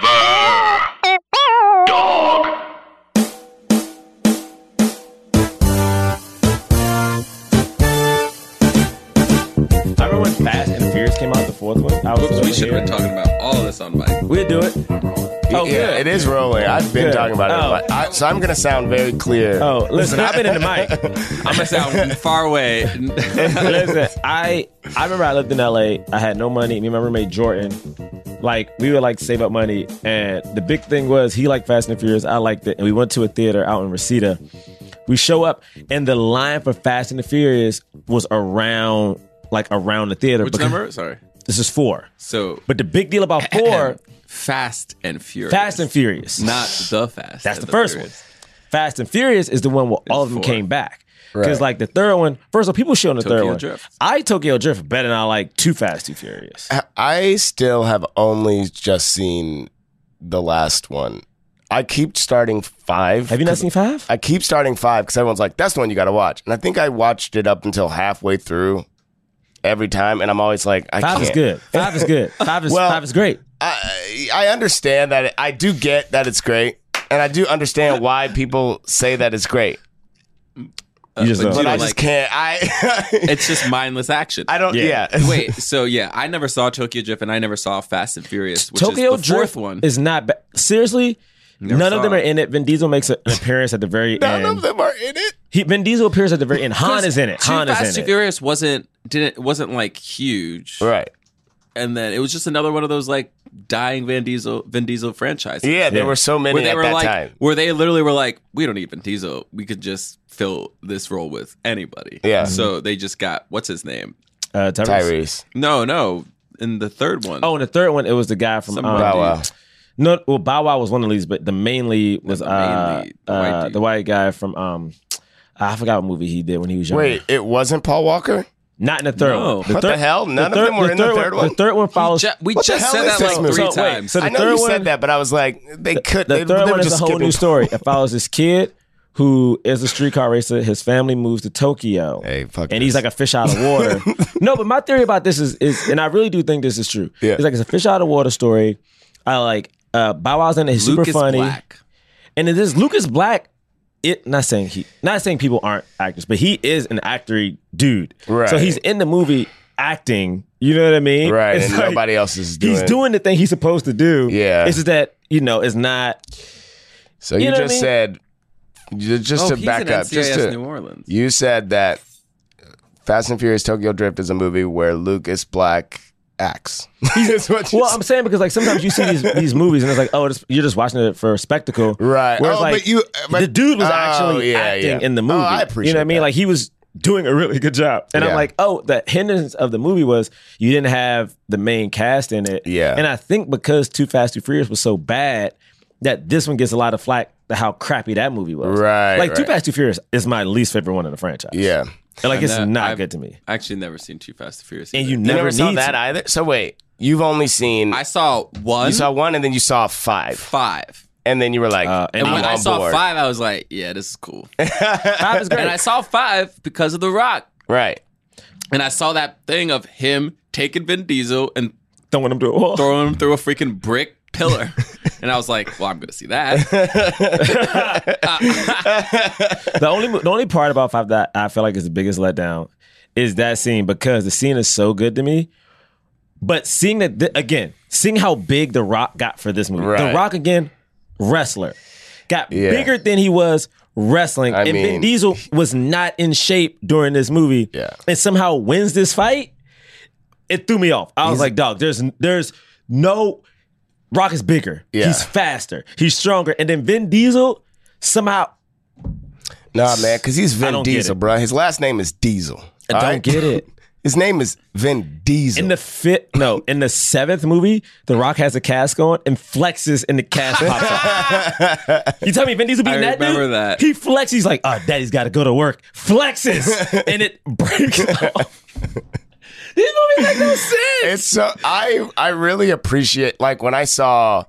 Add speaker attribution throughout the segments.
Speaker 1: Forever. Dog.
Speaker 2: I remember when Fast and Furious came out, the fourth one. I was
Speaker 3: Whoops,
Speaker 2: over
Speaker 3: we should have
Speaker 2: here.
Speaker 3: been talking about all of this on mic.
Speaker 2: We'll do it. Oh,
Speaker 4: yeah,
Speaker 2: good.
Speaker 4: it is rolling. I've been
Speaker 2: Good.
Speaker 4: talking about
Speaker 2: Oh.
Speaker 4: it. a lot. I, so I'm going to sound very clear.
Speaker 2: Oh, listen, I've been in the mic.
Speaker 3: I'm gonna sound far away.
Speaker 2: listen, I I remember I lived in LA. I had no money. Me and my roommate Jordan, like we would like save up money, and the big thing was he liked Fast and Furious. I liked it, and we went to a theater out in Reseda. We show up, and the line for Fast and the Furious was around like around the theater.
Speaker 3: Which number? Sorry.
Speaker 2: This is four.
Speaker 3: So
Speaker 2: But the big deal about four,
Speaker 3: Fast and Furious.
Speaker 2: Fast and Furious,
Speaker 3: Not the Fast.
Speaker 2: That's
Speaker 3: and
Speaker 2: the first
Speaker 3: Furious.
Speaker 2: one. Fast and Furious is the one where all of
Speaker 3: It's
Speaker 2: them
Speaker 3: four.
Speaker 2: came back. Because
Speaker 4: Right.
Speaker 2: like the third one, first of all, people shit on the third
Speaker 3: Tokyo
Speaker 2: one.
Speaker 3: Drift.
Speaker 2: I Tokyo Drift better than I like Too Fast, Too Furious.
Speaker 4: I still have only just seen the last one. I keep starting five.
Speaker 2: Have you not seen five?
Speaker 4: I keep starting five because everyone's like, that's the one you got to watch. And I think I watched it up until halfway through every time. And I'm always like, I
Speaker 2: Five
Speaker 4: can't.
Speaker 2: is good. Five is good. Five is
Speaker 4: Well-
Speaker 2: five is great.
Speaker 4: I, I understand that. It, I do get that it's great. And I do understand why people say that it's great.
Speaker 3: Uh,
Speaker 2: just
Speaker 3: but
Speaker 2: don't.
Speaker 3: you
Speaker 4: But I
Speaker 3: don't like-
Speaker 4: just can't. I,
Speaker 3: It's just mindless action.
Speaker 4: I don't,
Speaker 2: Yeah.
Speaker 4: yeah.
Speaker 3: Wait, so yeah, I never saw Tokyo Drift and I never saw Fast and Furious, which
Speaker 2: Tokyo
Speaker 3: is the
Speaker 2: Drift
Speaker 3: fourth one.
Speaker 2: is not bad. Seriously, none of
Speaker 3: saw
Speaker 2: them are
Speaker 3: it.
Speaker 2: in it. Vin Diesel makes a- an appearance at the very
Speaker 4: None
Speaker 2: end.
Speaker 4: of them are in it.
Speaker 2: He, Vin Diesel appears at the very end. Han is in it.
Speaker 3: Too
Speaker 2: Han
Speaker 3: Fast
Speaker 2: is
Speaker 3: Too
Speaker 2: in it.
Speaker 3: Furious wasn't didn't wasn't like huge,
Speaker 4: Right.
Speaker 3: and then it was just another one of those like dying Van Diesel Vin Diesel franchises.
Speaker 4: Yeah, there
Speaker 2: Yeah.
Speaker 4: were so many
Speaker 3: where they
Speaker 4: at
Speaker 3: were
Speaker 4: that
Speaker 3: like,
Speaker 4: time.
Speaker 3: where they literally were like, we don't need Vin Diesel. We could just fill this role with anybody.
Speaker 4: Yeah. Mm-hmm.
Speaker 3: So they just got what's his name?
Speaker 2: Uh, Tyrese.
Speaker 4: Tyrese.
Speaker 3: No, no. In the third one.
Speaker 2: Oh, and the third one, it was the guy from
Speaker 3: Somebody.
Speaker 2: um,
Speaker 4: Bow Wow.
Speaker 2: No, well, Bow Wow was one of the leads, but the main lead was
Speaker 3: the main
Speaker 2: uh,
Speaker 3: lead,
Speaker 2: the,
Speaker 3: the
Speaker 2: white
Speaker 3: white
Speaker 2: uh,
Speaker 3: dude.
Speaker 2: the white guy from um, I forgot what movie he did when he was young.
Speaker 4: Wait, it wasn't Paul Walker?
Speaker 2: not in the third
Speaker 3: No.
Speaker 2: one.
Speaker 4: What the hell? None of them were in the third one?
Speaker 2: The third one follows.
Speaker 3: Ju- we
Speaker 4: What the
Speaker 3: just
Speaker 4: hell
Speaker 3: said that
Speaker 4: is this
Speaker 3: like
Speaker 4: movie?
Speaker 3: three
Speaker 2: So, wait,
Speaker 3: times.
Speaker 2: so the
Speaker 4: I know
Speaker 2: third
Speaker 4: you
Speaker 2: one-
Speaker 4: said that, but I was like, they could.
Speaker 2: the
Speaker 4: they,
Speaker 2: third
Speaker 4: they were
Speaker 2: one is
Speaker 4: just
Speaker 2: a whole
Speaker 4: skipping
Speaker 2: new story. It follows this kid who is a streetcar racer. His family moves to Tokyo.
Speaker 4: Hey, fuck
Speaker 2: and he's
Speaker 4: this.
Speaker 2: like a fish out of water. no, but my theory about this is is, and I really do think this is true.
Speaker 4: Yeah.
Speaker 2: It's like it's a fish out of water story. I like uh, Bow Wow's in it. He's
Speaker 3: Luke
Speaker 2: super
Speaker 3: is
Speaker 2: funny.
Speaker 3: black.
Speaker 2: And it is Lucas Black. It not saying he not saying people aren't actors, but he is an actory dude.
Speaker 4: Right.
Speaker 2: So he's in the movie acting. You know what I mean?
Speaker 4: Right,
Speaker 2: It's
Speaker 4: and
Speaker 2: like,
Speaker 4: nobody else is doing
Speaker 2: He's doing the thing he's supposed to do.
Speaker 4: Yeah.
Speaker 2: It's just that you know it's not.
Speaker 4: So
Speaker 2: you
Speaker 4: you,
Speaker 2: know what
Speaker 4: just
Speaker 2: I mean?
Speaker 4: said, you- just
Speaker 3: Oh,
Speaker 4: to
Speaker 3: he's
Speaker 4: back
Speaker 3: in
Speaker 4: up,
Speaker 3: NCIS
Speaker 4: just to,
Speaker 3: New Orleans.
Speaker 4: you said that Fast and Furious Tokyo Drift is a movie where Lucas Black acts. Is what you
Speaker 2: Well,
Speaker 4: said.
Speaker 2: I'm saying because like sometimes you see these these movies and it's like oh it's, you're just watching it for spectacle.
Speaker 4: Right.
Speaker 2: Whereas,
Speaker 4: Oh,
Speaker 2: like,
Speaker 4: but you- but-
Speaker 2: the dude was
Speaker 4: Oh,
Speaker 2: actually
Speaker 4: yeah,
Speaker 2: acting
Speaker 4: yeah.
Speaker 2: in the movie.
Speaker 4: Oh, I
Speaker 2: You
Speaker 4: appreciate
Speaker 2: know what I mean?
Speaker 4: that.
Speaker 2: Like he was doing a really good job. And I'm
Speaker 4: Yeah.
Speaker 2: like, oh, the hindrance of the movie was you didn't have the main cast in it.
Speaker 4: Yeah.
Speaker 2: And I think because Too Fast Too Furious was so bad that this one gets a lot of flack to how crappy that movie was.
Speaker 4: Right,
Speaker 2: Like Too
Speaker 4: right.
Speaker 2: Fast Too Furious is my least favorite one in the franchise.
Speaker 4: yeah.
Speaker 2: And like
Speaker 3: And
Speaker 2: it's
Speaker 3: that-
Speaker 2: not
Speaker 3: I've-
Speaker 2: good to me.
Speaker 3: I actually never seen Too Fast and Furious.
Speaker 2: And
Speaker 3: either.
Speaker 2: you
Speaker 4: You
Speaker 2: never,
Speaker 4: never saw
Speaker 2: need
Speaker 4: that
Speaker 2: to.
Speaker 4: either. So wait, you've only seen
Speaker 3: I saw one,
Speaker 4: you saw one, and then you saw five,
Speaker 3: five.
Speaker 4: and then you were like,
Speaker 2: Uh, and
Speaker 3: And
Speaker 4: I'm
Speaker 3: when I
Speaker 4: on
Speaker 3: saw
Speaker 4: board.
Speaker 3: five, I was like, yeah, this is cool.
Speaker 2: Five is great.
Speaker 3: and I saw five because of The Rock.
Speaker 4: right?
Speaker 3: And I saw that thing of him taking Vin Diesel and
Speaker 2: don't want them to. Oh.
Speaker 3: throwing him through a freaking brick pillar. and I was like, well, I'm going to see that.
Speaker 2: the only the only part about Five that I feel like is the biggest letdown is that scene because the scene is so good to me. But seeing that th- again, seeing how big The Rock got for this movie, The
Speaker 4: Right.
Speaker 2: Rock again, wrestler, got
Speaker 4: Yeah.
Speaker 2: bigger than he was wrestling,
Speaker 4: I
Speaker 2: and Vin
Speaker 4: mean-
Speaker 2: Diesel was not in shape during this movie,
Speaker 4: Yeah.
Speaker 2: and somehow wins this fight. It threw me off. I was like, dog, there's there's no Rock is bigger.
Speaker 4: Yeah.
Speaker 2: He's faster. He's stronger. And then Vin Diesel somehow
Speaker 4: Nah, man, because he's Vin
Speaker 2: don't get
Speaker 4: Diesel,
Speaker 2: it.
Speaker 4: bro. His last name is Diesel.
Speaker 2: I don't get it.
Speaker 4: His name is Vin Diesel.
Speaker 2: In the fifth, no, in the seventh movie, The Rock has a cask on and flexes, and the cask pops off. You tell me Vin Diesel being
Speaker 3: I
Speaker 2: that
Speaker 3: remember
Speaker 2: dude?
Speaker 3: that.
Speaker 2: He flexes. He's like, "Oh, daddy's got to go to work." Flexes, and it breaks off. These movies make no sense.
Speaker 4: it's so I I really appreciate like when I saw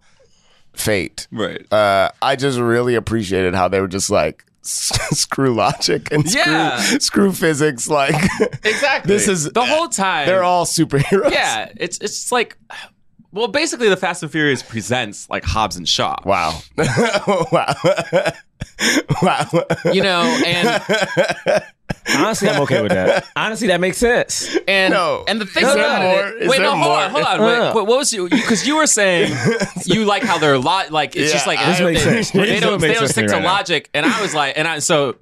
Speaker 4: Fate.
Speaker 3: right.
Speaker 4: Uh, I just really appreciated how they were just like screw logic and screw,
Speaker 3: Yeah.
Speaker 4: screw physics. Like
Speaker 3: Exactly.
Speaker 4: This is
Speaker 3: the whole time.
Speaker 4: They're all superheroes.
Speaker 3: Yeah, it's it's just like Well, basically, the Fast and Furious presents like Hobbs and Shaw.
Speaker 4: Wow. wow. wow.
Speaker 3: You know, and
Speaker 2: Honestly, I'm okay with that. Honestly, that makes sense.
Speaker 3: and
Speaker 4: No.
Speaker 3: and the thing
Speaker 4: Is there
Speaker 3: about
Speaker 4: more?
Speaker 3: it.
Speaker 4: Is
Speaker 3: wait, no,
Speaker 4: there
Speaker 3: hold on,
Speaker 4: more?
Speaker 3: hold on.
Speaker 2: Uh.
Speaker 3: Wait, what, what was you? Because you, were saying you like how they're lo- like it's
Speaker 4: Yeah,
Speaker 3: just like
Speaker 4: I- This
Speaker 3: they,
Speaker 2: makes sense.
Speaker 3: they
Speaker 2: This makes
Speaker 3: don't they don't
Speaker 2: sense to
Speaker 3: stick
Speaker 2: me
Speaker 3: to
Speaker 2: right now.
Speaker 3: logic, and I was like, and I so.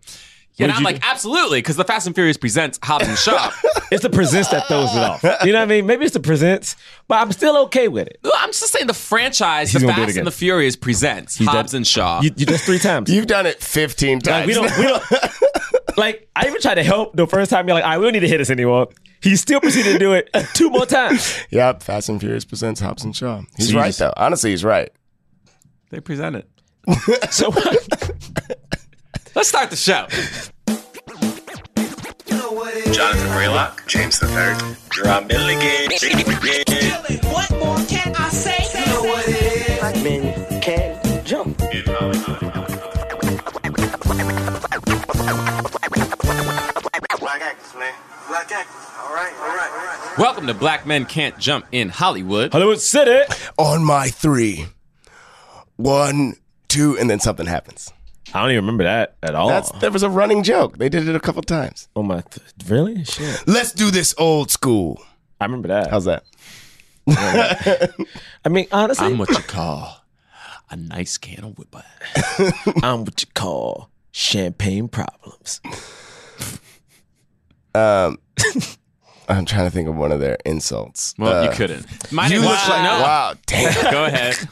Speaker 2: Would
Speaker 3: And I'm
Speaker 2: you
Speaker 3: like, absolutely, because the Fast and Furious presents Hobbs and Shaw.
Speaker 2: It's the presents that throws it off. You know what I mean? Maybe it's the presents, but I'm still okay with it.
Speaker 3: No, I'm just saying the franchise,
Speaker 2: He's
Speaker 3: The
Speaker 2: gonna do it
Speaker 3: Fast
Speaker 2: again.
Speaker 3: and the Furious presents
Speaker 2: done-
Speaker 3: Hobbs and Shaw.
Speaker 2: You, you just three times.
Speaker 4: You've done it 15
Speaker 2: like,
Speaker 4: times.
Speaker 2: we don't, we don't. Like I even tried to help the first time. You're like, all right, we don't need to hit this anymore. He still proceeded to do it two more times.
Speaker 4: yep. Fast and Furious presents Hobbs and Shaw. He's
Speaker 2: So you
Speaker 4: right,
Speaker 2: just-
Speaker 4: though. Honestly, he's right.
Speaker 3: they present it.
Speaker 2: So
Speaker 3: Let's start the show.
Speaker 5: Jonathan Raylock, James the Third, Drum Milligan.
Speaker 6: What more can I say? You know what it is.
Speaker 5: Black actors, man. Black actors. All right, all right, all right.
Speaker 3: Welcome to Black Men Can't Jump in Hollywood.
Speaker 2: Hollywood City.
Speaker 4: On my three. One, two, and then something happens.
Speaker 2: I don't even remember that at all.
Speaker 4: That's There was a running joke. They did it a couple times.
Speaker 2: oh my, th- really? Shit.
Speaker 4: Let's do this old school.
Speaker 2: I remember that.
Speaker 4: How's that?
Speaker 2: I mean, honestly,
Speaker 3: I'm what you call a nice can of whip ass.
Speaker 2: I'm what you call champagne problems.
Speaker 4: I'm trying to think of one of their insults.
Speaker 3: Well,
Speaker 4: Uh,
Speaker 3: you couldn't. Mine
Speaker 4: You
Speaker 3: is-
Speaker 4: look like
Speaker 3: no.
Speaker 4: wow, damn.
Speaker 3: Go ahead.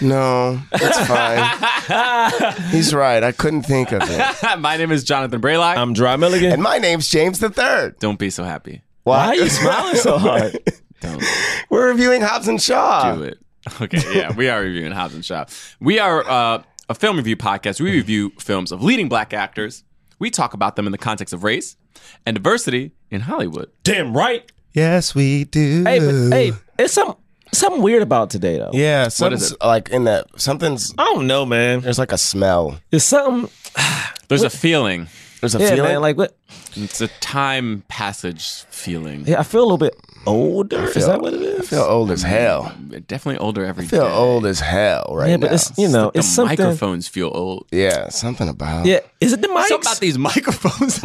Speaker 4: No, it's fine. He's right. I couldn't think of it.
Speaker 3: My name is Jonathan Braylock.
Speaker 2: I'm Dry Milligan.
Speaker 4: And my name's James the Third.
Speaker 3: Don't be so happy.
Speaker 2: Why are you smiling so hard?
Speaker 3: Don't
Speaker 4: We're reviewing Hobbs and Shaw.
Speaker 3: do it. Okay, yeah, we are reviewing Hobbs and Shaw. We are uh, a film review podcast. We review films of leading black actors. We talk about them in the context of race and diversity in Hollywood.
Speaker 2: Damn right.
Speaker 4: Yes, we do.
Speaker 2: Hey, but, hey, it's some something weird about today though.
Speaker 4: yeah, something's
Speaker 3: is
Speaker 4: like in that something's
Speaker 2: I don't know, man.
Speaker 4: there's like a smell.
Speaker 2: It's something.
Speaker 3: There's a feeling.
Speaker 4: There's a
Speaker 2: Yeah,
Speaker 4: feeling
Speaker 2: man. Like what?
Speaker 3: It's a time passage feeling.
Speaker 2: Yeah, I feel a little bit older.
Speaker 4: feel-
Speaker 2: is that what it
Speaker 4: I
Speaker 2: is?
Speaker 4: feel old as hell.
Speaker 3: Um, Definitely older every
Speaker 4: I
Speaker 3: day.
Speaker 4: feel old as hell right
Speaker 2: yeah,
Speaker 4: now.
Speaker 2: but it's you know,
Speaker 3: The
Speaker 2: it's something.
Speaker 3: microphones feel old.
Speaker 4: yeah, something about
Speaker 2: Yeah, is it the mics?
Speaker 3: Something about these microphones.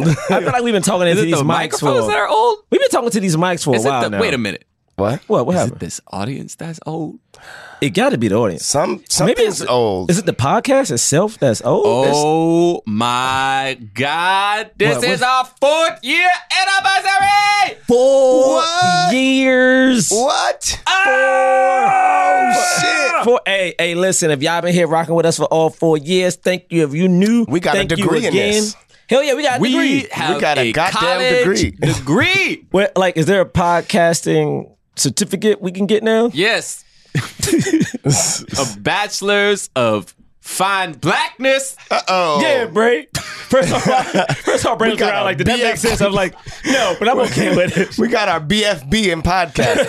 Speaker 2: I feel like we've been talking
Speaker 3: Is
Speaker 2: to
Speaker 3: it
Speaker 2: these mics
Speaker 3: the
Speaker 2: Oh,
Speaker 3: microphones
Speaker 2: for.
Speaker 3: that are old?
Speaker 2: We've been talking to these mics for
Speaker 3: Is
Speaker 2: a while
Speaker 3: it the,
Speaker 2: now.
Speaker 3: wait a minute.
Speaker 4: what?
Speaker 2: What? What
Speaker 3: Is it
Speaker 2: happened?
Speaker 3: this audience that's old?
Speaker 2: It, got to be the audience.
Speaker 4: Some
Speaker 2: Maybe
Speaker 4: something's
Speaker 2: it's
Speaker 4: old.
Speaker 2: Is it the podcast itself that's old?
Speaker 3: Oh my God. This
Speaker 2: What-
Speaker 3: is our fourth year anniversary!
Speaker 2: four
Speaker 4: What?
Speaker 2: years.
Speaker 4: what?
Speaker 3: Ah!
Speaker 2: Oh
Speaker 4: shit.
Speaker 2: Four, hey, hey, listen, if y'all been here rocking with us for all four years, thank you. If you knew,
Speaker 4: We got a
Speaker 2: thank you
Speaker 4: degree in
Speaker 2: again.
Speaker 4: this.
Speaker 2: Hell yeah, we got a
Speaker 3: We
Speaker 2: degree.
Speaker 3: have
Speaker 4: got a goddamn
Speaker 3: college
Speaker 4: degree.
Speaker 3: degree.
Speaker 2: Well, like, is there a podcasting certificate we can get now?
Speaker 3: Yes. a bachelor's of fine blackness.
Speaker 4: Uh-oh.
Speaker 2: Yeah, Bray. First off, first off, Bray looked
Speaker 4: got
Speaker 2: around
Speaker 4: a
Speaker 2: like, did that make
Speaker 4: BF.
Speaker 2: sense? I'm like, no, but I'm okay with it.
Speaker 4: We got our BFB in podcast.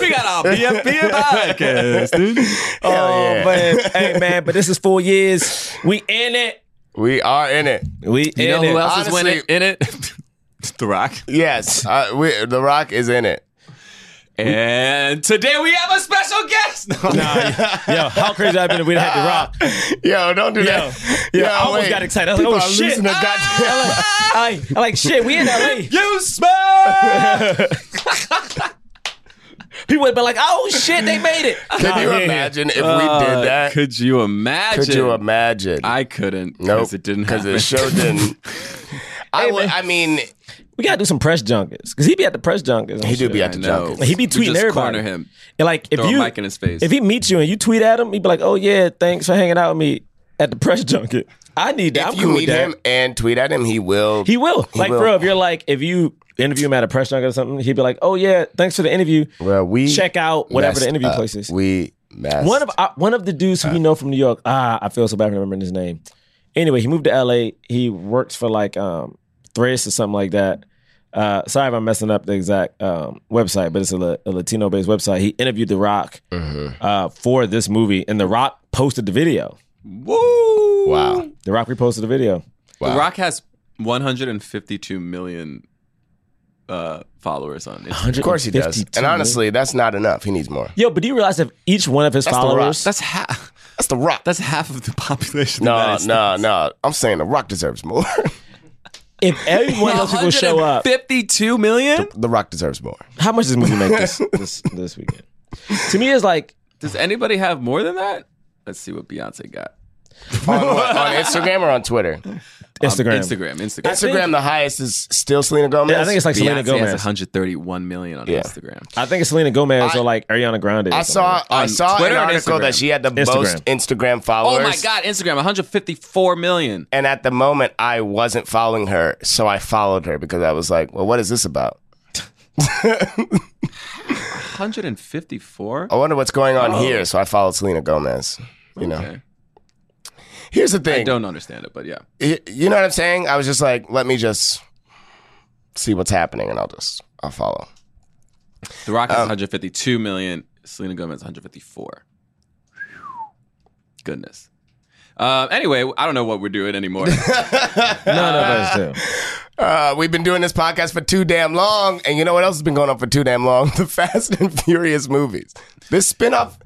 Speaker 3: We got our BFB podcast, dude.
Speaker 2: oh
Speaker 4: yeah.
Speaker 2: man, hey man, but this is four years. We in it.
Speaker 4: we are in it.
Speaker 2: We
Speaker 3: You
Speaker 2: in
Speaker 3: know
Speaker 2: it.
Speaker 3: who else is winning
Speaker 4: Honestly-
Speaker 3: in it? the Rock.
Speaker 4: Yes, uh, we, The Rock is in it.
Speaker 3: And today we have a special guest.
Speaker 2: Yo, how crazy I've been if we done had the rock.
Speaker 4: Yo, don't do
Speaker 2: Yo,
Speaker 4: that.
Speaker 2: yo,
Speaker 4: Yo,
Speaker 2: I almost
Speaker 4: wait.
Speaker 2: got excited. I was
Speaker 4: People
Speaker 2: like, oh
Speaker 4: are
Speaker 2: shit. Ah!
Speaker 4: losing their goddamn.
Speaker 2: I, I like shit. We in LA.
Speaker 3: you smell.
Speaker 2: People would be like, "Oh shit, they made it."
Speaker 4: Can you
Speaker 2: Nah, yeah. Ah,
Speaker 4: imagine if we
Speaker 2: Uh,
Speaker 4: did that?
Speaker 3: Could you imagine?
Speaker 4: Could you imagine?
Speaker 3: I couldn't.
Speaker 4: nope.
Speaker 3: Because it didn't
Speaker 4: Because
Speaker 3: happen.
Speaker 4: the show didn't. I would.
Speaker 2: man.
Speaker 4: I mean,
Speaker 2: We gotta do some press junkets because he be at the press junkets. and
Speaker 4: he do
Speaker 2: shit.
Speaker 4: be at
Speaker 3: I
Speaker 4: the
Speaker 3: know.
Speaker 4: junket.
Speaker 2: He be
Speaker 3: We
Speaker 2: tweeting
Speaker 3: just
Speaker 2: everybody.
Speaker 3: corner him.
Speaker 2: And like if
Speaker 3: Throw
Speaker 2: you
Speaker 3: a mic in his face.
Speaker 2: if he meets you and you tweet at him, he'd be like, "Oh yeah, thanks for hanging out with me at the press junket." I need that.
Speaker 4: If
Speaker 2: I'm
Speaker 4: you
Speaker 2: cool
Speaker 4: meet
Speaker 2: with that.
Speaker 4: him and tweet at him, he will.
Speaker 2: He will. like,
Speaker 4: will.
Speaker 2: bro, if you're like, if you interview him at a press junket or something, he'd be like, "Oh yeah, thanks for the interview."
Speaker 4: Well, we
Speaker 2: check out whatever the
Speaker 4: messed
Speaker 2: interview
Speaker 4: up.
Speaker 2: place is.
Speaker 4: We messed.
Speaker 2: one of uh, one of the dudes who we know from New York. Ah, I feel so bad for remembering his name. Anyway, he moved to L.A. He works for like um Threads or something like that. Uh, sorry if I'm messing up the exact um, website, but it's a, La- a Latino-based website. He interviewed The Rock
Speaker 4: Mm-hmm.
Speaker 2: uh, for this movie, and The Rock posted the video.
Speaker 3: Woo!
Speaker 4: wow.
Speaker 2: The Rock reposted the video.
Speaker 4: Wow.
Speaker 3: The Rock has 152 million uh, followers on Instagram.
Speaker 4: Of course he
Speaker 2: 152
Speaker 4: does. And
Speaker 2: million.
Speaker 4: honestly, that's not enough. He needs more.
Speaker 2: yo, but do you realize if each one of his
Speaker 4: That's The Rock.
Speaker 2: followers,
Speaker 3: That's half.
Speaker 4: That's the Rock.
Speaker 3: That's half of the population.
Speaker 4: no, no, no. I'm saying the Rock deserves more.
Speaker 2: if every one of those people show up,
Speaker 3: Fifty-two million.
Speaker 4: the Rock deserves more.
Speaker 2: how much does this movie make this this, this weekend? To me, it's like
Speaker 3: Does anybody have more than that? Let's see what Beyonce got.
Speaker 4: on, what, on Instagram or on Twitter?
Speaker 2: um, Instagram.
Speaker 3: Um, Instagram. Instagram.
Speaker 4: Instagram, the highest is still Selena Gomez.
Speaker 2: Yeah, I think it's like Selena
Speaker 3: Beyonce has
Speaker 2: Gomez.
Speaker 3: 131 million on
Speaker 4: Yeah.
Speaker 3: Instagram.
Speaker 2: I think it's Selena Gomez
Speaker 4: I-
Speaker 2: or like Ariana Grande. or
Speaker 4: I
Speaker 2: something
Speaker 4: saw
Speaker 2: like
Speaker 4: I
Speaker 3: On
Speaker 4: saw
Speaker 3: Twitter
Speaker 4: an
Speaker 3: and
Speaker 4: article that
Speaker 3: Instagram.
Speaker 4: she had the most Instagram
Speaker 3: Oh
Speaker 4: followers.
Speaker 3: my God, Instagram 154 million.
Speaker 4: And at the moment, I wasn't following her, so I followed her because I was like, "Well, what is this about?
Speaker 3: 154.
Speaker 4: I wonder what's going on here." So I followed Selena Gomez. You know,
Speaker 3: Oh. Okay.
Speaker 4: here's the
Speaker 3: I
Speaker 4: thing.
Speaker 3: don't understand it, but yeah.
Speaker 4: Y- You know what I'm saying? I was just like, "Let me just see what's happening, and I'll just I'll follow."
Speaker 3: The Rock is 152 million. Selena Gomez 154. Goodness. Uh, anyway, I don't know what we're doing anymore.
Speaker 2: that. None of us do.
Speaker 4: Uh, we've been doing this podcast for too damn long, and you know what else has been going on for too damn long? The Fast and Furious movies. This spinoff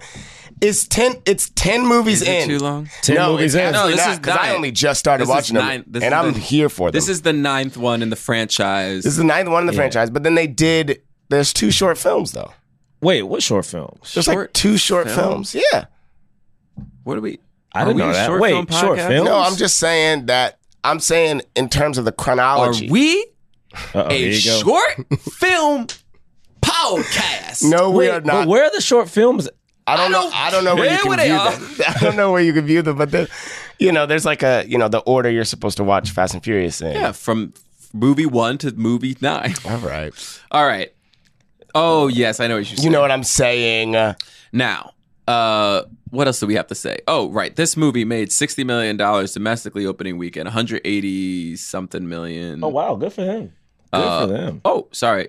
Speaker 4: is ten. It's ten movies
Speaker 3: is it
Speaker 4: in.
Speaker 3: too long?
Speaker 2: Ten
Speaker 4: no,
Speaker 2: movies
Speaker 4: it's
Speaker 2: in.
Speaker 3: No,
Speaker 4: absolutely
Speaker 3: this
Speaker 4: not
Speaker 3: is
Speaker 4: because I
Speaker 3: nine.
Speaker 4: only just started
Speaker 3: This is
Speaker 4: watching
Speaker 3: nine.
Speaker 4: them,
Speaker 3: This
Speaker 4: and
Speaker 3: is
Speaker 4: I'm
Speaker 3: the-
Speaker 4: here for them.
Speaker 3: This is the ninth one in the franchise.
Speaker 4: this is the ninth one in the franchise. But then they did. There's two short films though.
Speaker 2: Wait, what short films?
Speaker 4: There's like
Speaker 3: Short
Speaker 4: two short
Speaker 3: films?
Speaker 4: films. Yeah.
Speaker 3: what are we?
Speaker 2: I didn't
Speaker 3: are we
Speaker 2: know
Speaker 3: a
Speaker 2: that.
Speaker 3: Short
Speaker 2: Wait,
Speaker 3: film
Speaker 2: short
Speaker 3: podcast?
Speaker 2: film?
Speaker 4: No, I'm just saying that. I'm saying in terms of the
Speaker 3: Are
Speaker 4: chronology.
Speaker 3: we
Speaker 2: Uh-oh, Oh, here
Speaker 3: a
Speaker 2: you go.
Speaker 3: short film podcast?
Speaker 4: No, we
Speaker 2: Wait,
Speaker 4: are
Speaker 2: But
Speaker 4: not.
Speaker 2: where are the short films?
Speaker 4: I don't
Speaker 3: I
Speaker 4: know.
Speaker 3: don't
Speaker 4: I don't know where
Speaker 3: care
Speaker 4: you can
Speaker 3: where they
Speaker 4: view
Speaker 3: are.
Speaker 4: them. I don't know where you can view them, but then, you know, there's like a you know the order you're supposed to watch Fast and Furious in.
Speaker 3: Yeah, from movie one to movie nine.
Speaker 4: All right.
Speaker 3: All right. Oh yes, I know what you're saying.
Speaker 4: You know what I'm saying? Uh,
Speaker 3: Now, uh, what else do we have to say? Oh, right. This movie made sixty million dollars domestically opening weekend, one hundred eighty something million.
Speaker 2: Oh wow, good for him. Good
Speaker 3: Uh,
Speaker 2: for them.
Speaker 3: Oh, sorry.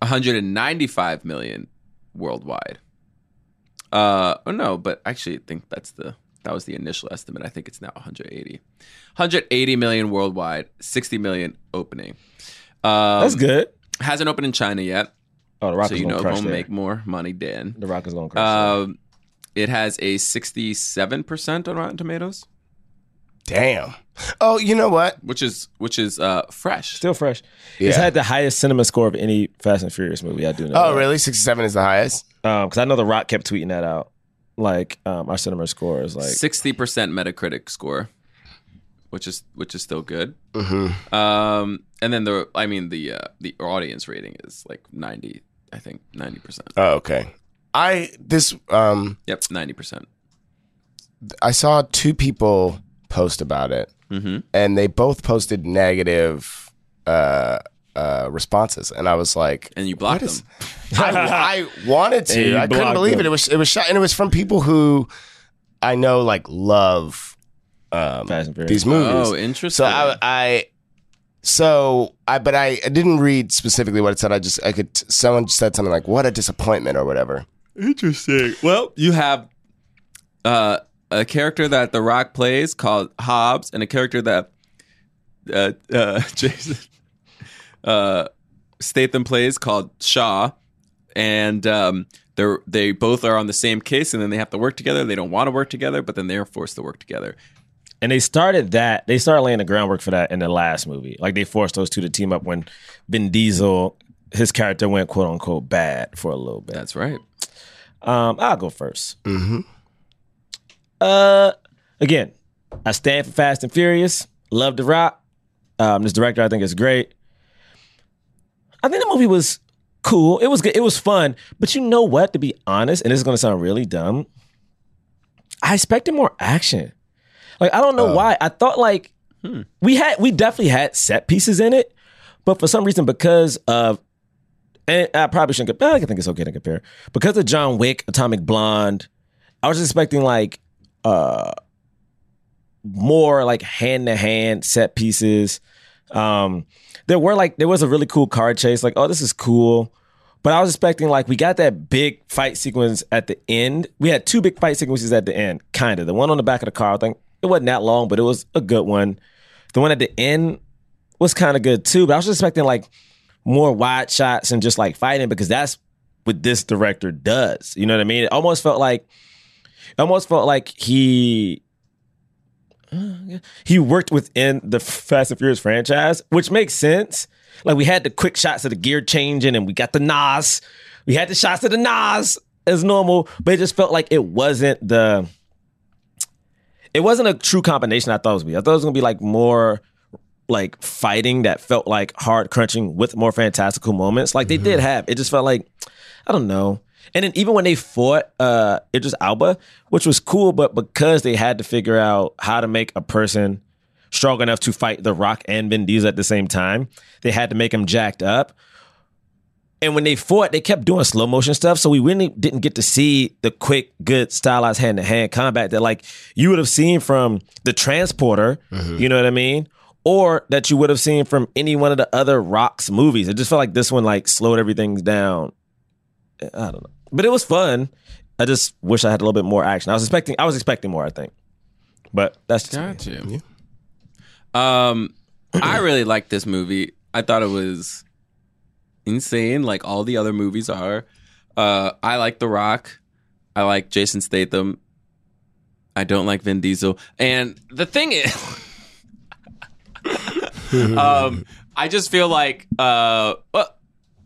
Speaker 3: One hundred and ninety-five million worldwide. Uh, oh no, but actually, I think that's the that was the initial estimate. I think it's now 180, 180 million worldwide, 60 million opening. Um,
Speaker 2: That's good.
Speaker 3: Hasn't opened in China yet,
Speaker 2: Oh, the Rock
Speaker 3: so
Speaker 2: is
Speaker 3: you
Speaker 2: gonna
Speaker 3: know
Speaker 2: crush Uh,
Speaker 3: it'll
Speaker 2: there.
Speaker 3: make more money then.
Speaker 2: the Rock is gonna crush. there.
Speaker 3: Um, it has a 67% on Rotten Tomatoes,
Speaker 4: damn. Oh, you know what?
Speaker 3: which is which is uh, fresh.
Speaker 2: Still fresh. It's
Speaker 4: Yeah.
Speaker 2: had the highest cinema score of any Fast and Furious movie. I do know.
Speaker 4: Oh,
Speaker 2: that.
Speaker 4: really? 67 is the highest.
Speaker 2: because Um, I know The Rock kept tweeting that out. Like um, our cinema score is like
Speaker 3: Sixty percent Metacritic score, which is which is still good.
Speaker 4: Mm-hmm.
Speaker 3: Um, and then the I mean the uh, the audience rating is like ninety, I think ninety percent.
Speaker 4: Oh, okay. I this um
Speaker 3: Yep, ninety percent.
Speaker 4: I saw two people post about it,
Speaker 3: Mhm.
Speaker 4: and they both posted negative uh, uh, responses, and I was like,
Speaker 3: And you blocked
Speaker 4: what is-
Speaker 3: them.
Speaker 4: I, I wanted
Speaker 2: And you
Speaker 4: to. I couldn't
Speaker 2: blocked
Speaker 4: believe it.
Speaker 2: them.
Speaker 4: It was it was shot, and it was from people who I know like love um,
Speaker 2: Fast and Furious.
Speaker 4: these movies.
Speaker 3: Oh, interesting.
Speaker 4: So I, I, so I, but I, I didn't read specifically what it said. I just, I could, someone said something like, "What a disappointment" or whatever.
Speaker 3: interesting. Well, you have uh, a character that The Rock plays called Hobbs, and a character that uh, uh, Jason uh, Statham plays called Shaw, and um, they're they both are on the same case, and then they have to work together. They don't want to work together, but then they are forced to work together.
Speaker 2: And they started that. They started laying the groundwork for that in the last movie. Like they forced those two to team up when Vin Diesel, his character went quote unquote bad for a little bit.
Speaker 3: That's right.
Speaker 2: Um, I'll go 1st Mm-hmm. Uh, again, I stand for Fast and Furious. Love The Rock. Um, this director, I think, is great. I think the movie was cool. It was good. It was fun. But you know what? To be honest, and this is going to sound really dumb, I expected more action. Like I don't know why. I thought like we had we definitely had set pieces in it, but for some reason, because of and I probably shouldn't compare. I think it's okay to compare because of John Wick, Atomic Blonde. I was expecting like uh more like hand to hand set pieces. Um there were like there was a really cool car chase. Like oh this is cool, but I was expecting like we got that big fight sequence at the end. We had two big fight sequences at the end, kind of the one on the back of the car. I think it wasn't that long, but it was a good one. The one at the end was kind of good too. But I was just expecting like more wide shots and just like fighting because that's what this director does. You know what I mean? It almost felt like, it almost felt like he. uh, He worked within the Fast and Furious franchise, which makes sense. Like we had the quick shots of the gear changing, and we got the Nas. We had the shots of the Nas as normal, but it just felt like it wasn't the it wasn't a true combination I thought it was gonna be. I thought it was gonna be like more like fighting that felt like hard crunching with more fantastical moments. Like they did have. It just felt like I don't know. And then even when they fought uh Idris Alba, which was cool, but because they had to figure out how to make a person strong enough to fight The Rock and Vin Diesel at the same time, they had to make him jacked up. And when they fought, they kept doing slow motion stuff, so we really didn't get to see the quick, good, stylized hand to hand combat that like you would have seen from the transporter. You know what I mean? Or that you would have seen from any one of the other Rocks movies. It just felt like this one like slowed everything down. I don't know, but it was fun. I just wish I had a little bit more action. I was expecting, I was expecting more. I think, but that's just me.
Speaker 3: Gotcha. Um, I really liked this movie. I thought it was insane, like all the other movies are. Uh, I like The Rock. I like Jason Statham. I don't like Vin Diesel. And the thing is, um, I just feel like, uh, well,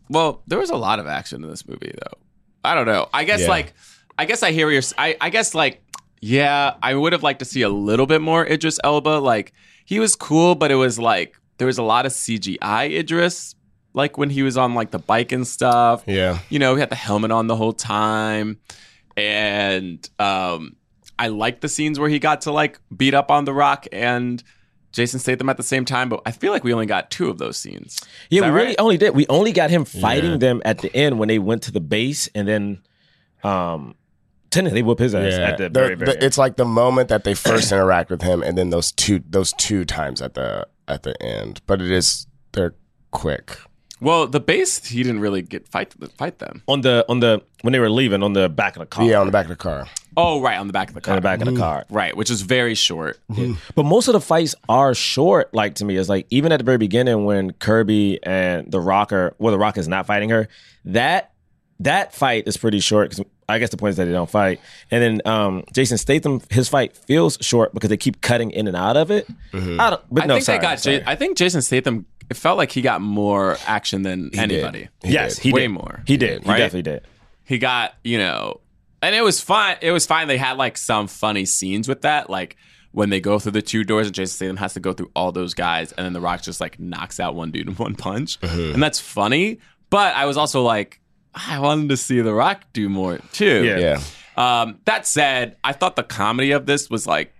Speaker 3: well, there was a lot of action in this movie, though. I don't know. I guess
Speaker 4: Yeah.
Speaker 3: like, I guess I hear your. I, I guess like, yeah, I would have liked to see a little bit more Idris Elba. Like he was cool, but it was like there was a lot of CGI Idris, like when he was on like the bike and stuff.
Speaker 4: Yeah.
Speaker 3: You know, he had the helmet on the whole time, and um, I liked the scenes where he got to like beat up on The Rock and. Jason Statham at the same time, but I feel like we only got two of those scenes.
Speaker 2: Yeah,
Speaker 3: that
Speaker 2: we really
Speaker 3: right?
Speaker 2: only did. We only got him fighting them at the end when they went to the base, and then, um, Tennant they whoop his ass
Speaker 7: Yeah.
Speaker 2: at the
Speaker 4: They're-
Speaker 2: very, very.
Speaker 4: the- it's like the moment that they first interact with him, and then those two those two times at the at the end. But it is they're quick.
Speaker 3: Well, the base he didn't really get fight fight them.
Speaker 2: end. on the on the when they were leaving on the back of the car.
Speaker 4: Yeah, on the back of the car.
Speaker 3: Oh, right on the back of the car.
Speaker 2: on the back of the car.
Speaker 3: Right, which is very short.
Speaker 2: But most of the fights are short. Like to me, it's like even at the very beginning when Kirby and the Rocker, well, the Rock is not fighting her. That that fight is pretty short because I guess the point is that they don't fight. And then um, Jason Statham, his fight feels short because they keep cutting in and out of it. I don't. But
Speaker 3: Mm-hmm. I
Speaker 2: no,
Speaker 3: think
Speaker 2: sorry,
Speaker 3: they got.
Speaker 2: sorry.
Speaker 3: Ja- I think Jason Statham. It felt like he got more action than
Speaker 4: did.
Speaker 3: anybody.
Speaker 4: He
Speaker 2: yes,
Speaker 4: did.
Speaker 2: he
Speaker 3: Way
Speaker 2: did.
Speaker 3: more.
Speaker 2: He did. He
Speaker 3: Right?
Speaker 2: definitely did.
Speaker 3: He got you know, and it was fine. It was fine. They had like some funny scenes with that, like when they go through the two doors and Jason Statham has to go through all those guys, and then The Rock just like knocks out one dude in one punch, and that's funny. But I was also like, I wanted to see The Rock do more too.
Speaker 2: Yeah.
Speaker 4: Yeah.
Speaker 3: Um, that said, I thought the comedy of this was like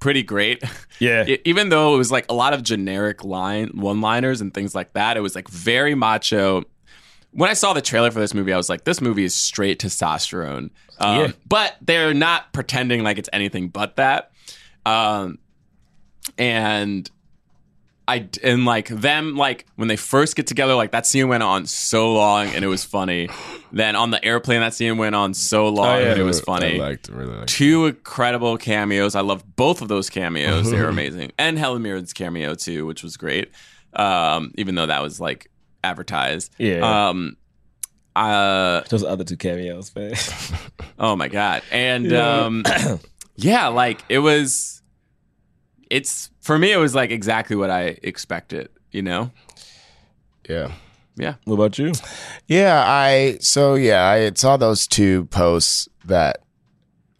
Speaker 3: pretty great.
Speaker 2: Yeah.
Speaker 3: E- even though it was like a lot of generic line one-liners and things like that, it was like very macho. When I saw the trailer for this movie, I was like, "This movie is straight testosterone." Um,
Speaker 2: Yeah.
Speaker 3: But they're not pretending like it's anything but that. Um, and I d- and like them like when they first get together, like that scene went on so long and it was funny. then on the airplane, that scene went on
Speaker 2: Oh,
Speaker 3: so long and Oh, it was funny.
Speaker 4: I liked really liked.
Speaker 3: Two incredible cameos. I love both of those cameos. they were amazing, and Helen Mirren's cameo too, which was great. Um, even though that was like advertised.
Speaker 2: Yeah.
Speaker 3: Um, uh,
Speaker 2: Those other two cameos, man.
Speaker 3: Oh my god. And yeah. um yeah, like it was it's for me it was like exactly what I expected, you know?
Speaker 4: Yeah.
Speaker 3: Yeah.
Speaker 2: what about you?
Speaker 4: Yeah, I so yeah, I saw those two posts that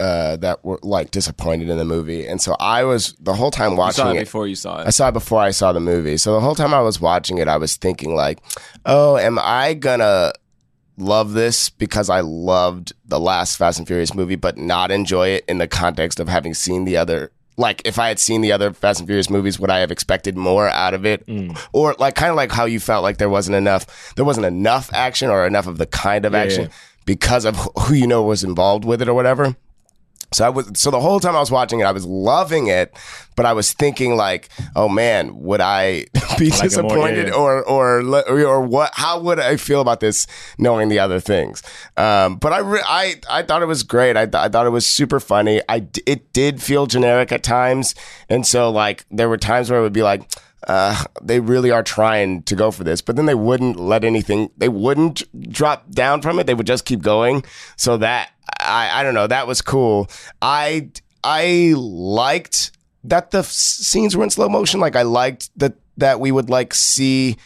Speaker 4: uh that were like disappointed in the movie. And so I was the whole time
Speaker 3: I
Speaker 4: watching
Speaker 3: saw it
Speaker 4: it.
Speaker 3: before you saw
Speaker 4: I
Speaker 3: it.
Speaker 4: saw it before I saw the movie. So the whole time I was watching it, I was thinking like, "Oh, am I gonna love this because I loved the last Fast and Furious movie, but not enjoy it in the context of having seen the other?" Like, if I had seen the other Fast and Furious movies, would I have expected more out of it?
Speaker 2: Mm.
Speaker 4: Or like, kind of like how you felt like there wasn't enough, there wasn't enough action or enough of the kind of action
Speaker 2: yeah.
Speaker 4: because of wh- who you know was involved with it or whatever. So I was so the whole time I was watching it, I was loving it, but I was thinking like, oh man, would I
Speaker 2: Like
Speaker 4: be
Speaker 2: it more,
Speaker 4: disappointed
Speaker 2: yeah.
Speaker 4: or or le- or what? How would I feel about this knowing the other things? Um, but I, re- I I thought it was great. I, th- I thought it was super funny. I d- it did feel generic at times, and so like there were times where it would be like. uh, they really are trying to go for this, but then they wouldn't let anything. They wouldn't drop down from it. They would just keep going. So that I, I don't know. That was cool. I I liked that the f- scenes were in slow motion. Like I liked that that we would like see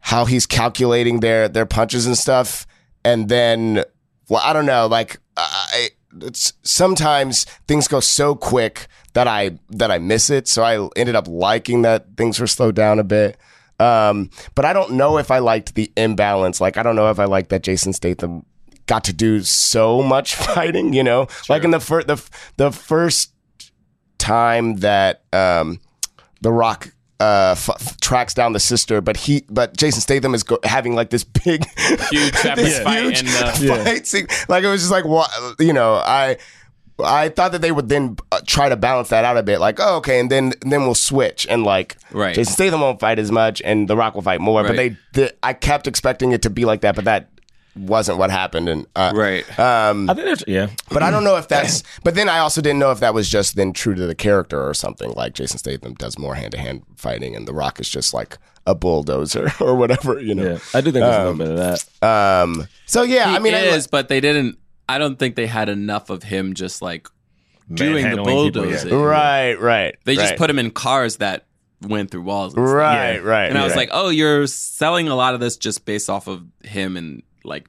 Speaker 4: how he's calculating their their punches and stuff, and then well, I don't know. Like I, it's, sometimes things go so quick that I that I miss it. So I ended up liking that things were slowed down a bit. Um, but I don't know if I liked the imbalance. Like I don't know if I liked that Jason Statham got to do so much fighting. You know, like in the first the f- the first time that um, the Rock uh, f- f- tracks down the sister, but he, but Jason Statham is go- having like this big,
Speaker 7: Huge separate
Speaker 4: this
Speaker 7: fight
Speaker 4: huge
Speaker 7: in the-
Speaker 2: Yeah.
Speaker 4: fight scene. Like it was just like, what, you know, I, I thought that they would then uh, try to balance that out a bit, like, oh, okay, and then and then we'll switch, and like,
Speaker 3: Right.
Speaker 4: Jason Statham won't fight as much, and The Rock will fight more. But
Speaker 3: Right.
Speaker 4: they, they, I kept expecting it to be like that, but that wasn't what happened, and uh,
Speaker 3: Right.
Speaker 2: I think that's yeah.
Speaker 4: but I don't know if that's. But then I also didn't know if that was just then true to the character or something. Like Jason Statham does more hand to hand fighting, and The Rock is just like a bulldozer or whatever,
Speaker 2: Yeah,
Speaker 4: you know.
Speaker 2: I do think there's a little bit of that.
Speaker 4: Um. So yeah, I mean, I-
Speaker 3: is, but they didn't. I don't think they had enough of him just like doing the
Speaker 2: Manhandling people, yeah.
Speaker 3: bulldozing.
Speaker 4: right, right.
Speaker 3: They just
Speaker 4: right.
Speaker 3: put him in cars that went through walls. and stuff.
Speaker 4: Right, right.
Speaker 3: And I was
Speaker 4: right.
Speaker 3: like, oh, you're selling a lot of this just based off of him and like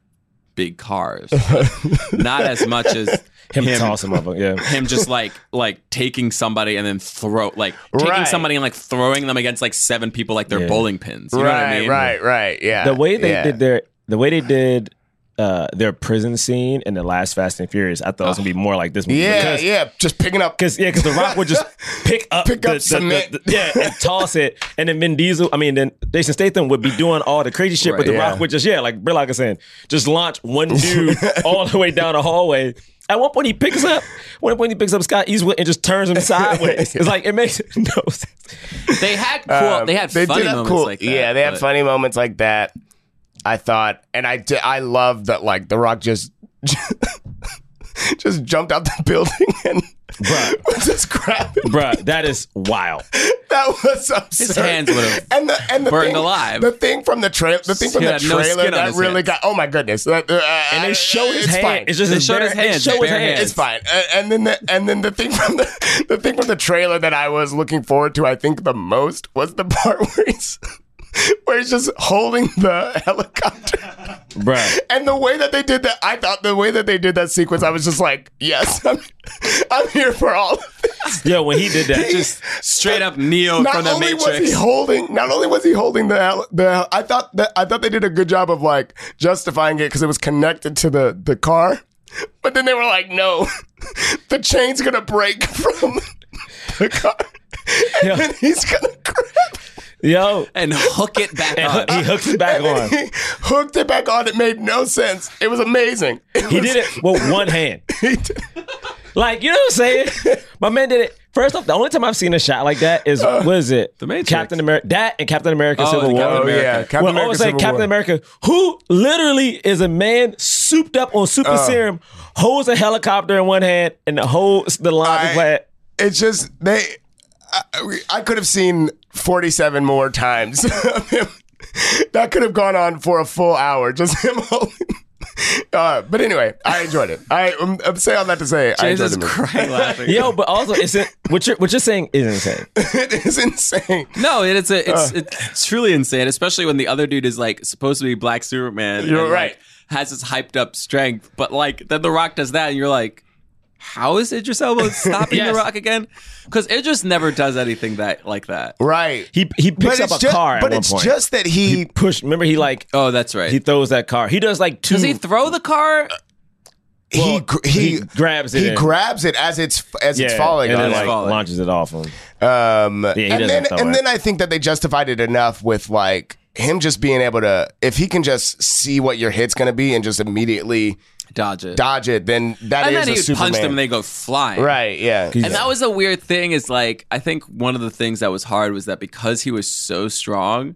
Speaker 3: big cars, but not as much as
Speaker 2: Him,
Speaker 3: him him,
Speaker 2: tossing motherfucker. Yeah,
Speaker 3: just like like taking somebody and then throw like taking
Speaker 4: Right.
Speaker 3: somebody and like throwing them against like seven people like they're
Speaker 2: Yeah.
Speaker 3: bowling pins. You know what
Speaker 4: right,
Speaker 3: I mean?
Speaker 4: right, right. Yeah.
Speaker 2: the way they
Speaker 4: yeah.
Speaker 2: did their the way they did uh, their prison scene in the last Fast and Furious, I thought it was gonna be more like this movie.
Speaker 4: Yeah,
Speaker 2: because,
Speaker 4: yeah. Just picking up.
Speaker 2: Cause yeah, cause the Rock would just pick up,
Speaker 4: Pick
Speaker 2: the, the-
Speaker 4: up
Speaker 2: the-
Speaker 4: cement.
Speaker 2: the- yeah, and toss it, and then Vin Diesel. I mean, then Jason Statham would be doing all the crazy shit,
Speaker 3: Right.
Speaker 2: but the
Speaker 3: Yeah.
Speaker 2: Rock would just yeah, like Brillock is saying, just launch one dude all the way down the hallway. At one point, he picks up. One point, he picks up Scott Eastwood and just turns him sideways. It's like it makes no sense.
Speaker 3: They had cool.
Speaker 4: Um,
Speaker 3: they had
Speaker 4: did
Speaker 3: funny
Speaker 4: have
Speaker 3: moments
Speaker 4: cool-
Speaker 3: like that.
Speaker 4: Yeah, they had
Speaker 3: but-
Speaker 4: funny moments like that. I thought, and I did, I love that. Like The Rock just just jumped out the building and
Speaker 2: Bruh.
Speaker 4: was just grabbing.
Speaker 2: Bruh, that is wild.
Speaker 4: That was absurd.
Speaker 3: hands would've
Speaker 4: and the and the
Speaker 3: burned
Speaker 4: thing,
Speaker 3: alive.
Speaker 4: The thing from the tra- the thing from
Speaker 3: He
Speaker 4: the
Speaker 3: had no skin
Speaker 4: trailer
Speaker 3: on
Speaker 4: that
Speaker 3: his
Speaker 4: really
Speaker 3: hands.
Speaker 4: got. Oh my goodness! And
Speaker 2: And they show his
Speaker 4: it's
Speaker 2: hand.
Speaker 4: Fine.
Speaker 2: It's just
Speaker 3: They
Speaker 2: his
Speaker 3: showed
Speaker 2: bare-
Speaker 3: his hand,
Speaker 2: they show his
Speaker 3: bare
Speaker 2: hand.
Speaker 3: hands.
Speaker 4: It's fine. Uh, and then the and then the thing from the the thing from the trailer that I was looking forward to, I think the most was the part where he's where he's just holding the helicopter.
Speaker 2: Bruh.
Speaker 4: And the way that they did that, I thought the way that they did that sequence, I was just like, yes, I'm, I'm here for all of this.
Speaker 2: Yo, when he did that,
Speaker 3: just straight up Neo
Speaker 4: Not
Speaker 3: from the
Speaker 4: only was he
Speaker 3: Matrix.
Speaker 4: holding, not only was he holding the hel- the hel- I thought that I thought they did a good job of like justifying it because it was connected to the the car, but then they were like, no, the chain's gonna break from the car, and
Speaker 2: Yeah.
Speaker 4: then he's gonna grab.
Speaker 2: yo,
Speaker 3: and hook it back
Speaker 2: and
Speaker 3: on.
Speaker 2: hoo- he hooks it back
Speaker 4: And then
Speaker 2: on.
Speaker 4: he hooked it back on. It made no sense. It was amazing. It
Speaker 2: He
Speaker 4: was-
Speaker 2: did it with one hand.
Speaker 4: he did-
Speaker 2: Like, you know what I'm saying? My man did it. First off, the only time I've seen a shot like that is
Speaker 4: Uh,
Speaker 2: what is it? The
Speaker 3: Matrix.
Speaker 2: Captain America. That and Captain America
Speaker 3: Oh,
Speaker 2: Civil
Speaker 3: the
Speaker 2: War.
Speaker 3: Captain
Speaker 4: Oh
Speaker 3: America.
Speaker 4: yeah,
Speaker 2: Captain well, always say
Speaker 4: Civil
Speaker 2: Captain
Speaker 4: War.
Speaker 2: America, who literally is a man souped up on
Speaker 4: Uh.
Speaker 2: super serum, holds a helicopter in one hand and holds the line
Speaker 4: I-
Speaker 2: flat.
Speaker 4: It's just they. I, I could have seen forty-seven more times. of him. that could have gone on for a full hour, just him holding. Uh, but anyway, I enjoyed it. I, I'm, I'm saying all that to say I enjoyed
Speaker 3: Jesus
Speaker 4: the movie.
Speaker 3: Christ, laughing.
Speaker 2: Yo, but also, it's in, what you're what you're saying is insane.
Speaker 4: it is insane.
Speaker 3: No, it- it's a,
Speaker 4: Uh.
Speaker 3: it's it's truly insane, especially when the other dude is like supposed to be Black Superman.
Speaker 4: You're
Speaker 3: and,
Speaker 4: right.
Speaker 3: Like, has his hyped up strength, but like then The Rock does that, and you're like, how is Idris Elba stopping
Speaker 2: Yes.
Speaker 3: The Rock again? Because Idris never does anything that like that.
Speaker 4: Right.
Speaker 2: He he picks up a
Speaker 4: just,
Speaker 2: car at
Speaker 4: But
Speaker 2: one
Speaker 4: it's
Speaker 2: point.
Speaker 4: just that he.
Speaker 2: push. Remember, he like
Speaker 3: Oh, that's right.
Speaker 2: he throws that car. He does like two.
Speaker 3: does he throw
Speaker 4: Mm.
Speaker 3: the car?
Speaker 4: Uh, he,
Speaker 2: well,
Speaker 4: gr-
Speaker 2: he grabs it
Speaker 4: He
Speaker 2: and-
Speaker 4: grabs it as it's as it's falling
Speaker 2: and then
Speaker 4: on him.
Speaker 2: like
Speaker 3: falling.
Speaker 2: launches it off him.
Speaker 4: Um,
Speaker 2: he
Speaker 4: and
Speaker 2: doesn't
Speaker 4: then
Speaker 2: throw
Speaker 4: and
Speaker 2: it.
Speaker 4: then I think that they justified it enough with like him just being able to if he can just see what your hit's gonna be and just immediately
Speaker 3: Dodge it.
Speaker 4: dodge it, then that is
Speaker 3: and then
Speaker 4: a
Speaker 3: he
Speaker 4: Superman.
Speaker 3: punched them, and they go flying.
Speaker 4: right? Yeah.
Speaker 3: And that was a weird thing. Is like I think one of the things that was hard was that because he was so strong,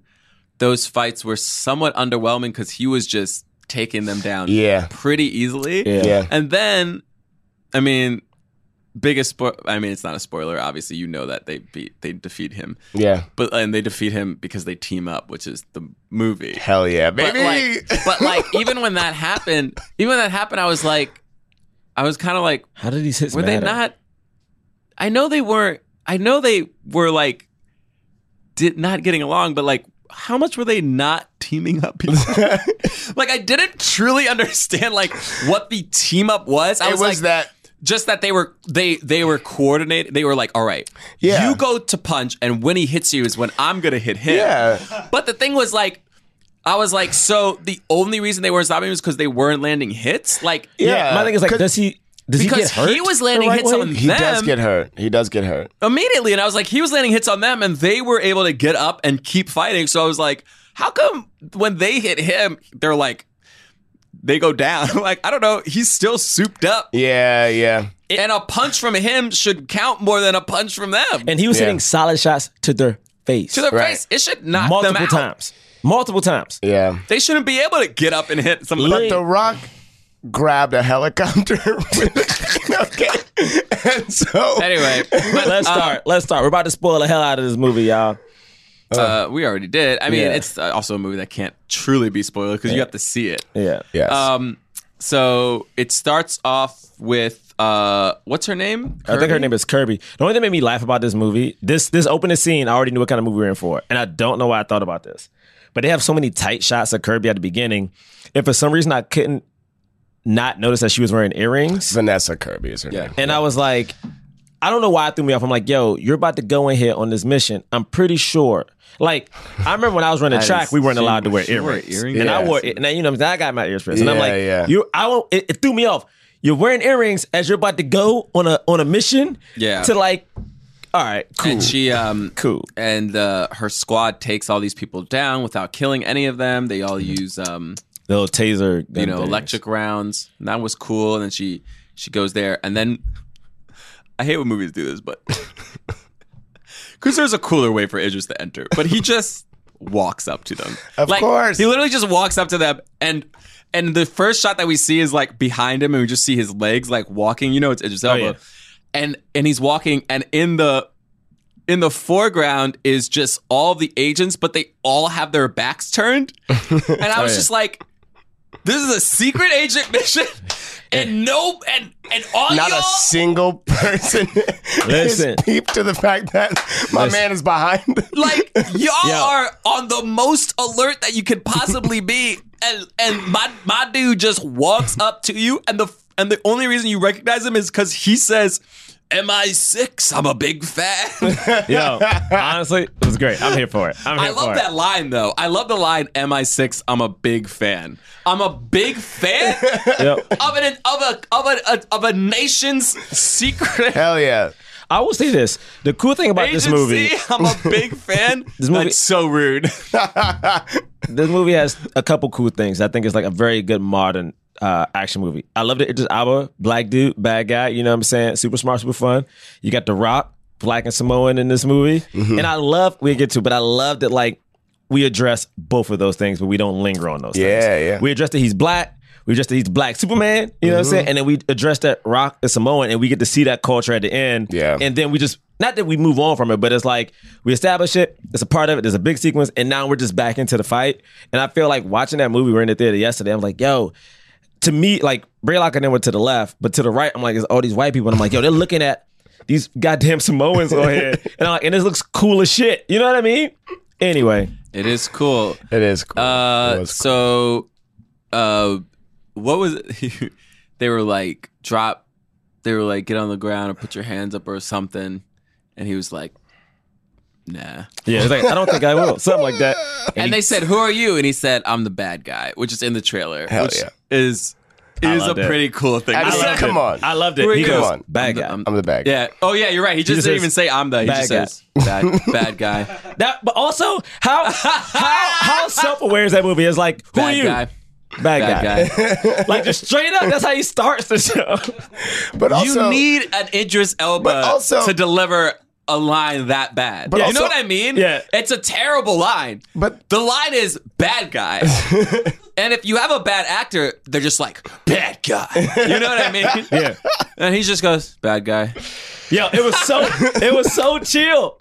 Speaker 3: those fights were somewhat underwhelming because he was just taking them down
Speaker 4: Yeah.
Speaker 3: pretty easily.
Speaker 2: Yeah.
Speaker 4: Yeah.
Speaker 3: And then, I mean, biggest spo- I mean, it's not a spoiler. Obviously, you know that they beat they defeat him,
Speaker 4: Yeah.
Speaker 3: but and they defeat him because they team up, which is the movie.
Speaker 4: Hell yeah,
Speaker 3: But
Speaker 4: baby.
Speaker 3: like, but like, even when that happened, even when that happened, I was like, I was kind of like,
Speaker 2: How did these hits
Speaker 3: were they
Speaker 2: matter?
Speaker 3: not? I know they weren't. I know they were like, did not getting along, but like, how much were they not teaming up? People? like, I didn't truly understand like what the team up was. I
Speaker 4: it was
Speaker 3: was, like,
Speaker 4: that.
Speaker 3: just that they were they they were coordinated. They were like, all right,
Speaker 4: Yeah.
Speaker 3: you go to punch, and when he hits you is when I'm gonna hit him.
Speaker 4: Yeah.
Speaker 3: But the thing was like, I was like, so the only reason they weren't stopping him was because they weren't landing hits. Like,
Speaker 2: Yeah,
Speaker 4: Yeah.
Speaker 2: my thing is like,
Speaker 4: Could-
Speaker 2: does he? Does he get
Speaker 3: Because
Speaker 2: hurt?
Speaker 3: he was
Speaker 2: the
Speaker 3: landing
Speaker 2: right
Speaker 3: hits
Speaker 2: way?
Speaker 3: on
Speaker 4: He does
Speaker 3: them-
Speaker 4: get hurt. He does get hurt.
Speaker 3: immediately and I was like he was landing hits on them and they were able to get up and keep fighting so I was like how come when they hit him they're like they go down like I don't know he's still souped up
Speaker 4: Yeah, yeah.
Speaker 3: and a punch from him should count more than a punch from them
Speaker 2: and he was
Speaker 4: Yeah.
Speaker 2: hitting solid shots to their face
Speaker 3: to their
Speaker 4: Right.
Speaker 3: face it should knock them
Speaker 2: multiple
Speaker 3: out
Speaker 2: times, multiple times.
Speaker 4: Yeah.
Speaker 3: they shouldn't be able to get up and hit somebody
Speaker 4: But The Rock grabbed a helicopter. okay. And so
Speaker 3: anyway but,
Speaker 2: Let's
Speaker 3: uh,
Speaker 2: start. Let's start. We're about to spoil the hell out of this movie, y'all.
Speaker 3: uh, we already did I mean
Speaker 2: Yeah.
Speaker 3: it's uh, also a movie that can't truly be spoiled because you have to see it
Speaker 2: Yeah.
Speaker 4: Yes.
Speaker 3: Um, so it starts off with uh, what's her name?
Speaker 2: I think her
Speaker 3: Kirby?
Speaker 2: name is Kirby. The only thing that made me laugh about this movie, this this opening scene, I already knew what kind of movie we were in for, and I don't know why I thought about this. But they have so many tight shots of Kirby at the beginning. If for some reason I couldn't not notice that she was wearing earrings,
Speaker 4: Vanessa Kirby is her
Speaker 3: Yeah.
Speaker 4: name.
Speaker 2: and I was like, I don't know why it threw me off. I'm like, yo, you're about to go in here on this mission. I'm pretty sure. Like, I remember when I was running
Speaker 3: That
Speaker 2: track,
Speaker 3: is-
Speaker 2: we weren't
Speaker 3: she-
Speaker 2: allowed to wear
Speaker 3: she wore
Speaker 2: earrings.
Speaker 3: earrings?
Speaker 2: And I
Speaker 4: Yeah.
Speaker 2: wore it. And I- you know, what I'm saying? I got my ears pierced. And I'm
Speaker 4: Yeah,
Speaker 2: like,
Speaker 4: yeah.
Speaker 2: you, I won't. It, it threw me off. You're wearing earrings as you're about to go on a on a mission.
Speaker 3: Yeah.
Speaker 2: To like, all right, cool.
Speaker 3: And she um
Speaker 2: Cool.
Speaker 3: and uh, her squad takes all these people down without killing any of them. They all use um
Speaker 2: Little taser,
Speaker 3: you
Speaker 2: gun
Speaker 3: know
Speaker 2: things.
Speaker 3: electric rounds. And that was cool. And then she she goes there, and then I hate when movies do this, but because there's a cooler way for Idris to enter, but he just walks up to them.
Speaker 4: Of course.
Speaker 3: he literally just walks up to them, and and the first shot that we see is like behind him, and we just see his legs like walking. You know, it's Idris Elba,
Speaker 2: yeah.
Speaker 3: and and he's walking, and in the in the foreground is just all the agents, but they all have their backs turned. And I was
Speaker 2: yeah.
Speaker 3: just like, this is a secret agent mission. And no, and and all
Speaker 4: Not
Speaker 3: y'all,
Speaker 4: a single person
Speaker 2: Listen.
Speaker 4: is peeped to the fact that my
Speaker 2: Listen.
Speaker 4: man is behind. them.
Speaker 3: like y'all
Speaker 2: Yeah.
Speaker 3: are on the most alert that you could possibly be. And and my my dude just walks up to you, and the and the only reason you recognize him is because he says. MI6, I'm a big fan.
Speaker 2: Yo, honestly, it was great. I'm here for it. I'm here
Speaker 3: I
Speaker 2: for
Speaker 3: love
Speaker 2: it.
Speaker 3: that line though. I love the line MI6. I'm a big fan. I'm a big fan
Speaker 2: Yep.
Speaker 3: of an of a of a of a nation's secret
Speaker 4: Hell yeah.
Speaker 2: I will say this: the cool thing about
Speaker 3: agency.
Speaker 2: this movie,
Speaker 3: I'm a big fan.
Speaker 2: This movie-
Speaker 3: That's so rude.
Speaker 2: this movie has a couple cool things. I think it's like a very good modern uh, action movie. I love that Idris Alba, black dude, bad guy. You know what I'm saying? Super smart, super fun. You got The Rock, black and Samoan in this movie,
Speaker 4: Mm-hmm.
Speaker 2: and I love we get to, but I love that like we address both of those things, but we don't linger on those.
Speaker 4: Yeah,
Speaker 2: things.
Speaker 4: yeah.
Speaker 2: We address that he's black. We address that he's black Superman. You know what I'm saying? And then we address that Rock is Samoan, and we get to see that culture at the end.
Speaker 4: Yeah.
Speaker 2: And then we just not that we move on from it, but it's like we establish it. It's a part of it. There's a big sequence, and now we're just back into the fight. And I feel like watching that movie. We were in the theater yesterday. I'm like, yo. To me, like Braylock and then were to the left, but to the right, I'm like, it's all these white people, and I'm like, yo, they're looking at these goddamn Samoans on here, and I'm like, and this looks cool as shit. You know what I mean? Anyway,
Speaker 3: It is cool.
Speaker 4: It is cool.
Speaker 3: Uh,
Speaker 4: It was cool.
Speaker 3: so, uh, what was it? they were like drop? They were like get on the ground or put your hands up or something, and he was like, nah.
Speaker 2: yeah, it's like I don't think I will, something like that.
Speaker 3: And they said, "Who are you?" And he said, "I'm the bad guy," which is in the trailer.
Speaker 4: Hell
Speaker 3: which
Speaker 4: yeah.
Speaker 3: Is is a
Speaker 2: loved it.
Speaker 3: pretty cool thing.
Speaker 4: I
Speaker 3: to
Speaker 4: mean,
Speaker 3: say.
Speaker 2: loved
Speaker 4: come
Speaker 2: it.
Speaker 4: on.
Speaker 2: I loved it.
Speaker 3: Wait,
Speaker 2: he
Speaker 3: come
Speaker 2: goes,
Speaker 4: on.
Speaker 2: bad
Speaker 3: I'm the-
Speaker 2: guy.
Speaker 3: I'm
Speaker 4: I'm the bag.
Speaker 3: Yeah. Oh yeah, you're right. He just,
Speaker 2: just
Speaker 3: didn't
Speaker 2: says,
Speaker 3: even say I'm the. He
Speaker 2: "Bad
Speaker 3: just says bad bad guy.
Speaker 2: That, but also, how how how self aware is that movie? It's like, who
Speaker 3: Bad
Speaker 2: are you?
Speaker 3: guy.
Speaker 2: Bad,
Speaker 3: Bad
Speaker 2: guy.
Speaker 3: guy.
Speaker 2: Like just straight up, that's how he starts the show.
Speaker 4: But also
Speaker 3: you need an Idris Elba
Speaker 4: But also-
Speaker 3: to deliver a line that bad.
Speaker 4: But
Speaker 3: you
Speaker 4: also-
Speaker 3: know what I mean?
Speaker 2: Yeah.
Speaker 3: It's a terrible line.
Speaker 4: But-
Speaker 3: the line is bad guy. and if you have a bad actor, they're just like, bad guy. You know what I mean?
Speaker 2: Yeah.
Speaker 3: And he just goes, bad guy.
Speaker 2: Yo, it was so it was so chill.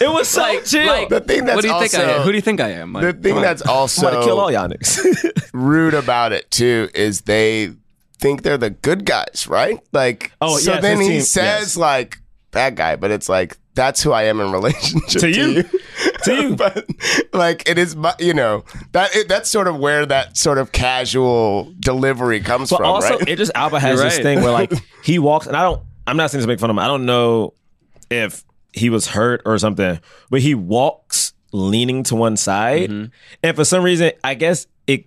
Speaker 2: It was so
Speaker 3: Like,
Speaker 2: chill.
Speaker 3: like
Speaker 4: The thing that's
Speaker 3: what do you think I
Speaker 4: also-
Speaker 3: am? Who do you think I am? Like,
Speaker 4: The thing
Speaker 3: come on.
Speaker 4: that's also
Speaker 2: I'm about to kill all y'all niggas.
Speaker 4: rude about it too is they think they're the good guys, right? Like,
Speaker 2: Oh,
Speaker 4: so
Speaker 2: yes,
Speaker 4: then
Speaker 2: his
Speaker 4: he
Speaker 2: team-
Speaker 4: says
Speaker 2: yes.
Speaker 4: like that guy, but it's like that's who I am in relationship
Speaker 2: To
Speaker 4: to
Speaker 2: you.
Speaker 4: you.
Speaker 2: To you.
Speaker 4: but like it is, my, you know, that it, that's sort of where that sort of casual delivery comes
Speaker 2: But
Speaker 4: from,
Speaker 2: also,
Speaker 4: right?
Speaker 2: Idris Alba has
Speaker 3: You're
Speaker 2: this
Speaker 3: right.
Speaker 2: thing where like he walks, and I don't. I'm not saying this to make fun of him. I don't know if he was hurt or something, but he walks leaning to one side, and for some reason, I guess it.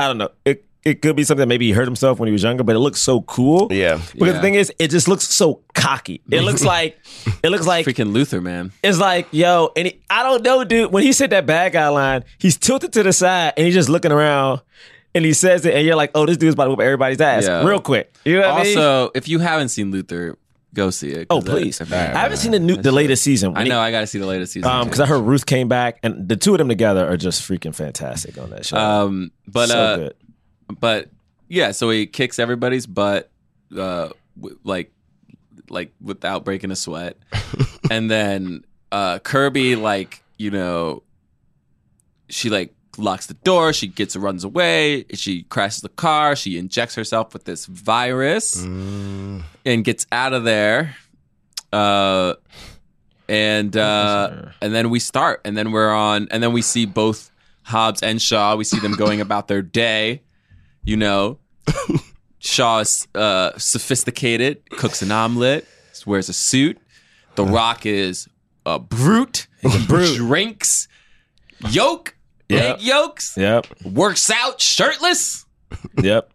Speaker 2: I don't know. It it could be something. Maybe he hurt himself when he was younger, but it looks so cool.
Speaker 4: Yeah.
Speaker 2: Because
Speaker 3: Yeah.
Speaker 2: the thing is, it just looks so cocky. It looks like it looks like
Speaker 3: freaking Luther, man.
Speaker 2: it's like yo, and he, I don't know, dude. When he said that bad guy line, he's tilted to the side and he's just looking around. And he says it, and you're like, "Oh, this dude's about to whoop everybody's ass
Speaker 3: Yeah.
Speaker 2: real quick." You know what I mean?
Speaker 3: Also, if you haven't seen Luther, go see it.
Speaker 2: Oh
Speaker 3: 'cause
Speaker 2: please!
Speaker 3: that-
Speaker 2: I haven't seen the new, the latest season.
Speaker 3: I know. I got to see the latest season.
Speaker 2: because Um, I heard Ruth came back, and the two of them together are just freaking fantastic on that show.
Speaker 3: um, but
Speaker 2: so
Speaker 3: uh,
Speaker 2: good.
Speaker 3: but yeah, so he kicks everybody's butt, uh, w- like like without breaking a sweat, and then uh, Kirby like you know, she like locks the door, she gets runs away, she crashes the car, she injects herself with this virus, and gets out of there. Uh, and uh, and then we start, and then we're on, and then we see both Hobbs and Shaw. We see them going about their day you know, Shaw's uh, sophisticated, cooks an omelet, wears a suit. The Rock is a brute, He drinks yolk,
Speaker 2: Yeah.
Speaker 3: egg yolks,
Speaker 2: Yep,
Speaker 3: works out shirtless.
Speaker 2: yep.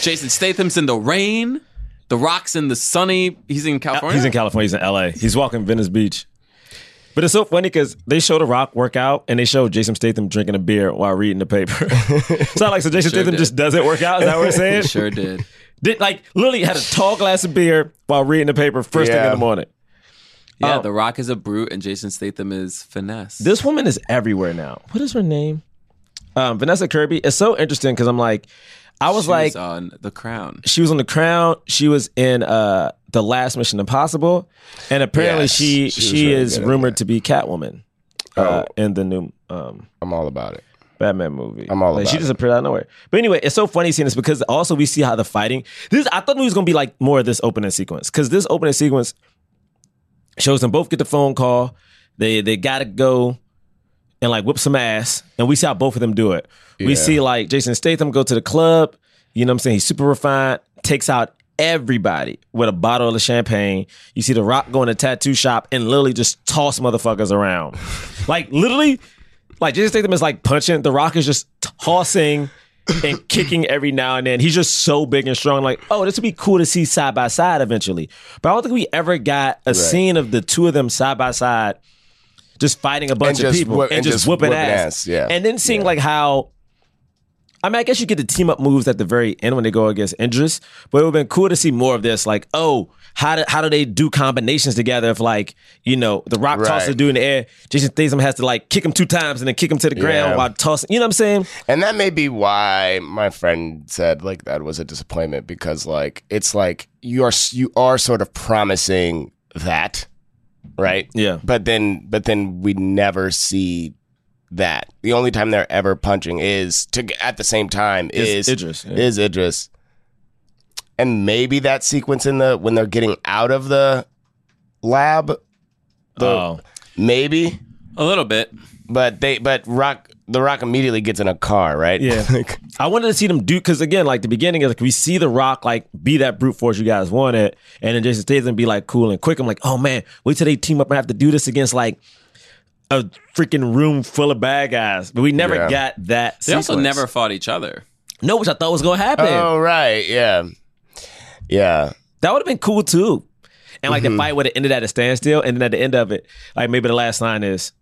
Speaker 3: Jason Statham's in the rain. The Rock's in the sunny. He's in California.
Speaker 2: He's in California. He's in L.A. He's walking Venice Beach. But it's so funny because they show The Rock workout and they show Jason Statham drinking a beer while reading the paper. so like, so Jason Statham
Speaker 3: did.
Speaker 2: just doesn't work out. Is that what we're saying?
Speaker 3: Sure did.
Speaker 2: Did like literally had a tall glass of beer while reading the paper first thing in
Speaker 4: Yeah.
Speaker 2: the morning.
Speaker 3: Yeah,
Speaker 2: Oh.
Speaker 3: The Rock is a brute, and Jason Statham is finesse.
Speaker 2: This woman is everywhere now. What is her name? Um, Vanessa Kirby. It's so interesting because I'm like, I was
Speaker 3: She
Speaker 2: like,
Speaker 3: on The Crown.
Speaker 2: she was on The Crown. She was in uh, the last Mission Impossible, and apparently
Speaker 4: Yes,
Speaker 2: she
Speaker 4: she
Speaker 2: she,
Speaker 4: was really
Speaker 2: is
Speaker 4: good Oh. at
Speaker 2: rumored to be Catwoman uh, in the new um,
Speaker 4: I'm all about it.
Speaker 2: Batman movie.
Speaker 4: I'm all
Speaker 2: like, She
Speaker 4: about
Speaker 2: just appeared out of nowhere. But anyway, it's so funny seeing this because also we see how the fighting. This I thought it was gonna be like more of this opening sequence because this opening sequence shows them both get the phone call. They they gotta go and like whip some ass, and we see how both of them do it. We
Speaker 4: Yeah.
Speaker 2: see like Jason Statham go to the club. You know what I'm saying? He's super refined. Takes out everybody with a bottle of champagne. You see The Rock go in a tattoo shop and literally just toss motherfuckers around, like literally. Like Jason Statham is like punching. The Rock is just tossing and kicking every now and then. He's just so big and strong. Like, oh, this would be cool to see side by side eventually. But I don't think we ever got a scene of the two of them side by side, just fighting a bunch
Speaker 4: And
Speaker 2: of
Speaker 4: just
Speaker 2: people
Speaker 4: whoop-
Speaker 2: and, just whooping, ass.
Speaker 4: yeah.
Speaker 2: And then seeing like how. I mean, I guess you get the team up moves at the very end when they go against Idris, but it would have been cool to see more of this. Like, oh, how do, how do they do combinations together? If like you know, the Rock tosses
Speaker 4: Right.
Speaker 2: the dude in the air, Jason Statham has to like kick him two times and then kick him to the ground
Speaker 4: Yeah.
Speaker 2: while tossing. You know what I'm saying?
Speaker 4: And that may be why my friend said like that was a disappointment because like it's like you are you are sort of promising that, right?
Speaker 2: Yeah.
Speaker 4: But then but then we never see that. The only time they're ever punching is to at the same time
Speaker 2: Is
Speaker 4: is
Speaker 2: Idris, yeah.
Speaker 4: Is Idris. And maybe that sequence in the when they're getting out of the lab, the,
Speaker 2: Oh.
Speaker 4: maybe
Speaker 3: A little bit.
Speaker 4: but they but rock the rock immediately gets in a car right
Speaker 2: Yeah.
Speaker 4: Like,
Speaker 2: I wanted to see them do because again, like the beginning is like we see The Rock like be that brute force you guys wanted, and then Jason Statham be like cool and quick. I'm like, oh man, wait till they team up and have to do this against like a freaking room full of bad guys. But we never
Speaker 4: Yeah.
Speaker 2: got that.
Speaker 3: They also
Speaker 2: sequence.
Speaker 3: never fought each other.
Speaker 2: no, which I thought was gonna happen.
Speaker 4: oh right yeah yeah
Speaker 2: That would have been cool too. And like
Speaker 4: Mm-hmm.
Speaker 2: the fight would have ended at a standstill, and then at the end of it, like maybe the last line is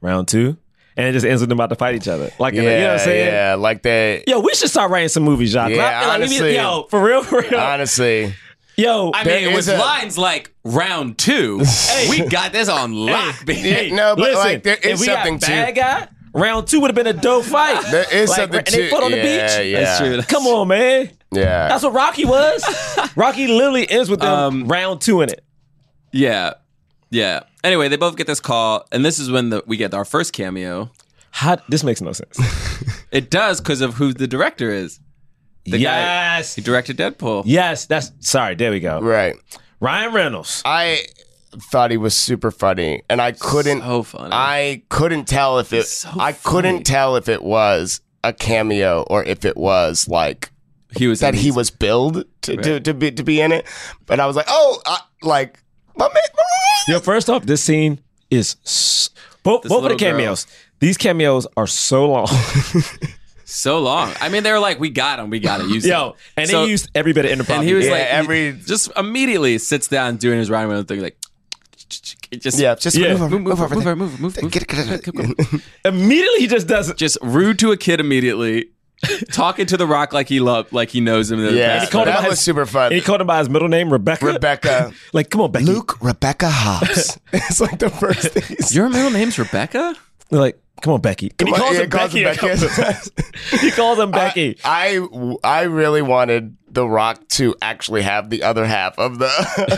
Speaker 2: round two, and it just ends with them about to fight each other. Like,
Speaker 4: yeah
Speaker 2: you know what I'm saying?
Speaker 4: yeah like they
Speaker 2: Yo, we should start writing some movies, Jacques.
Speaker 4: Yeah,
Speaker 2: I feel like we need-
Speaker 4: honestly.
Speaker 2: yo, for real, for real.
Speaker 4: honestly
Speaker 2: Yo,
Speaker 3: I
Speaker 2: there
Speaker 3: mean, it was
Speaker 4: is a-
Speaker 3: lines like round two. we got this on lock, baby.
Speaker 4: Yeah, no, but like there
Speaker 2: if
Speaker 4: is
Speaker 2: we
Speaker 4: something
Speaker 2: got
Speaker 4: to
Speaker 2: bad guy, round two would have been a dope fight.
Speaker 4: there is
Speaker 2: Like,
Speaker 4: something
Speaker 2: and
Speaker 4: to
Speaker 2: they fought on the
Speaker 4: yeah,
Speaker 2: beach?
Speaker 4: Yeah,
Speaker 3: That's true. That's-
Speaker 2: Come on, man.
Speaker 4: Yeah,
Speaker 2: That's what Rocky was. Rocky literally ends with them
Speaker 3: Um,
Speaker 2: round two in it.
Speaker 3: Yeah, yeah. Anyway, they both get this call, and this is when the, we get our first cameo.
Speaker 2: How, this makes no sense.
Speaker 3: It does because of who the director is. The guy
Speaker 2: yes.
Speaker 3: he directed Deadpool.
Speaker 2: Yes, that's sorry. There we go.
Speaker 4: right.
Speaker 2: Ryan Reynolds.
Speaker 4: I thought he was super funny, and I couldn't.
Speaker 3: So funny.
Speaker 4: I couldn't tell if it.
Speaker 3: so funny.
Speaker 4: I couldn't tell if it was a cameo or if it was like
Speaker 3: he was
Speaker 4: that
Speaker 3: in
Speaker 4: he
Speaker 3: these-
Speaker 4: was billed to, to,
Speaker 3: Right.
Speaker 4: to be to be in it. But I was like, oh, I, like my man.
Speaker 2: Yo, first off, this scene is s- both both of the
Speaker 3: little girl.
Speaker 2: cameos. These cameos are so long.
Speaker 3: so long. I mean, they were like, "We got him. We got to use him."
Speaker 2: Yo, and
Speaker 3: So-
Speaker 2: they used every bit of improv.
Speaker 3: and he was
Speaker 4: Yeah,
Speaker 3: like,
Speaker 4: every-
Speaker 3: every just immediately sits down doing his Ryan Reynolds thing, like just
Speaker 4: Yeah, just
Speaker 2: Yeah.
Speaker 4: move over,
Speaker 3: move,
Speaker 4: move,
Speaker 3: move,
Speaker 4: over,
Speaker 3: move,
Speaker 4: there.
Speaker 3: move, move, move,
Speaker 4: Get- get-
Speaker 2: immediately he just does it.
Speaker 3: just rude to a kid immediately, talking to the Rock like he loved, like he knows him. and
Speaker 4: Yeah,
Speaker 3: that's-
Speaker 2: called him
Speaker 4: that
Speaker 2: by
Speaker 4: was
Speaker 2: his-
Speaker 4: super fun.
Speaker 2: And he called him by his middle name, Rebecca.
Speaker 4: Rebecca.
Speaker 2: like, come on, Becky.
Speaker 4: Luke Rebecca Hobbs. it's like the first thing. he's-
Speaker 3: Your middle name's Rebecca.
Speaker 2: They're like, come on, Becky. And he
Speaker 4: Come on,
Speaker 2: calls
Speaker 4: yeah,
Speaker 2: him Becky. a
Speaker 4: calls him
Speaker 2: couple
Speaker 4: Becky.
Speaker 2: times. he calls him Becky.
Speaker 4: I, I really wanted The Rock to actually have the other half of the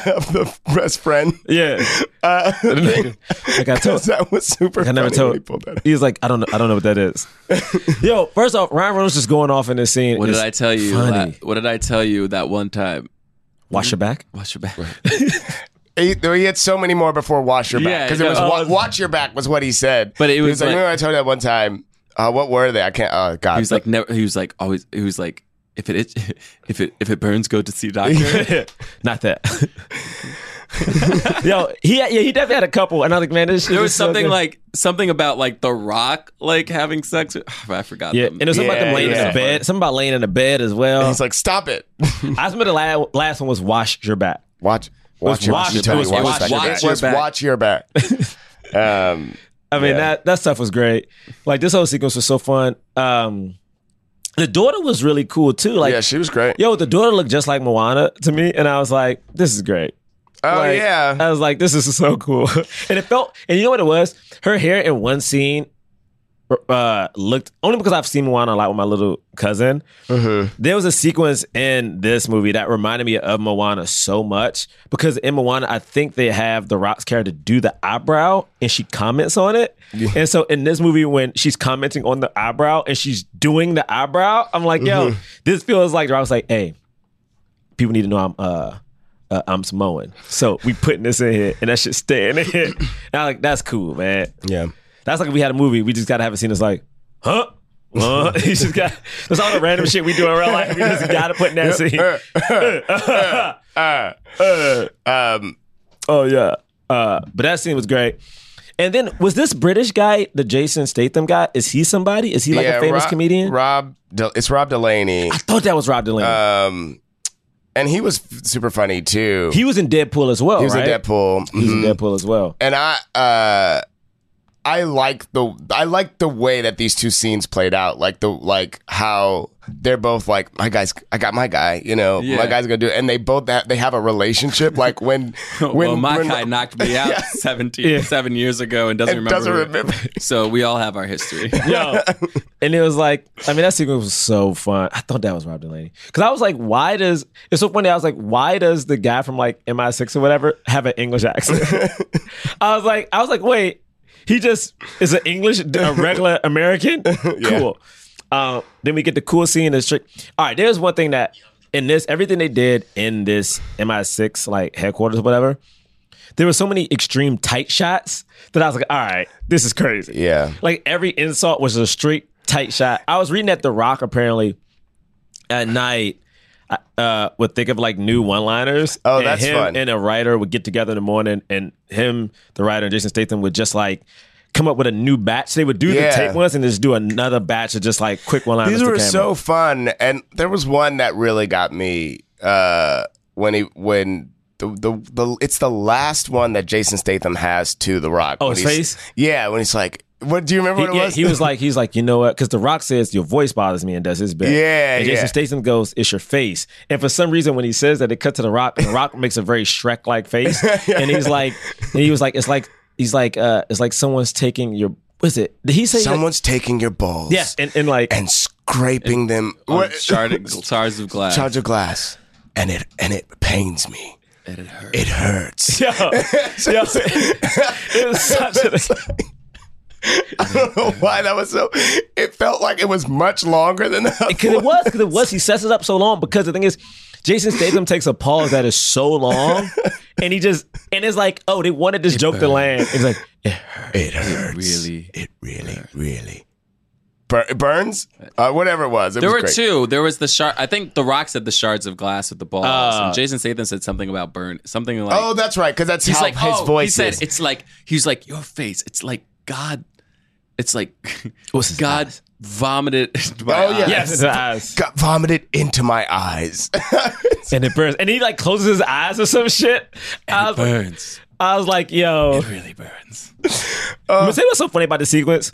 Speaker 4: of the best friend.
Speaker 2: yeah.
Speaker 4: Uh, thing.
Speaker 2: Like I told,
Speaker 4: Because that was super.
Speaker 2: I never
Speaker 4: funny when he
Speaker 2: told.
Speaker 4: pulled that.
Speaker 2: He was like, I don't know, I don't know what that is. Yo, first off, Ryan Reynolds just going off in this scene.
Speaker 3: What did
Speaker 2: is
Speaker 3: I tell you?
Speaker 2: Funny.
Speaker 3: la- what did I tell you that one time?
Speaker 2: Wash your back.
Speaker 3: Watch your back.
Speaker 4: He, he had so many more before wash your
Speaker 3: Yeah,
Speaker 4: back because
Speaker 3: no.
Speaker 4: it was
Speaker 3: Oh.
Speaker 4: wa- watch your back was what he said.
Speaker 3: But it
Speaker 4: He
Speaker 3: was like-
Speaker 4: remember I told you that one time. Uh, what were they? I can't. Oh God.
Speaker 3: He was like never. He was like always. He was like if it itch, if it if it burns, go to see a doctor.
Speaker 2: Not that. Yo, he yeah, he definitely had a couple, and I was like, man, this shit
Speaker 3: There
Speaker 2: is
Speaker 3: was
Speaker 2: so
Speaker 3: something
Speaker 2: good.
Speaker 3: like something about like The Rock like having sex. With, I forgot.
Speaker 2: yeah,
Speaker 3: them.
Speaker 2: and there's something about them
Speaker 4: Yeah,
Speaker 2: laying in
Speaker 4: yeah.
Speaker 2: the bed. Something about laying in the bed as well.
Speaker 4: he's like, stop it.
Speaker 2: I remember the la- last one was wash your back.
Speaker 4: Watch. Watch your
Speaker 2: wash-
Speaker 4: back. You told
Speaker 2: it was
Speaker 4: me watch
Speaker 3: watch-
Speaker 4: your back.
Speaker 3: watch your
Speaker 4: It was
Speaker 3: back.
Speaker 4: watch your back. um,
Speaker 2: I mean
Speaker 4: Yeah.
Speaker 2: that that stuff was great. Like this whole sequence was so fun. Um, the daughter was really cool too. Like
Speaker 4: yeah, she was great.
Speaker 2: yo, the daughter looked just like Moana to me, and I was like, this is great.
Speaker 4: oh
Speaker 2: Like, uh,
Speaker 4: yeah.
Speaker 2: I was like, this is so cool. and it felt, and you know what it was? Her hair in one scene uh looked only because I've seen Moana a lot with my little cousin. There was a sequence in this movie that reminded me of Moana so much because in Moana, I think they have the Rock's character do the eyebrow and she comments on it. And so in this movie, when she's commenting on the eyebrow and she's doing the eyebrow, I'm like, yo, this feels like the Rock's like, hey, people need to know I'm uh, uh I'm Samoan. So we putting this in here and that shit staying in here. And I'm like, that's cool, man.
Speaker 4: yeah.
Speaker 2: That's like if we had a movie, we just gotta have a scene that's like, huh? Huh? you just got that's all the random shit we do in real life. We just gotta put in that scene.
Speaker 4: Uh, Um,
Speaker 2: Oh yeah. Uh, but that scene was great. And then was this British guy, the Jason Statham guy? Is he somebody? Is he like
Speaker 4: yeah,
Speaker 2: a famous
Speaker 4: Rob-
Speaker 2: comedian?
Speaker 4: Rob. De- it's Rob Delaney.
Speaker 2: I thought that was Rob Delaney.
Speaker 4: Um, and he was f- super funny too.
Speaker 2: he was in Deadpool as well.
Speaker 4: He was
Speaker 2: right?
Speaker 4: in Deadpool.
Speaker 2: He was in
Speaker 4: Mhm.
Speaker 2: Deadpool as well.
Speaker 4: and I uh I like the I like the way that these two scenes played out. Like the like how they're both like my guys. I got my guy. You know,
Speaker 3: Yeah.
Speaker 4: my guy's gonna do it. And they both have, they have a relationship. Like when when
Speaker 3: well, my
Speaker 4: when-
Speaker 3: guy knocked me out
Speaker 4: Yeah.
Speaker 3: 17,
Speaker 2: Yeah.
Speaker 3: seven years ago and doesn't
Speaker 4: And
Speaker 3: remember.
Speaker 4: doesn't remember.
Speaker 3: So we all have our history.
Speaker 2: Yo. and it was like, I mean, that sequence was so fun. I thought that was Rob Delaney. Because I was like, why does, it's so funny. I was like, why does the guy from like MI6 or whatever have an English accent? I was like, I was like, wait, he just is an English, a regular American? Cool. Um, then we get the cool scene. The trick. All right, there's one thing that in this, everything they did in this MI6 like headquarters or whatever, there were so many extreme tight shots that I was like, all right, this is crazy.
Speaker 4: Yeah.
Speaker 2: Like every insult was a straight tight shot. I was reading at The Rock apparently at night I, uh, would think of like new one liners.
Speaker 4: Oh, that's
Speaker 2: him
Speaker 4: fun.
Speaker 2: And a writer would get together in the morning and him, the writer, and Jason Statham would just like come up with a new batch. They would do
Speaker 4: Yeah.
Speaker 2: the take once and just do another batch of just like quick one liners.
Speaker 4: These were so fun, and there was one that really got me uh, when he when the, the the it's the last one that Jason Statham has to The Rock.
Speaker 2: Oh,
Speaker 4: when
Speaker 2: his
Speaker 4: he's-
Speaker 2: face?
Speaker 4: Yeah, when he's like, What do you remember?
Speaker 2: He,
Speaker 4: what it
Speaker 2: yeah,
Speaker 4: was?
Speaker 2: he was like, he's like, you know what? Because The Rock says your voice bothers me and does his best.
Speaker 4: Yeah,
Speaker 2: and Jason
Speaker 4: yeah.
Speaker 2: Statham goes, it's your face. And for some reason, when he says that, it cuts to The Rock, and The Rock makes a very Shrek-like face, and he's like, and he was like, it's like he's like, uh, it's like someone's taking your. What's it? Did he say? that-
Speaker 4: someone's taking your balls.
Speaker 2: Yes, and, and like
Speaker 4: and scraping them.
Speaker 3: on
Speaker 4: What?
Speaker 3: shard, shards of glass.
Speaker 4: Shards of glass, and it and it pains me. And it hurts. It hurts.
Speaker 2: yo, yo, it was such a,
Speaker 4: I don't know why that was so. It felt like it was much longer than that.
Speaker 2: Because it was, because it was. He sets it up so long. Because the thing is, Jason Statham takes a pause that is so long, and he just and it's like, oh, they wanted this joke to land. It's like,
Speaker 4: It hurts.
Speaker 3: really
Speaker 4: It really, really. Bur- burns? Uh, whatever it was. It
Speaker 3: There
Speaker 4: was
Speaker 3: were
Speaker 4: great.
Speaker 3: two. There was the shard. I think The Rock said the shards of glass with the balls.
Speaker 2: Ah.
Speaker 3: and Jason Statham said something about burn. Something like
Speaker 4: Oh, that's right, because that's
Speaker 3: he's
Speaker 4: how
Speaker 3: like
Speaker 4: his
Speaker 3: oh,
Speaker 4: voice
Speaker 3: He said
Speaker 4: is.
Speaker 3: it's like he's like your face. It's like God. It's like
Speaker 2: What's his
Speaker 3: God
Speaker 2: eyes?
Speaker 3: vomited. my
Speaker 4: Oh, yeah.
Speaker 3: eyes.
Speaker 2: yes, his eyes,
Speaker 4: Got vomited into my eyes.
Speaker 2: and it burns, and he like closes his eyes or some shit. I was, like,
Speaker 3: burns.
Speaker 2: I was like, yo,
Speaker 3: It really burns. uh,
Speaker 2: But say what's so funny about the sequence?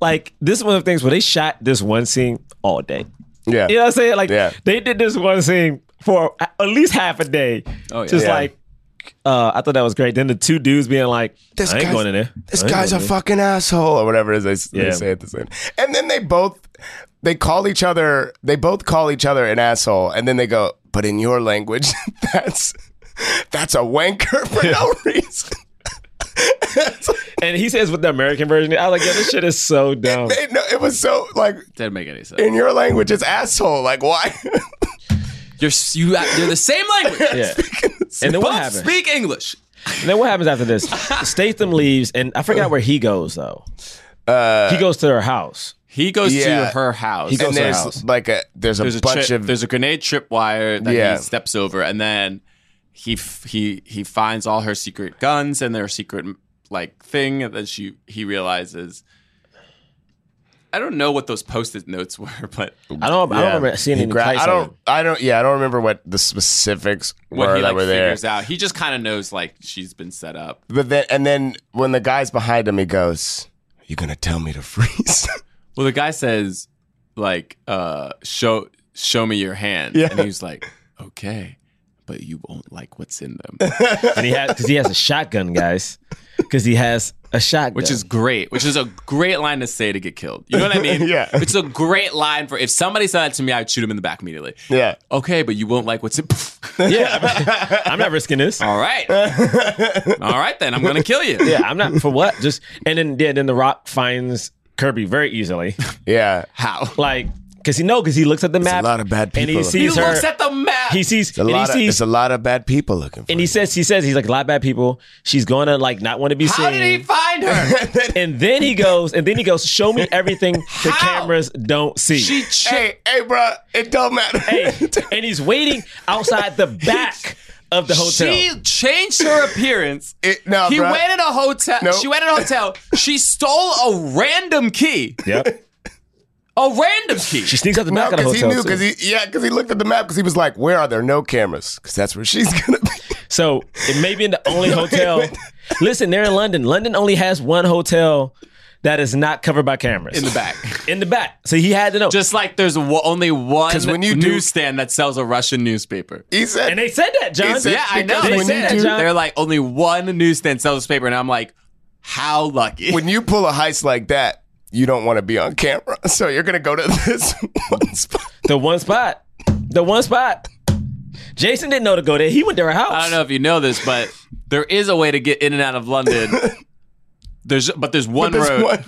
Speaker 2: Like this is one of the things where they shot this one scene all day.
Speaker 4: yeah.
Speaker 2: You know what I'm saying? Like
Speaker 4: Yeah.
Speaker 2: they did this one scene for a- at least half a day.
Speaker 3: Oh, yeah.
Speaker 2: Just
Speaker 4: Yeah.
Speaker 2: like uh, I thought that was great. Then the two dudes being like,
Speaker 4: This
Speaker 2: I ain't
Speaker 4: guy's-
Speaker 2: going in there.
Speaker 4: This
Speaker 2: I ain't
Speaker 4: guy's a
Speaker 2: going in there."
Speaker 4: fucking asshole, or whatever it is they, s- they
Speaker 2: Yeah.
Speaker 4: say at this end. And then they both they call each other. They both call each other an asshole, and then they go, "But in your language, that's that's a wanker for no reason."
Speaker 2: And he says with the American version, I was like, yeah, this shit is so dumb.
Speaker 4: They- no, it was so like
Speaker 3: Didn't make any sense.
Speaker 4: in your language, it's asshole. Like why?
Speaker 3: You're s- you. They're the same language.
Speaker 2: Yeah. And then what
Speaker 3: Both
Speaker 2: happens?
Speaker 3: speak English.
Speaker 2: And then what happens after this? Statham leaves, and I forgot where he goes though.
Speaker 4: Uh,
Speaker 2: he goes to her house.
Speaker 3: He goes
Speaker 4: Yeah.
Speaker 3: to her house.
Speaker 2: He goes
Speaker 4: and
Speaker 2: to her
Speaker 4: there's
Speaker 2: house.
Speaker 4: like a there's a
Speaker 3: there's a
Speaker 4: bunch
Speaker 3: trip,
Speaker 4: of
Speaker 3: there's a grenade tripwire that
Speaker 4: Yeah.
Speaker 3: he steps over, and then he f- he he finds all her secret guns and their secret like thing, and then she he realizes. I don't know what those post-it notes were, but
Speaker 2: I don't. I
Speaker 4: Yeah.
Speaker 2: don't remember seeing
Speaker 4: He
Speaker 2: any.
Speaker 4: gra-
Speaker 2: kites
Speaker 4: I
Speaker 2: on
Speaker 4: don't.
Speaker 2: him.
Speaker 4: I don't. Yeah, I don't remember what the specifics
Speaker 3: what
Speaker 4: were
Speaker 3: he
Speaker 4: that
Speaker 3: like
Speaker 4: were there.
Speaker 3: figures out, he just kind of knows like she's been set up.
Speaker 4: But then, and then when the guy's behind him, he goes, "Are you gonna tell me to freeze?"
Speaker 3: Well, the guy says like, uh, "Show show me your hand,"
Speaker 4: Yeah.
Speaker 3: and he's like, "Okay." But you won't like what's in them,
Speaker 2: And he has because he has a shotgun, guys. Because he has a shotgun,
Speaker 3: which is great. Which is a great line to say to get killed. You know what I mean?
Speaker 4: Yeah.
Speaker 3: It's a great line for if somebody said that to me, I'd shoot him in the back immediately.
Speaker 4: yeah.
Speaker 3: Okay, but you won't like what's in.
Speaker 2: yeah. I'm- I'm not risking this.
Speaker 3: All right. All right, then I'm gonna kill you.
Speaker 2: Yeah, I'm not for what. Just and then yeah, then the Rock finds Kirby very easily,
Speaker 4: Yeah.
Speaker 3: How?
Speaker 2: like because he know because he looks at the map.
Speaker 4: a lot of bad
Speaker 2: and he
Speaker 3: He
Speaker 4: people.
Speaker 2: sees her.
Speaker 3: looks at the map.
Speaker 2: he sees
Speaker 4: It's a
Speaker 2: and he
Speaker 4: lot. Of,
Speaker 2: sees
Speaker 4: it's a lot of bad people looking. For
Speaker 2: and he says he says he's like a lot of bad people. She's gonna like not want to be
Speaker 3: How
Speaker 2: seen.
Speaker 3: did he find her?
Speaker 2: and then he goes and then he goes, show me everything the
Speaker 3: How?
Speaker 2: cameras don't see.
Speaker 3: she
Speaker 4: you.
Speaker 3: ch-
Speaker 4: hey, hey, bro, it don't matter.
Speaker 2: Hey, and he's waiting outside the back of the hotel.
Speaker 3: she changed her appearance.
Speaker 4: It- no,
Speaker 3: he
Speaker 4: bruh.
Speaker 3: went in a hotel.
Speaker 4: Nope.
Speaker 3: She went in a hotel. She stole a random key.
Speaker 2: yep.
Speaker 3: A random key.
Speaker 2: She sneaks out the
Speaker 4: no,
Speaker 2: back of the
Speaker 4: because he
Speaker 2: hotel. too.
Speaker 4: knew. Because he, yeah, because he looked at the map. Because he was like, "Where are there no cameras? Because that's where she's gonna be."
Speaker 2: So it may be in the only hotel. Listen, they're in London. London only has one hotel that is not covered by cameras.
Speaker 3: in the back.
Speaker 2: In the back. So he had to know.
Speaker 3: Just like there's w- only one
Speaker 4: 'Cause when you do-
Speaker 3: newsstand that sells a Russian newspaper.
Speaker 4: He said,
Speaker 2: and they said that, John.
Speaker 4: He said-
Speaker 3: Yeah, I know.
Speaker 4: Because
Speaker 3: They
Speaker 4: when
Speaker 3: say
Speaker 4: you
Speaker 3: that,
Speaker 4: do-
Speaker 3: John. They're like only one newsstand sells paper, and I'm like, how lucky.
Speaker 4: "When you pull a heist like that, you don't want to be on camera, so you're gonna go to this one spot."
Speaker 2: The one spot. The one spot. Jason didn't know to go there. He went to her house.
Speaker 3: I don't know if you know this, but there is a way to get in and out of London. There's but there's one
Speaker 4: This
Speaker 3: road.
Speaker 4: one,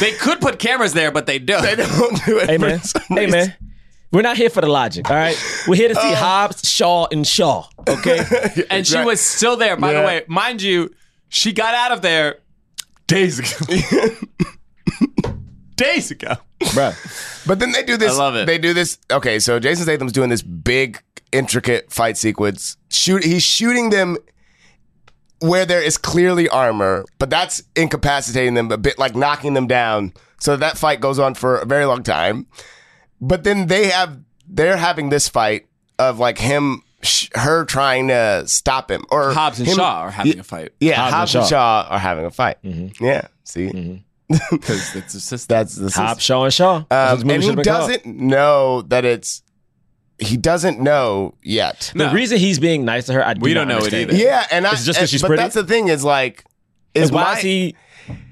Speaker 3: They could put cameras there, but they don't.
Speaker 4: they don't do it.
Speaker 2: Hey,
Speaker 4: for
Speaker 2: man.
Speaker 4: some
Speaker 2: Hey,
Speaker 4: reason.
Speaker 2: man. We're not here for the logic, all right? We're here to
Speaker 4: Uh,
Speaker 2: see Hobbs, Shaw, and Shaw, okay?
Speaker 3: and she was still there. By
Speaker 4: Yeah.
Speaker 3: the way, mind you, she got out of there days ago. days ago.
Speaker 2: Bruh.
Speaker 4: But then they do this.
Speaker 3: I love it.
Speaker 4: They do this. Okay, so Jason Statham's doing this big, intricate fight sequence. Shoot, he's shooting them where there is clearly armor, but that's incapacitating them a bit, like knocking them down. So that fight goes on for a very long time. But then they have they're having this fight of like him sh- her trying to stop him or
Speaker 3: Hobbs and
Speaker 4: him-
Speaker 3: Shaw are having a fight
Speaker 4: Yeah,
Speaker 2: Hobbs and
Speaker 4: Hobbs, and
Speaker 2: Shaw.
Speaker 4: Shaw. are having a fight. Yeah, see,
Speaker 3: because it's a system.
Speaker 4: that's the system.
Speaker 2: Hop, Shaw, and Shaw. That's what
Speaker 4: Um,
Speaker 2: this movie
Speaker 4: and he
Speaker 2: should've been called.
Speaker 4: doesn't know that it's. He doesn't know yet.
Speaker 3: No.
Speaker 2: The reason he's being nice to her, I do
Speaker 3: We don't
Speaker 2: not
Speaker 3: know it
Speaker 2: understand
Speaker 3: either.
Speaker 4: Yeah, and I.
Speaker 2: It's just 'cause
Speaker 4: and-
Speaker 2: she's
Speaker 4: but
Speaker 2: pretty?
Speaker 4: that's the thing is like,
Speaker 2: And
Speaker 4: is
Speaker 2: why
Speaker 4: my
Speaker 2: is he?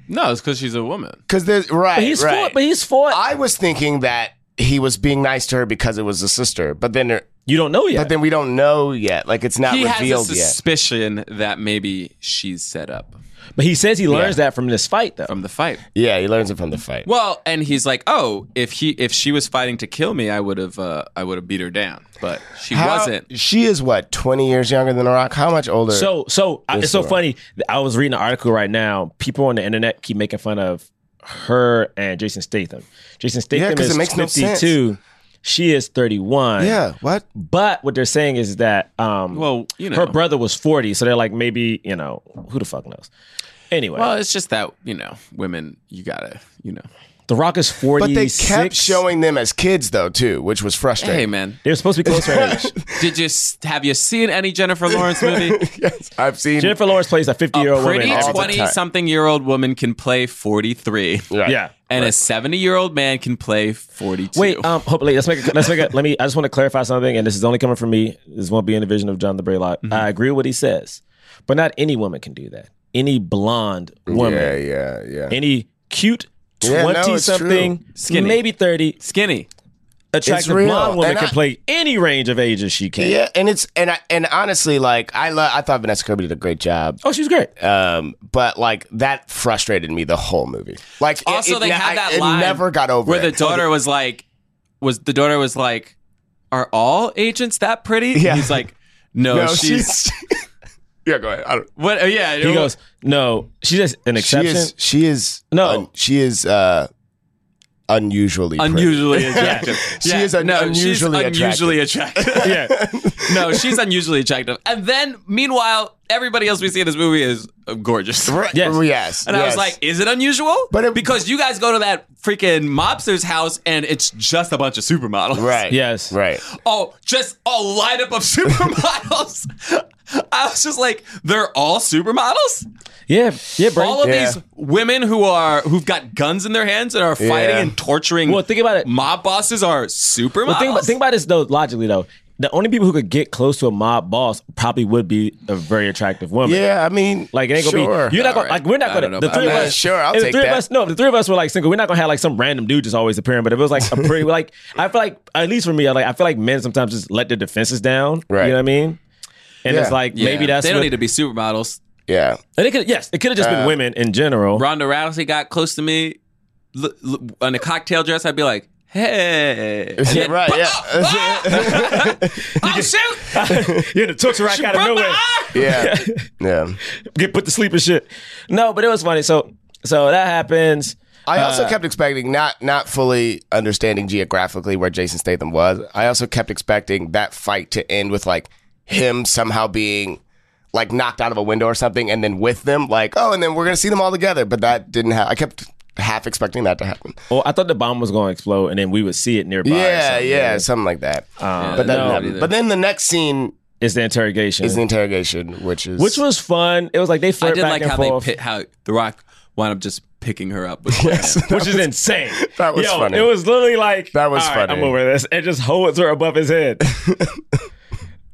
Speaker 3: no, it's because she's a woman.
Speaker 4: because there's right.
Speaker 2: But he's
Speaker 4: right.
Speaker 2: for. But he's for.
Speaker 4: I was thinking that he was being nice to her because it was a sister, but then
Speaker 2: you don't know yet.
Speaker 4: but then we don't know yet. Like it's not
Speaker 3: he
Speaker 4: revealed
Speaker 3: has a
Speaker 4: yet.
Speaker 3: suspicion that maybe she's set up
Speaker 2: But he says he learns that from this fight, though.
Speaker 3: from the fight.
Speaker 4: Yeah, he learns it from the fight.
Speaker 3: Well, and he's like, "Oh, if he if she was fighting to kill me, I would have uh, I would have beat her down, but she
Speaker 4: How-
Speaker 3: wasn't."
Speaker 4: She is what twenty years younger than The Rock. How much older?
Speaker 2: So, so I-
Speaker 4: Yes,
Speaker 2: it's so
Speaker 4: sir.
Speaker 2: funny. I was reading an article right now. People on the internet keep making fun of her and Jason Statham. Jason Statham
Speaker 4: 'cause
Speaker 2: is
Speaker 4: it makes no sense.
Speaker 2: fifty-two. She is thirty-one.
Speaker 4: yeah, what?
Speaker 2: But what they're saying is that um,
Speaker 3: Well, you know.
Speaker 2: her brother was forty, so they're like maybe you know who the fuck knows. Anyway,
Speaker 3: Well, it's just that you know, women, you gotta, you know,
Speaker 2: The Rock is forty.
Speaker 4: But they kept showing them as kids though too, which was frustrating.
Speaker 3: hey man,
Speaker 2: They're supposed to be close for age.
Speaker 3: did you s- have you seen any Jennifer Lawrence movie?
Speaker 4: yes, I've seen.
Speaker 2: Jennifer Lawrence plays a
Speaker 3: A
Speaker 2: fifty-year-old woman.
Speaker 3: pretty
Speaker 2: all the time.
Speaker 3: twenty something year old woman can play forty three.
Speaker 4: Right. uh,
Speaker 2: Yeah.
Speaker 3: And a 70 year old man can play 42.
Speaker 2: Wait, um, hopefully, let's make a, let's make a, let me. I just want to clarify something, and this is only coming from me. This won't be in the vision of John the Braylock. I agree with what he says, but not any woman can do that. Any blonde woman,
Speaker 4: Yeah, yeah, yeah.
Speaker 2: any cute
Speaker 4: Yeah, no,
Speaker 2: twenty
Speaker 4: it's
Speaker 2: something,
Speaker 4: true.
Speaker 3: Skinny.
Speaker 2: maybe thirty,
Speaker 3: skinny.
Speaker 2: attractive
Speaker 4: real,
Speaker 2: blonde woman
Speaker 4: and
Speaker 2: can
Speaker 4: I-
Speaker 2: play any range of ages she can.
Speaker 4: yeah, and it's and I, and honestly, like I love, I thought Vanessa Kirby did a great job,
Speaker 2: Oh, she was great.
Speaker 4: um, but like that frustrated me the whole movie. Like it-
Speaker 3: Also,
Speaker 4: it,
Speaker 3: they
Speaker 4: ne-
Speaker 3: had that
Speaker 4: I,
Speaker 3: line
Speaker 4: it never got over
Speaker 3: where
Speaker 4: it.
Speaker 3: the daughter was like, was the daughter was like, are all agents that pretty? And
Speaker 4: Yeah.
Speaker 3: He's like, no,
Speaker 4: no,
Speaker 3: oh, she's,
Speaker 4: she's. yeah, go ahead. I don't,
Speaker 3: what? oh, Yeah,
Speaker 2: He goes, no, she's just an
Speaker 4: she
Speaker 2: exception.
Speaker 4: is. She is.
Speaker 2: No.
Speaker 4: un- she is. uh Unusually, pretty.
Speaker 3: unusually attractive.
Speaker 4: She is un- unusually
Speaker 3: she's unusually attractive.
Speaker 2: yeah,
Speaker 3: no, she's unusually attractive. And then, meanwhile, everybody else we see in this movie is uh, gorgeous.
Speaker 4: Right.
Speaker 2: Yes.
Speaker 4: Yes.
Speaker 3: And I was
Speaker 4: yes.
Speaker 3: like, is it unusual?
Speaker 4: But it-
Speaker 3: because you guys go to that freaking mobster's house and it's just a bunch of supermodels.
Speaker 4: right.
Speaker 2: yes,
Speaker 4: Right.
Speaker 3: Oh, just a lineup of supermodels. I was just like, they're all supermodels?
Speaker 2: yeah, yeah. Bray.
Speaker 3: All of
Speaker 4: Yeah.
Speaker 3: these women who are who've got guns in their hands and are fighting
Speaker 4: Yeah.
Speaker 3: and torturing
Speaker 2: Well, think about it.
Speaker 3: mob bosses are supermodels.
Speaker 2: Well, think about, think about this though. Logically though, the only people who could get close to a mob boss probably would be a very attractive woman.
Speaker 4: Yeah, I mean,
Speaker 2: Like it ain't gonna
Speaker 4: sure.
Speaker 2: be. You're not gonna
Speaker 3: Alright.
Speaker 2: like. We're not
Speaker 3: I don't
Speaker 2: gonna.
Speaker 3: know
Speaker 2: The
Speaker 3: about
Speaker 2: three of
Speaker 4: that.
Speaker 2: us.
Speaker 4: Sure, I'll
Speaker 2: if the
Speaker 4: take
Speaker 2: three
Speaker 4: that.
Speaker 2: of us. No, if the three of us were like single. We're not gonna have like some random dude just always appearing. But if it was like a pretty, like I feel like at least for me, I like I feel like men sometimes just let their defenses down.
Speaker 4: Right.
Speaker 2: You know what I mean? And it's
Speaker 4: Yeah.
Speaker 2: like
Speaker 3: Yeah,
Speaker 2: maybe that's
Speaker 3: they don't
Speaker 2: what-
Speaker 3: need to be supermodels.
Speaker 4: Yeah.
Speaker 2: and it could yes, it could have just
Speaker 4: Uh,
Speaker 2: been women in general.
Speaker 3: Ronda Rousey got close to me l- l- in a cocktail dress. I'd be like, hey, And then-
Speaker 4: right. Yeah.
Speaker 3: oh shoot,
Speaker 2: You're in a tux rack out of
Speaker 3: Broke my
Speaker 2: nowhere.
Speaker 3: arm!
Speaker 4: yeah. Yeah.
Speaker 2: Get put to sleep and shit. No, but it was funny. So so that happens.
Speaker 4: I also kept expecting not not fully understanding geographically where Jason Statham was. I also kept expecting that fight to end with like him somehow being like knocked out of a window or something, and then with them, like oh, and then we're gonna see them all together. But that didn't happen. I kept half expecting that to happen.
Speaker 2: Well, I thought the bomb was going to explode, and then we would see it nearby. or
Speaker 4: yeah,
Speaker 2: something.
Speaker 4: yeah, something like that.
Speaker 3: Yeah,
Speaker 4: but that
Speaker 3: Uh, no,
Speaker 4: didn't happen.
Speaker 3: either.
Speaker 4: But then the next scene
Speaker 2: It's the interrogation,
Speaker 4: is the interrogation, which is
Speaker 2: which was fun. It was like they
Speaker 3: I
Speaker 2: flirt
Speaker 3: did
Speaker 2: back
Speaker 3: like
Speaker 2: and
Speaker 3: how
Speaker 2: forth,
Speaker 3: they pit, how The Rock wound up just picking her up. With
Speaker 2: which is insane.
Speaker 4: that was
Speaker 2: Yo,
Speaker 4: funny.
Speaker 2: It was literally like
Speaker 4: That was
Speaker 2: "All right,
Speaker 4: funny.
Speaker 2: I'm over this. It just holds her above his head.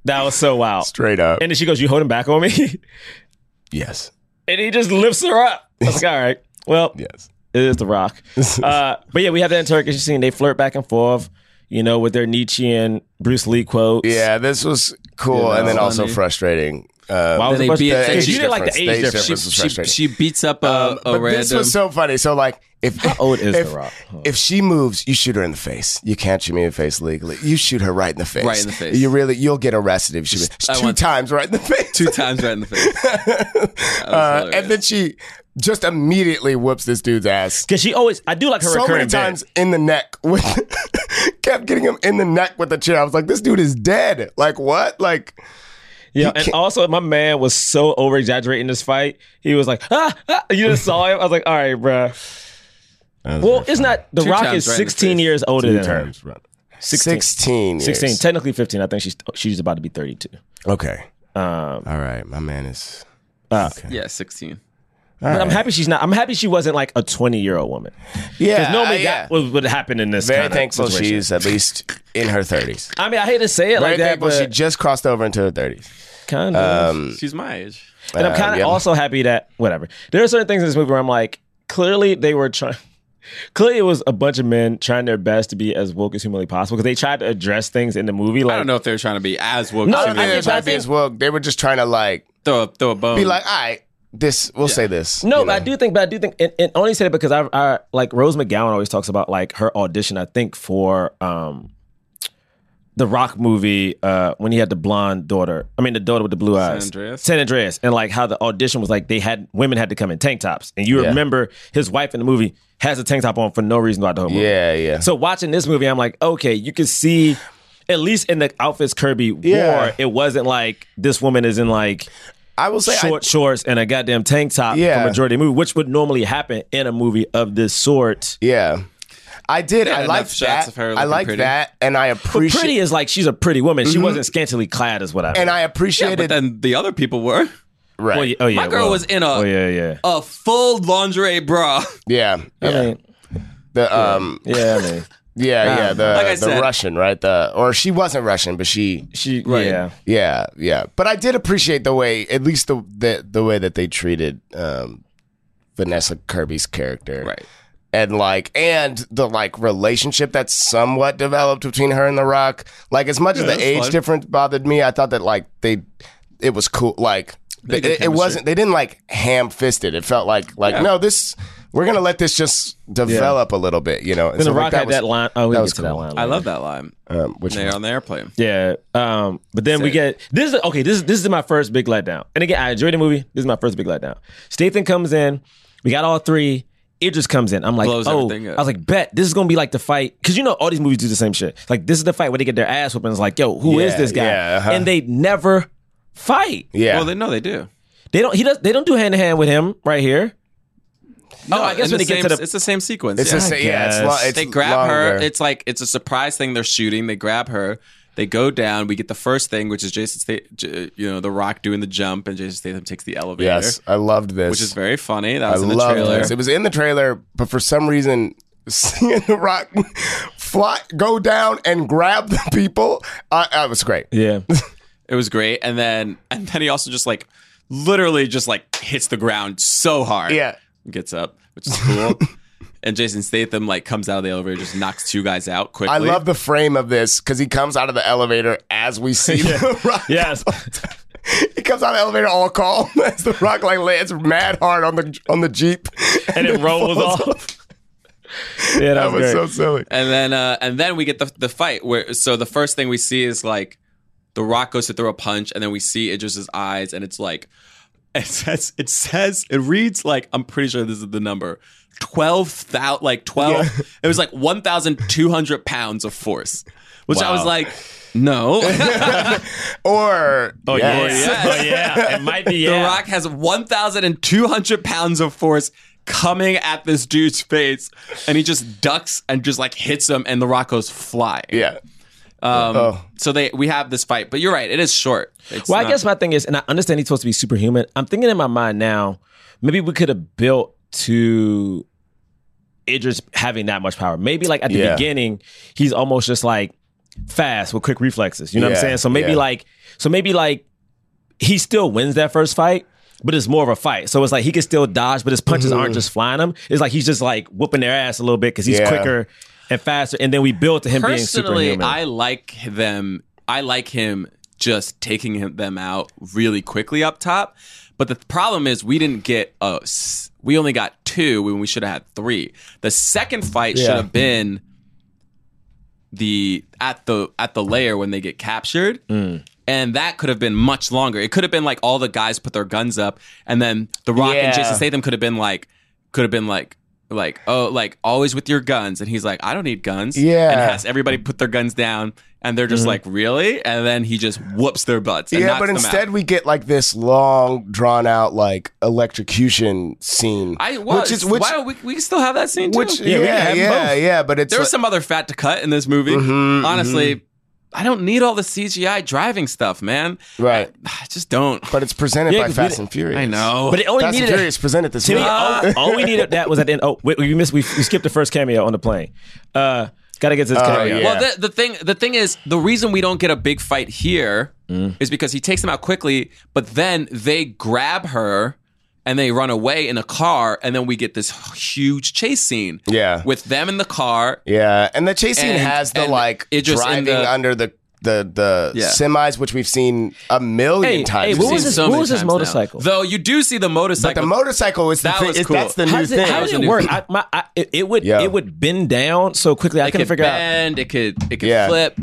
Speaker 2: that was so wild.
Speaker 4: straight up.
Speaker 2: And then she goes, "You holding back on me?"
Speaker 4: yes,
Speaker 2: and he just lifts her up. I was like, "All right, well,
Speaker 4: yes.
Speaker 2: It is The Rock. uh, but yeah, we have that interrogation scene. They flirt back and forth, you know, with their Nietzschean Bruce Lee quotes.
Speaker 4: Yeah, this was cool
Speaker 3: Yeah,
Speaker 4: and then
Speaker 3: that's
Speaker 4: also
Speaker 3: funny.
Speaker 4: frustrating. Uh,
Speaker 2: Why was
Speaker 3: Then
Speaker 2: it
Speaker 3: they
Speaker 2: frustrating?
Speaker 3: beat- the
Speaker 2: Because you
Speaker 3: age
Speaker 2: didn't like the
Speaker 4: difference. The
Speaker 2: age
Speaker 4: age
Speaker 2: difference.
Speaker 4: difference.
Speaker 3: she,
Speaker 4: was
Speaker 3: she,
Speaker 4: frustrating.
Speaker 3: she beats up a,
Speaker 4: Um,
Speaker 3: a
Speaker 4: but
Speaker 3: random.
Speaker 4: this was so funny. So like, if how
Speaker 2: old is
Speaker 4: if,
Speaker 2: The Rock? Hold
Speaker 4: If she moves, you shoot her in the face. You can't shoot me in the face legally. You shoot her right in the face.
Speaker 3: Right in the face.
Speaker 4: You really, you'll get arrested if she moves.
Speaker 3: I
Speaker 4: two
Speaker 3: want-
Speaker 4: times right in the face.
Speaker 3: two times right in the face. That was
Speaker 4: Uh,
Speaker 3: hilarious.
Speaker 4: and then she just immediately whoops this dude's ass.
Speaker 2: Because she always, I do like her
Speaker 4: So
Speaker 2: recurring
Speaker 4: many
Speaker 2: bit.
Speaker 4: times in the neck with. Kept getting him in the neck with the chair. I was like, "This dude is dead." Like what? Like
Speaker 2: Yeah,
Speaker 4: He
Speaker 2: and
Speaker 4: can't-
Speaker 2: also my man was so over exaggerating this fight. He was like, ah, ah," you just saw him. I was like, all right, bruh. Well, it's not. The
Speaker 3: Two
Speaker 2: Rock
Speaker 3: times
Speaker 2: is
Speaker 3: right in the
Speaker 2: 16
Speaker 3: face.
Speaker 2: years older than her. 16.
Speaker 4: 16 years.
Speaker 2: 16, technically 15. I think she's she's about to be 32.
Speaker 4: Okay.
Speaker 2: Um,
Speaker 4: All right. My man is.
Speaker 2: uh,
Speaker 3: Yeah, 16.
Speaker 4: All
Speaker 2: but I'm
Speaker 4: right.
Speaker 2: happy she's not. I'm happy she wasn't like a 20 year old woman.
Speaker 4: Yeah.
Speaker 3: Uh,
Speaker 2: Because normally
Speaker 4: I- yeah.
Speaker 2: that would, would happen in this.
Speaker 4: Very
Speaker 2: kinda
Speaker 4: thankful
Speaker 2: situation.
Speaker 4: she's at least in her 30s.
Speaker 2: I mean, I hate to say it
Speaker 4: Very
Speaker 2: like that,
Speaker 4: thankful um,
Speaker 2: but
Speaker 4: she just crossed over into her 30s.
Speaker 2: kind of.
Speaker 3: She's my age.
Speaker 2: and I'm
Speaker 4: uh,
Speaker 2: kind of
Speaker 4: yeah.
Speaker 2: also happy that whatever. There are certain things in this movie where I'm like, clearly they were trying. Clearly, it was a bunch of men trying their best to be as woke as humanly possible because they tried to address things in the movie. Like,
Speaker 3: I don't know if they're trying to be as woke.
Speaker 2: No,
Speaker 3: as
Speaker 2: no,
Speaker 3: you
Speaker 2: I
Speaker 3: guys
Speaker 2: think-
Speaker 3: are.
Speaker 2: I
Speaker 4: I think it's woke. They were just trying to like
Speaker 3: throw a, throw a bone.
Speaker 4: be like, all right, this we'll say this.
Speaker 2: No,
Speaker 4: you
Speaker 2: but I
Speaker 4: know?
Speaker 2: do think, but I do think, and, and only say that because I, I like Rose McGowan always talks about like her audition. I think for um, the Rock movie uh, when he had the blonde daughter. I mean, the daughter with the blue eyes,
Speaker 3: Andreas?
Speaker 2: San Andreas, and like how the audition was like they had women had to come in tank tops, and you
Speaker 4: Yeah.
Speaker 2: remember his wife in the movie has a tank top on for no reason throughout the whole movie.
Speaker 4: Yeah, yeah.
Speaker 2: So watching this movie, I'm like, okay, you can see. At least in the outfits Kirby wore,
Speaker 4: Yeah.
Speaker 2: it wasn't like this woman is in like
Speaker 4: I will say, I-
Speaker 2: short shorts and a goddamn tank top
Speaker 4: Yeah.
Speaker 2: for majority of the movie, which would normally happen in a movie of this sort.
Speaker 4: yeah, I did. I
Speaker 3: enough
Speaker 4: like
Speaker 3: shots
Speaker 4: that.
Speaker 3: of her
Speaker 4: I
Speaker 3: looking
Speaker 4: like
Speaker 3: pretty.
Speaker 4: that, and I
Speaker 2: But
Speaker 4: appreciate. Mm-hmm.
Speaker 2: pretty is like she's a pretty woman. She wasn't scantily clad, is what I mean.
Speaker 4: and I
Speaker 3: yeah,
Speaker 4: appreciated.
Speaker 3: but then the other people were.
Speaker 4: right.
Speaker 2: Well, yeah, oh, yeah,
Speaker 3: My girl
Speaker 2: well,
Speaker 3: was in a
Speaker 2: Oh yeah, yeah.
Speaker 3: a full lingerie bra.
Speaker 4: yeah, yeah.
Speaker 2: I mean,
Speaker 4: the um, yeah,
Speaker 2: yeah, I mean,
Speaker 4: yeah, The
Speaker 3: Like I
Speaker 4: the
Speaker 3: said-
Speaker 4: Russian, right? The or she wasn't Russian, but she.
Speaker 2: she,
Speaker 3: Right.
Speaker 2: yeah.
Speaker 4: Yeah, yeah. But I did appreciate the way, at least the the, the way that they treated um, Vanessa Kirby's character,
Speaker 3: Right.
Speaker 4: and like and the like relationship that's somewhat developed between her and the rock like as much as
Speaker 3: that's
Speaker 4: the age
Speaker 3: fine.
Speaker 4: difference bothered me i thought that like they it was cool like
Speaker 3: They
Speaker 4: th-
Speaker 3: did
Speaker 4: it, it
Speaker 3: chemistry.
Speaker 4: wasn't they didn't like ham-fisted it felt like like no this we're gonna let this just develop a little bit you know and
Speaker 2: Then
Speaker 4: so,
Speaker 2: the
Speaker 4: like,
Speaker 2: Rock had that line. Oh, we
Speaker 4: that
Speaker 2: can
Speaker 4: was
Speaker 2: get to that
Speaker 4: cool.
Speaker 2: line.
Speaker 3: I
Speaker 2: later.
Speaker 3: love that line.
Speaker 4: um, which
Speaker 3: They're
Speaker 4: one?
Speaker 3: on the airplane.
Speaker 2: Yeah. Um, but then we
Speaker 3: Sick.
Speaker 2: get this is okay, this is this is my first big letdown. And again, I enjoyed the movie. This is my first big letdown. Statham comes in, we got all three. Idris comes in. I'm like,
Speaker 3: Blows
Speaker 2: oh,
Speaker 3: everything up.
Speaker 2: I was like, bet this is gonna be like the fight because you know all these movies do the same shit. Like this is the fight where they get their ass whooping. It's like, yo, who is
Speaker 4: Yeah,
Speaker 2: this guy?
Speaker 4: yeah, uh-huh.
Speaker 2: And they never fight.
Speaker 4: yeah
Speaker 3: Well, they no, they do.
Speaker 2: They don't. He does. They don't do hand to hand with him right here. oh, I guess
Speaker 3: And
Speaker 2: when they
Speaker 3: the
Speaker 2: get
Speaker 3: same-
Speaker 2: to the
Speaker 3: it's the same sequence.
Speaker 4: it's
Speaker 3: yeah.
Speaker 4: the same yeah it's,
Speaker 2: guess.
Speaker 4: lo- it's
Speaker 3: they grab her.
Speaker 4: longer.
Speaker 3: It's like it's a surprise thing. They're shooting. They grab her. They go down. We get the first thing, which is Jason Statham. J- You know, The Rock doing the jump, and Jason Statham takes the elevator,
Speaker 4: yes i loved this
Speaker 3: which is very funny. That
Speaker 4: I
Speaker 3: was in the
Speaker 4: love
Speaker 3: trailer.
Speaker 4: this. It was in the trailer, but for some reason, seeing the rock fly, go down and grab the people, uh, that was great.
Speaker 2: yeah.
Speaker 3: It was great. And then and then he also just like literally just like hits the ground so hard.
Speaker 4: Yeah.
Speaker 3: Gets up, which is cool. and Jason Statham like comes out of the elevator, just knocks two guys out quickly.
Speaker 4: I love the frame of this because he comes out of the elevator as we see the rock.
Speaker 2: Yes.
Speaker 4: He comes out of the elevator all calm as the rock like lands mad hard on the on the jeep,
Speaker 2: And it rolls
Speaker 4: falls
Speaker 2: off. yeah, that,
Speaker 4: That was
Speaker 2: was,
Speaker 4: so
Speaker 2: great.
Speaker 4: silly.
Speaker 3: And then uh and then we get the the fight where so the first thing we see is like the rock goes to throw a punch, and then we see Idris's eyes, and it's like it says it says it reads like I'm pretty sure this is the number. Twelve thousand, like twelve. It was like one thousand two hundred pounds of force, which I was
Speaker 4: Wow.
Speaker 3: like, no.
Speaker 4: Or
Speaker 2: Oh
Speaker 4: yes.
Speaker 2: yeah. Oh yeah. It might be
Speaker 3: The
Speaker 2: yeah.
Speaker 3: Rock has 1,200 pounds of force coming at this dude's face, and he just ducks and just like hits him, and The Rock goes flying.
Speaker 4: yeah,
Speaker 3: Um,
Speaker 4: Oh.
Speaker 3: So they we have this fight, but you're right, it is short. It's
Speaker 2: Well,
Speaker 3: not-
Speaker 2: I guess my thing is, and I understand he's supposed to be superhuman. I'm thinking in my mind now, maybe we could have built to Idris having that much power. Maybe like at the
Speaker 4: Yeah.
Speaker 2: beginning, he's almost just like fast with quick reflexes. You know what
Speaker 4: Yeah,
Speaker 2: I'm saying? So maybe
Speaker 4: yeah.
Speaker 2: like, so maybe like he still wins that first fight. But it's more of a fight, so it's like he can still dodge, but his punches aren't just flying him. It's like he's just like whooping their ass a little bit because he's
Speaker 4: Mm. Yeah.
Speaker 2: quicker and faster. And then we build to him being
Speaker 3: personally,
Speaker 2: superhuman.
Speaker 3: I like them. I like him just taking him, them out really quickly up top. But the problem is we didn't get a. s- We only got two when we should have had three. The second fight should
Speaker 4: Yeah.
Speaker 3: have been the at the at the layer when they get captured.
Speaker 4: Mm.
Speaker 3: And that could have been much longer. It could have been like all the guys put their guns up, and then The Rock and
Speaker 4: Yeah.
Speaker 3: Jason Statham could have been like, could have been like, like oh like always with your guns and he's like i don't need guns
Speaker 4: Yeah. Mm-hmm.
Speaker 3: and has everybody put their guns down and they're just like really and then he just whoops their butts and
Speaker 4: yeah,
Speaker 3: knocks
Speaker 4: but
Speaker 3: them out.
Speaker 4: instead we get like this long, drawn out like electrocution scene.
Speaker 3: i was
Speaker 4: which is which,
Speaker 3: why don't we, we still have that scene too?
Speaker 4: which
Speaker 2: we
Speaker 4: yeah,
Speaker 2: can
Speaker 4: yeah,
Speaker 2: have
Speaker 4: yeah,
Speaker 2: both.
Speaker 4: But it's
Speaker 3: there was
Speaker 4: like-
Speaker 3: some other fat to cut in this movie
Speaker 4: Mm-hmm,
Speaker 3: honestly i don't need all the cgi driving stuff man
Speaker 4: right,
Speaker 3: i just don't
Speaker 4: but it's presented
Speaker 2: Yeah,
Speaker 4: by
Speaker 2: 'cause we
Speaker 4: Fast
Speaker 2: didn't-
Speaker 4: and Furious.
Speaker 3: i know
Speaker 2: But it only
Speaker 4: Fast and
Speaker 2: needed a-
Speaker 4: Furious presented this.
Speaker 2: To me,
Speaker 4: movie.
Speaker 3: Ah.
Speaker 2: all, all we needed that was at the end. Oh, wait, we missed. We, we skipped the first cameo on the plane. Uh, gotta get to this cameo.
Speaker 4: Oh, yeah.
Speaker 3: Well, the, the thing the thing is the reason we don't get a big fight here is
Speaker 2: Mm.
Speaker 3: because he takes them out quickly, but then they grab her and they run away in a car, and then we get this huge chase scene.
Speaker 4: Yeah.
Speaker 3: with them in the car.
Speaker 4: Yeah, and the chase scene
Speaker 3: And-
Speaker 4: has the
Speaker 3: and
Speaker 4: like
Speaker 3: it just in
Speaker 4: driving
Speaker 3: the-
Speaker 4: under the the the
Speaker 3: Yeah.
Speaker 4: semis, which we've seen a million
Speaker 2: Hey,
Speaker 4: times.
Speaker 2: hey, what
Speaker 4: We've
Speaker 2: was
Speaker 4: seen
Speaker 2: this-
Speaker 4: so
Speaker 2: what
Speaker 3: many
Speaker 2: was this
Speaker 3: times now.
Speaker 2: motorcycle?
Speaker 3: Though you do see the
Speaker 4: But
Speaker 3: motorcycle.
Speaker 4: the motorcycle is the
Speaker 3: That
Speaker 4: thing.
Speaker 3: was
Speaker 4: is-
Speaker 3: cool.
Speaker 4: That's the
Speaker 2: How
Speaker 4: new
Speaker 2: does it,
Speaker 4: thing.
Speaker 2: how
Speaker 3: was
Speaker 2: does
Speaker 3: a
Speaker 2: it
Speaker 3: new
Speaker 2: work?
Speaker 3: thing.
Speaker 2: I, my, I, it, it would
Speaker 4: Yo.
Speaker 2: it would bend down so quickly. I
Speaker 3: it
Speaker 2: couldn't
Speaker 3: could
Speaker 2: figure out.
Speaker 3: bend. It could it could
Speaker 4: Yeah.
Speaker 3: flip.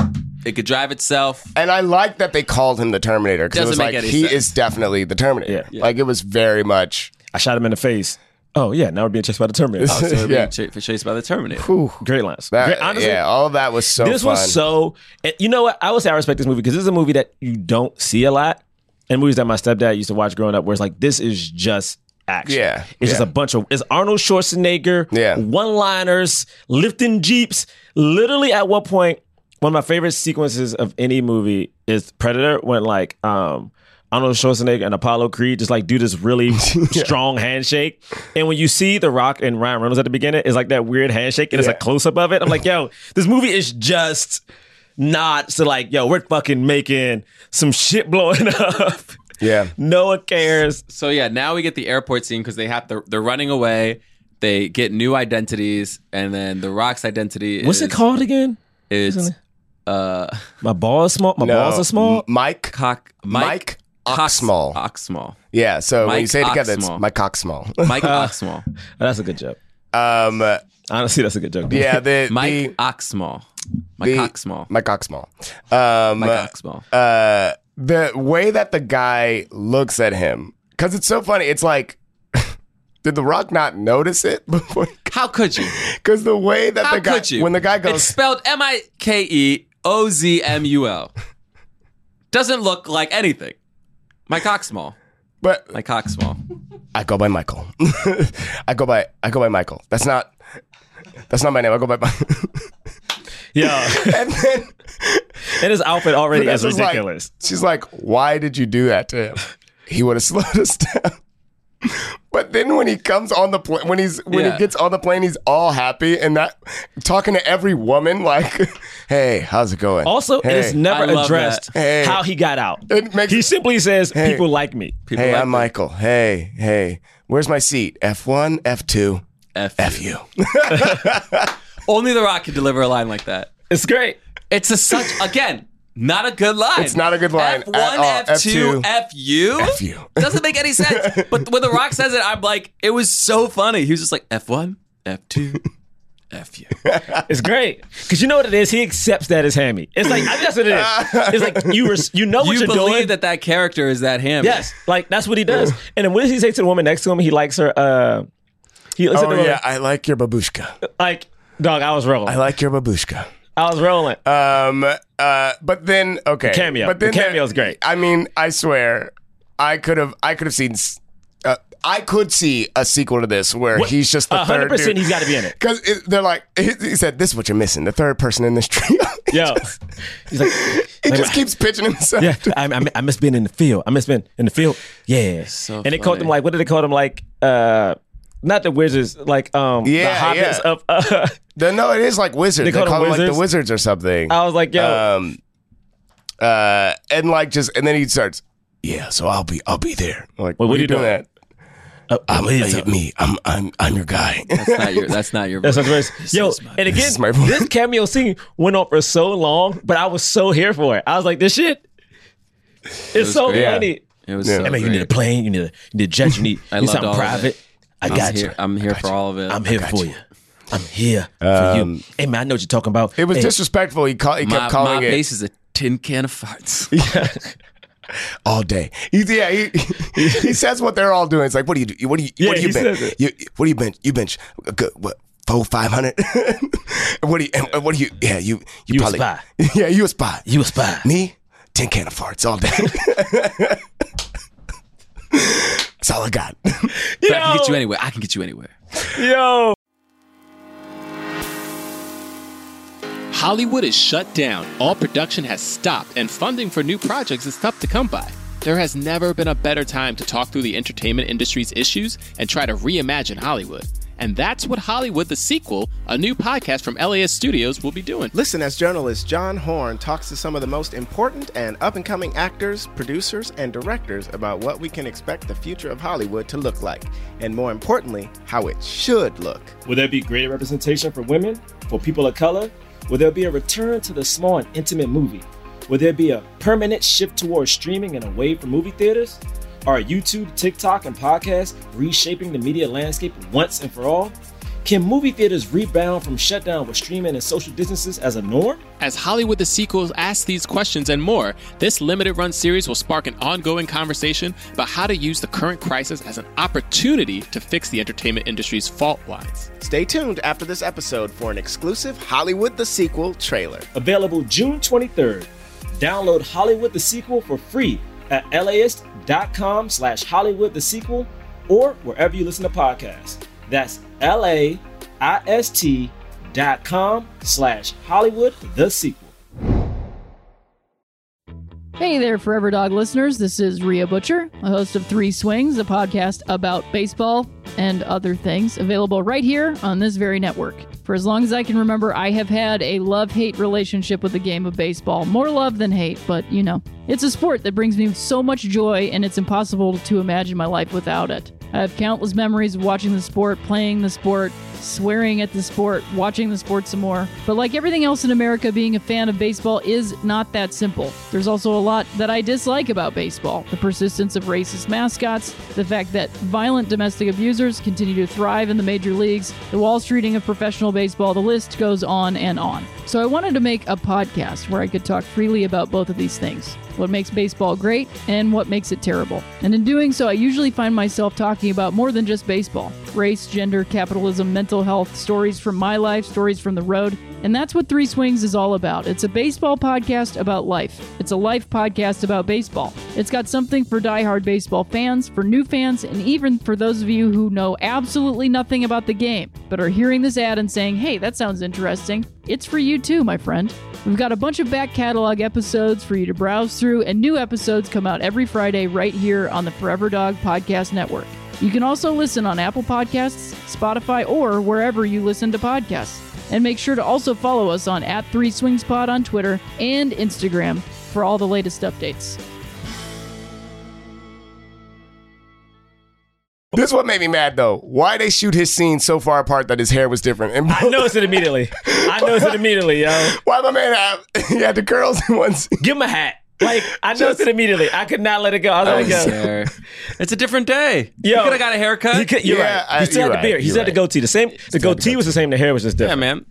Speaker 3: It could drive itself.
Speaker 4: And I like that they called him the Terminator because it
Speaker 3: Doesn't
Speaker 4: was
Speaker 3: make
Speaker 4: like
Speaker 3: any
Speaker 4: he
Speaker 3: sense.
Speaker 4: is definitely the Terminator.
Speaker 2: Yeah. Yeah.
Speaker 4: Like it was very much.
Speaker 2: I shot him in the face. Oh yeah, now we're being chased by the Terminator.
Speaker 3: Oh,
Speaker 2: Oh,
Speaker 3: So it'd
Speaker 4: yeah.
Speaker 3: be cha- chased by the Terminator.
Speaker 2: Great lines.
Speaker 4: That-
Speaker 2: Great- honestly,
Speaker 4: yeah, all of that was so
Speaker 2: this
Speaker 4: fun.
Speaker 2: was so. and You know what? I would say I respect this movie because this is a movie that you don't see a lot, and movies that my stepdad used to watch growing up, where it's like this is just action.
Speaker 4: Yeah,
Speaker 2: it's just
Speaker 4: yeah.
Speaker 2: a bunch of it's Arnold Schwarzenegger.
Speaker 4: Yeah.
Speaker 2: one liners, lifting jeeps. Literally, at one point, one of my favorite sequences of any movie is Predator when like um. Arnold Schwarzenegger and Apollo Creed just like do this really strong handshake, and when you see The Rock and Ryan Reynolds at the beginning, it's like that weird handshake, and it's
Speaker 4: Yeah.
Speaker 2: a close up of it. I'm like, yo, this movie is just nods to like, yo, we're fucking making some shit blowing up.
Speaker 4: yeah.
Speaker 2: no one cares.
Speaker 3: so yeah, now we get the airport scene because they have to. They're running away. They get new identities, and then the Rock's identity.
Speaker 2: What's
Speaker 3: is,
Speaker 2: it called again?
Speaker 3: Is uh,
Speaker 2: My balls small. My
Speaker 4: No, Mm.
Speaker 2: balls are small.
Speaker 4: M- Mike.
Speaker 3: cock
Speaker 4: Mike,
Speaker 3: Mike,
Speaker 4: Ox- Oxmall.
Speaker 3: Oxmall.
Speaker 4: Yeah. So when
Speaker 3: Mike
Speaker 4: you say it together, it's
Speaker 3: Oxmall.
Speaker 4: Mike Coxmall.
Speaker 3: Mike Oxmall.
Speaker 2: Oh, that's a good joke.
Speaker 4: um,
Speaker 2: Honestly, that's a good joke.
Speaker 4: yeah. The
Speaker 3: Mike
Speaker 4: the,
Speaker 3: Oxmall. Mike
Speaker 4: the,
Speaker 3: Oxmall.
Speaker 4: Mike Oxmall. Um,
Speaker 3: Mike Oxmall.
Speaker 4: uh, the way that the guy looks at him, because it's so funny. It's like, did The Rock not notice it before?
Speaker 3: How could you?
Speaker 4: Because the way that
Speaker 3: How
Speaker 4: the guy,
Speaker 3: could you?
Speaker 4: when the guy
Speaker 3: it's
Speaker 4: goes,
Speaker 3: spelled M I K E O Z M U L. Doesn't look like anything. Mike Oxmall.
Speaker 4: but
Speaker 3: Mike Oxmall.
Speaker 4: I go by Michael. I go by I go by Michael. That's not that's not my name. I go by. My,
Speaker 2: yeah.
Speaker 4: and then
Speaker 2: and his outfit already is
Speaker 4: Vanessa's like-
Speaker 2: ridiculous.
Speaker 4: she's like, "Why did you do that to him? He would have slowed us down." But then when he comes on the plane, when he's when he
Speaker 3: Yeah.
Speaker 4: gets on the plane, he's all happy and that talking to every woman like, "Hey, how's it going?"
Speaker 2: also, it is
Speaker 4: Hey.
Speaker 2: never
Speaker 3: I love
Speaker 2: addressed
Speaker 4: that. Hey.
Speaker 2: how he got out.
Speaker 4: It makes-
Speaker 2: he simply says,
Speaker 4: Hey.
Speaker 2: "People like me."
Speaker 3: People
Speaker 4: Hey,
Speaker 3: like
Speaker 4: I'm Michael. Hey, hey, where's my seat? F one, F two,
Speaker 3: F,
Speaker 4: F you.
Speaker 3: Only The Rock can deliver a line like that.
Speaker 2: It's great.
Speaker 3: It's a such again, not a good line.
Speaker 4: It's not a good line
Speaker 3: F one,
Speaker 4: at all.
Speaker 3: F two,
Speaker 4: F2.
Speaker 3: F you.
Speaker 4: F you.
Speaker 3: Doesn't make any sense. But when The Rock says it, I'm like, it was so funny. He was just like F one, F two, F you.
Speaker 2: It's great because you know what it is. He accepts that as hammy. It's like I think that's what it is. It's like you were, you know what
Speaker 3: You
Speaker 2: are
Speaker 3: believe
Speaker 2: doing.
Speaker 3: that that character is that him?
Speaker 2: Yes, like that's what he does. And then what does he say to the woman next to him? He likes her. Uh, he looks at the
Speaker 4: Oh
Speaker 2: woman
Speaker 4: yeah, I like your babushka.
Speaker 2: like, "Dog, I was rolling.
Speaker 4: I
Speaker 2: I,
Speaker 4: like your babushka.
Speaker 2: was rolling."
Speaker 4: Um, uh, but then okay,
Speaker 2: cameo.
Speaker 4: But then
Speaker 2: The cameo's great.
Speaker 4: I mean, I swear, I could have, I could have seen, s- uh, I could see a sequel to this where
Speaker 2: What-
Speaker 4: he's just the
Speaker 2: A hundred
Speaker 4: 3rd
Speaker 2: percent,
Speaker 4: dude.
Speaker 2: he's got to be in it.
Speaker 4: Because they're like, he, he said, "This is what you're missing." The third person in this trio. he
Speaker 2: Yo, he's like,
Speaker 4: just keeps pitching himself.
Speaker 2: yeah, I, I, I miss being in the field. I miss being in the field. Yeah.
Speaker 3: So
Speaker 2: and they called
Speaker 3: funny.
Speaker 2: him like, what did they call him? Like, uh, not the wizards, like um,
Speaker 4: Yeah,
Speaker 2: the hobbits
Speaker 4: yeah.
Speaker 2: of. Uh,
Speaker 4: The- no, it is like wizards. They
Speaker 2: They
Speaker 4: call,
Speaker 2: call them
Speaker 4: them like the
Speaker 2: wizards?
Speaker 4: wizards or something.
Speaker 2: I was like, yo,
Speaker 4: um, uh, and like just, and then he starts. Yeah, so I'll be, I'll be there. I'm
Speaker 2: Wait,
Speaker 4: Like, what,
Speaker 2: what
Speaker 4: are you
Speaker 2: you
Speaker 4: doing?
Speaker 2: doing?
Speaker 4: at?
Speaker 2: uh,
Speaker 4: I'm,
Speaker 2: wizards.
Speaker 4: uh, me. I'm, I'm, I'm your guy.
Speaker 3: that's not your. That's not your.
Speaker 2: That's not worse. Yo,
Speaker 3: is my-
Speaker 2: and again,
Speaker 4: is my voice.
Speaker 2: this cameo scene went on for so long, but I was so here for it. I was like, this shit is
Speaker 3: was
Speaker 2: so
Speaker 3: great.
Speaker 2: funny.
Speaker 3: It was.
Speaker 4: Yeah.
Speaker 3: So
Speaker 4: I
Speaker 2: I mean, you
Speaker 3: great.
Speaker 2: need a plane, you need a, you need a jet, you need,
Speaker 3: I
Speaker 2: you need
Speaker 3: loved
Speaker 2: something
Speaker 3: all of
Speaker 2: private.
Speaker 3: it.
Speaker 2: I
Speaker 3: I'm
Speaker 2: got you.
Speaker 3: here.
Speaker 2: I'm,
Speaker 3: I'm here for all of it.
Speaker 2: here for you. I'm here for
Speaker 3: Um,
Speaker 2: you. Hey, man, I know what you're talking about.
Speaker 4: It was
Speaker 2: hey,
Speaker 4: disrespectful. He, call, he
Speaker 3: My,
Speaker 4: kept calling
Speaker 3: my
Speaker 4: it.
Speaker 3: base is a tin can of farts.
Speaker 4: all day. He, yeah, he, he says what they're all doing. It's like, what do you do? What do you?
Speaker 2: Yeah,
Speaker 4: what do you
Speaker 2: he
Speaker 4: bench?
Speaker 2: says it.
Speaker 4: You, what do you bench? You bench a good what? Four five hundred. what do you? And what do you? Yeah, you. You,
Speaker 2: You a
Speaker 4: probably.
Speaker 2: spy.
Speaker 4: Yeah, you a spy.
Speaker 2: You a spy.
Speaker 4: Me, ten can of farts all day. That's all I got.
Speaker 3: But I can get you anywhere. I can get you anywhere.
Speaker 2: Yo.
Speaker 7: Hollywood is shut down. All production has stopped, and funding for new projects is tough to come by. There has never been a better time to talk through the entertainment industry's issues and try to reimagine Hollywood. And that's what Hollywood the Sequel, a new podcast from LAS Studios, will be doing.
Speaker 8: Listen as journalist John Horn talks to some of the most important and up and coming actors, producers, and directors about what we can expect the future of Hollywood to look like, and more importantly, how it should look.
Speaker 2: Will there be greater representation for women, for people of color? Will there be a return to the small and intimate movie? Will there be a permanent shift towards streaming and away from movie theaters? Are YouTube, TikTok, and podcasts reshaping the media landscape once and for all? Can movie theaters rebound from shutdown with streaming and social distances as a norm?
Speaker 7: As Hollywood the Sequel asks these questions and more, this limited run series will spark an ongoing conversation about how to use the current crisis as an opportunity to fix the entertainment industry's fault lines.
Speaker 8: Stay tuned after this episode for an exclusive Hollywood the Sequel trailer.
Speaker 2: Available June 23rd. Download Hollywood the Sequel for free at laist.com slash Hollywood the Sequel or wherever you listen to podcasts. That's L-A-I-S-T dot com slash Hollywood the Sequel.
Speaker 9: Hey there, Forever Dog listeners. This is Rhea Butcher, a host of Three Swings, a podcast about baseball and other things, available right here on this very network. For as long as I can remember, I have had a love hate relationship with the game of baseball. More love than hate, but you know, it's a sport that brings me so much joy, and it's impossible to imagine my life without it. I have countless memories of watching the sport, playing the sport, swearing at the sport, watching the sport some more. But like everything else in America, being a fan of baseball is not that simple. There's also a lot that I dislike about baseball the persistence of racist mascots, the fact that violent domestic abusers continue to thrive in the major leagues, the Wall Streeting of professional baseball, the list goes on and on. So I wanted to make a podcast where I could talk freely about both of these things what makes baseball great, and what makes it terrible. And in doing so, I usually find myself talking about more than just baseball race, gender, capitalism, mental health, stories from my life, stories from the road. And that's what Three Swings is all about. It's a baseball podcast about life. It's a life podcast about baseball. It's got something for diehard baseball fans, for new fans, and even for those of you who know absolutely nothing about the game, but are hearing this ad and saying, hey, that sounds interesting. It's for you too, my friend. We've got a bunch of back catalog episodes for you to browse through, and new episodes come out every Friday right here on the Forever Dog Podcast Network. You can also listen on Apple Podcasts, Spotify, or wherever you listen to podcasts. And make sure to also follow us on at 3 Swings Pod on Twitter and Instagram for all the latest updates.
Speaker 4: this is what made me mad though. Why they shoot his scene so far apart that his hair was different? And
Speaker 2: I noticed it immediately. I noticed it immediately, yo.
Speaker 4: why my man have he had the curls in one scene?
Speaker 2: Give him a hat. Like, I noticed it immediately. I could not let it go. I was
Speaker 4: Oh,
Speaker 2: like, yo.
Speaker 3: There. It's a different day.
Speaker 2: Yo.
Speaker 3: you could have got a haircut.
Speaker 2: He could, you're
Speaker 4: Yeah,
Speaker 2: right.
Speaker 4: I-
Speaker 2: He still
Speaker 4: you're
Speaker 2: had
Speaker 4: right,
Speaker 2: the beard. He
Speaker 4: you're
Speaker 2: still had the
Speaker 4: right.
Speaker 2: goatee. The same. The
Speaker 4: had the
Speaker 2: goatee was the same. The hair was just different.
Speaker 3: yeah, man.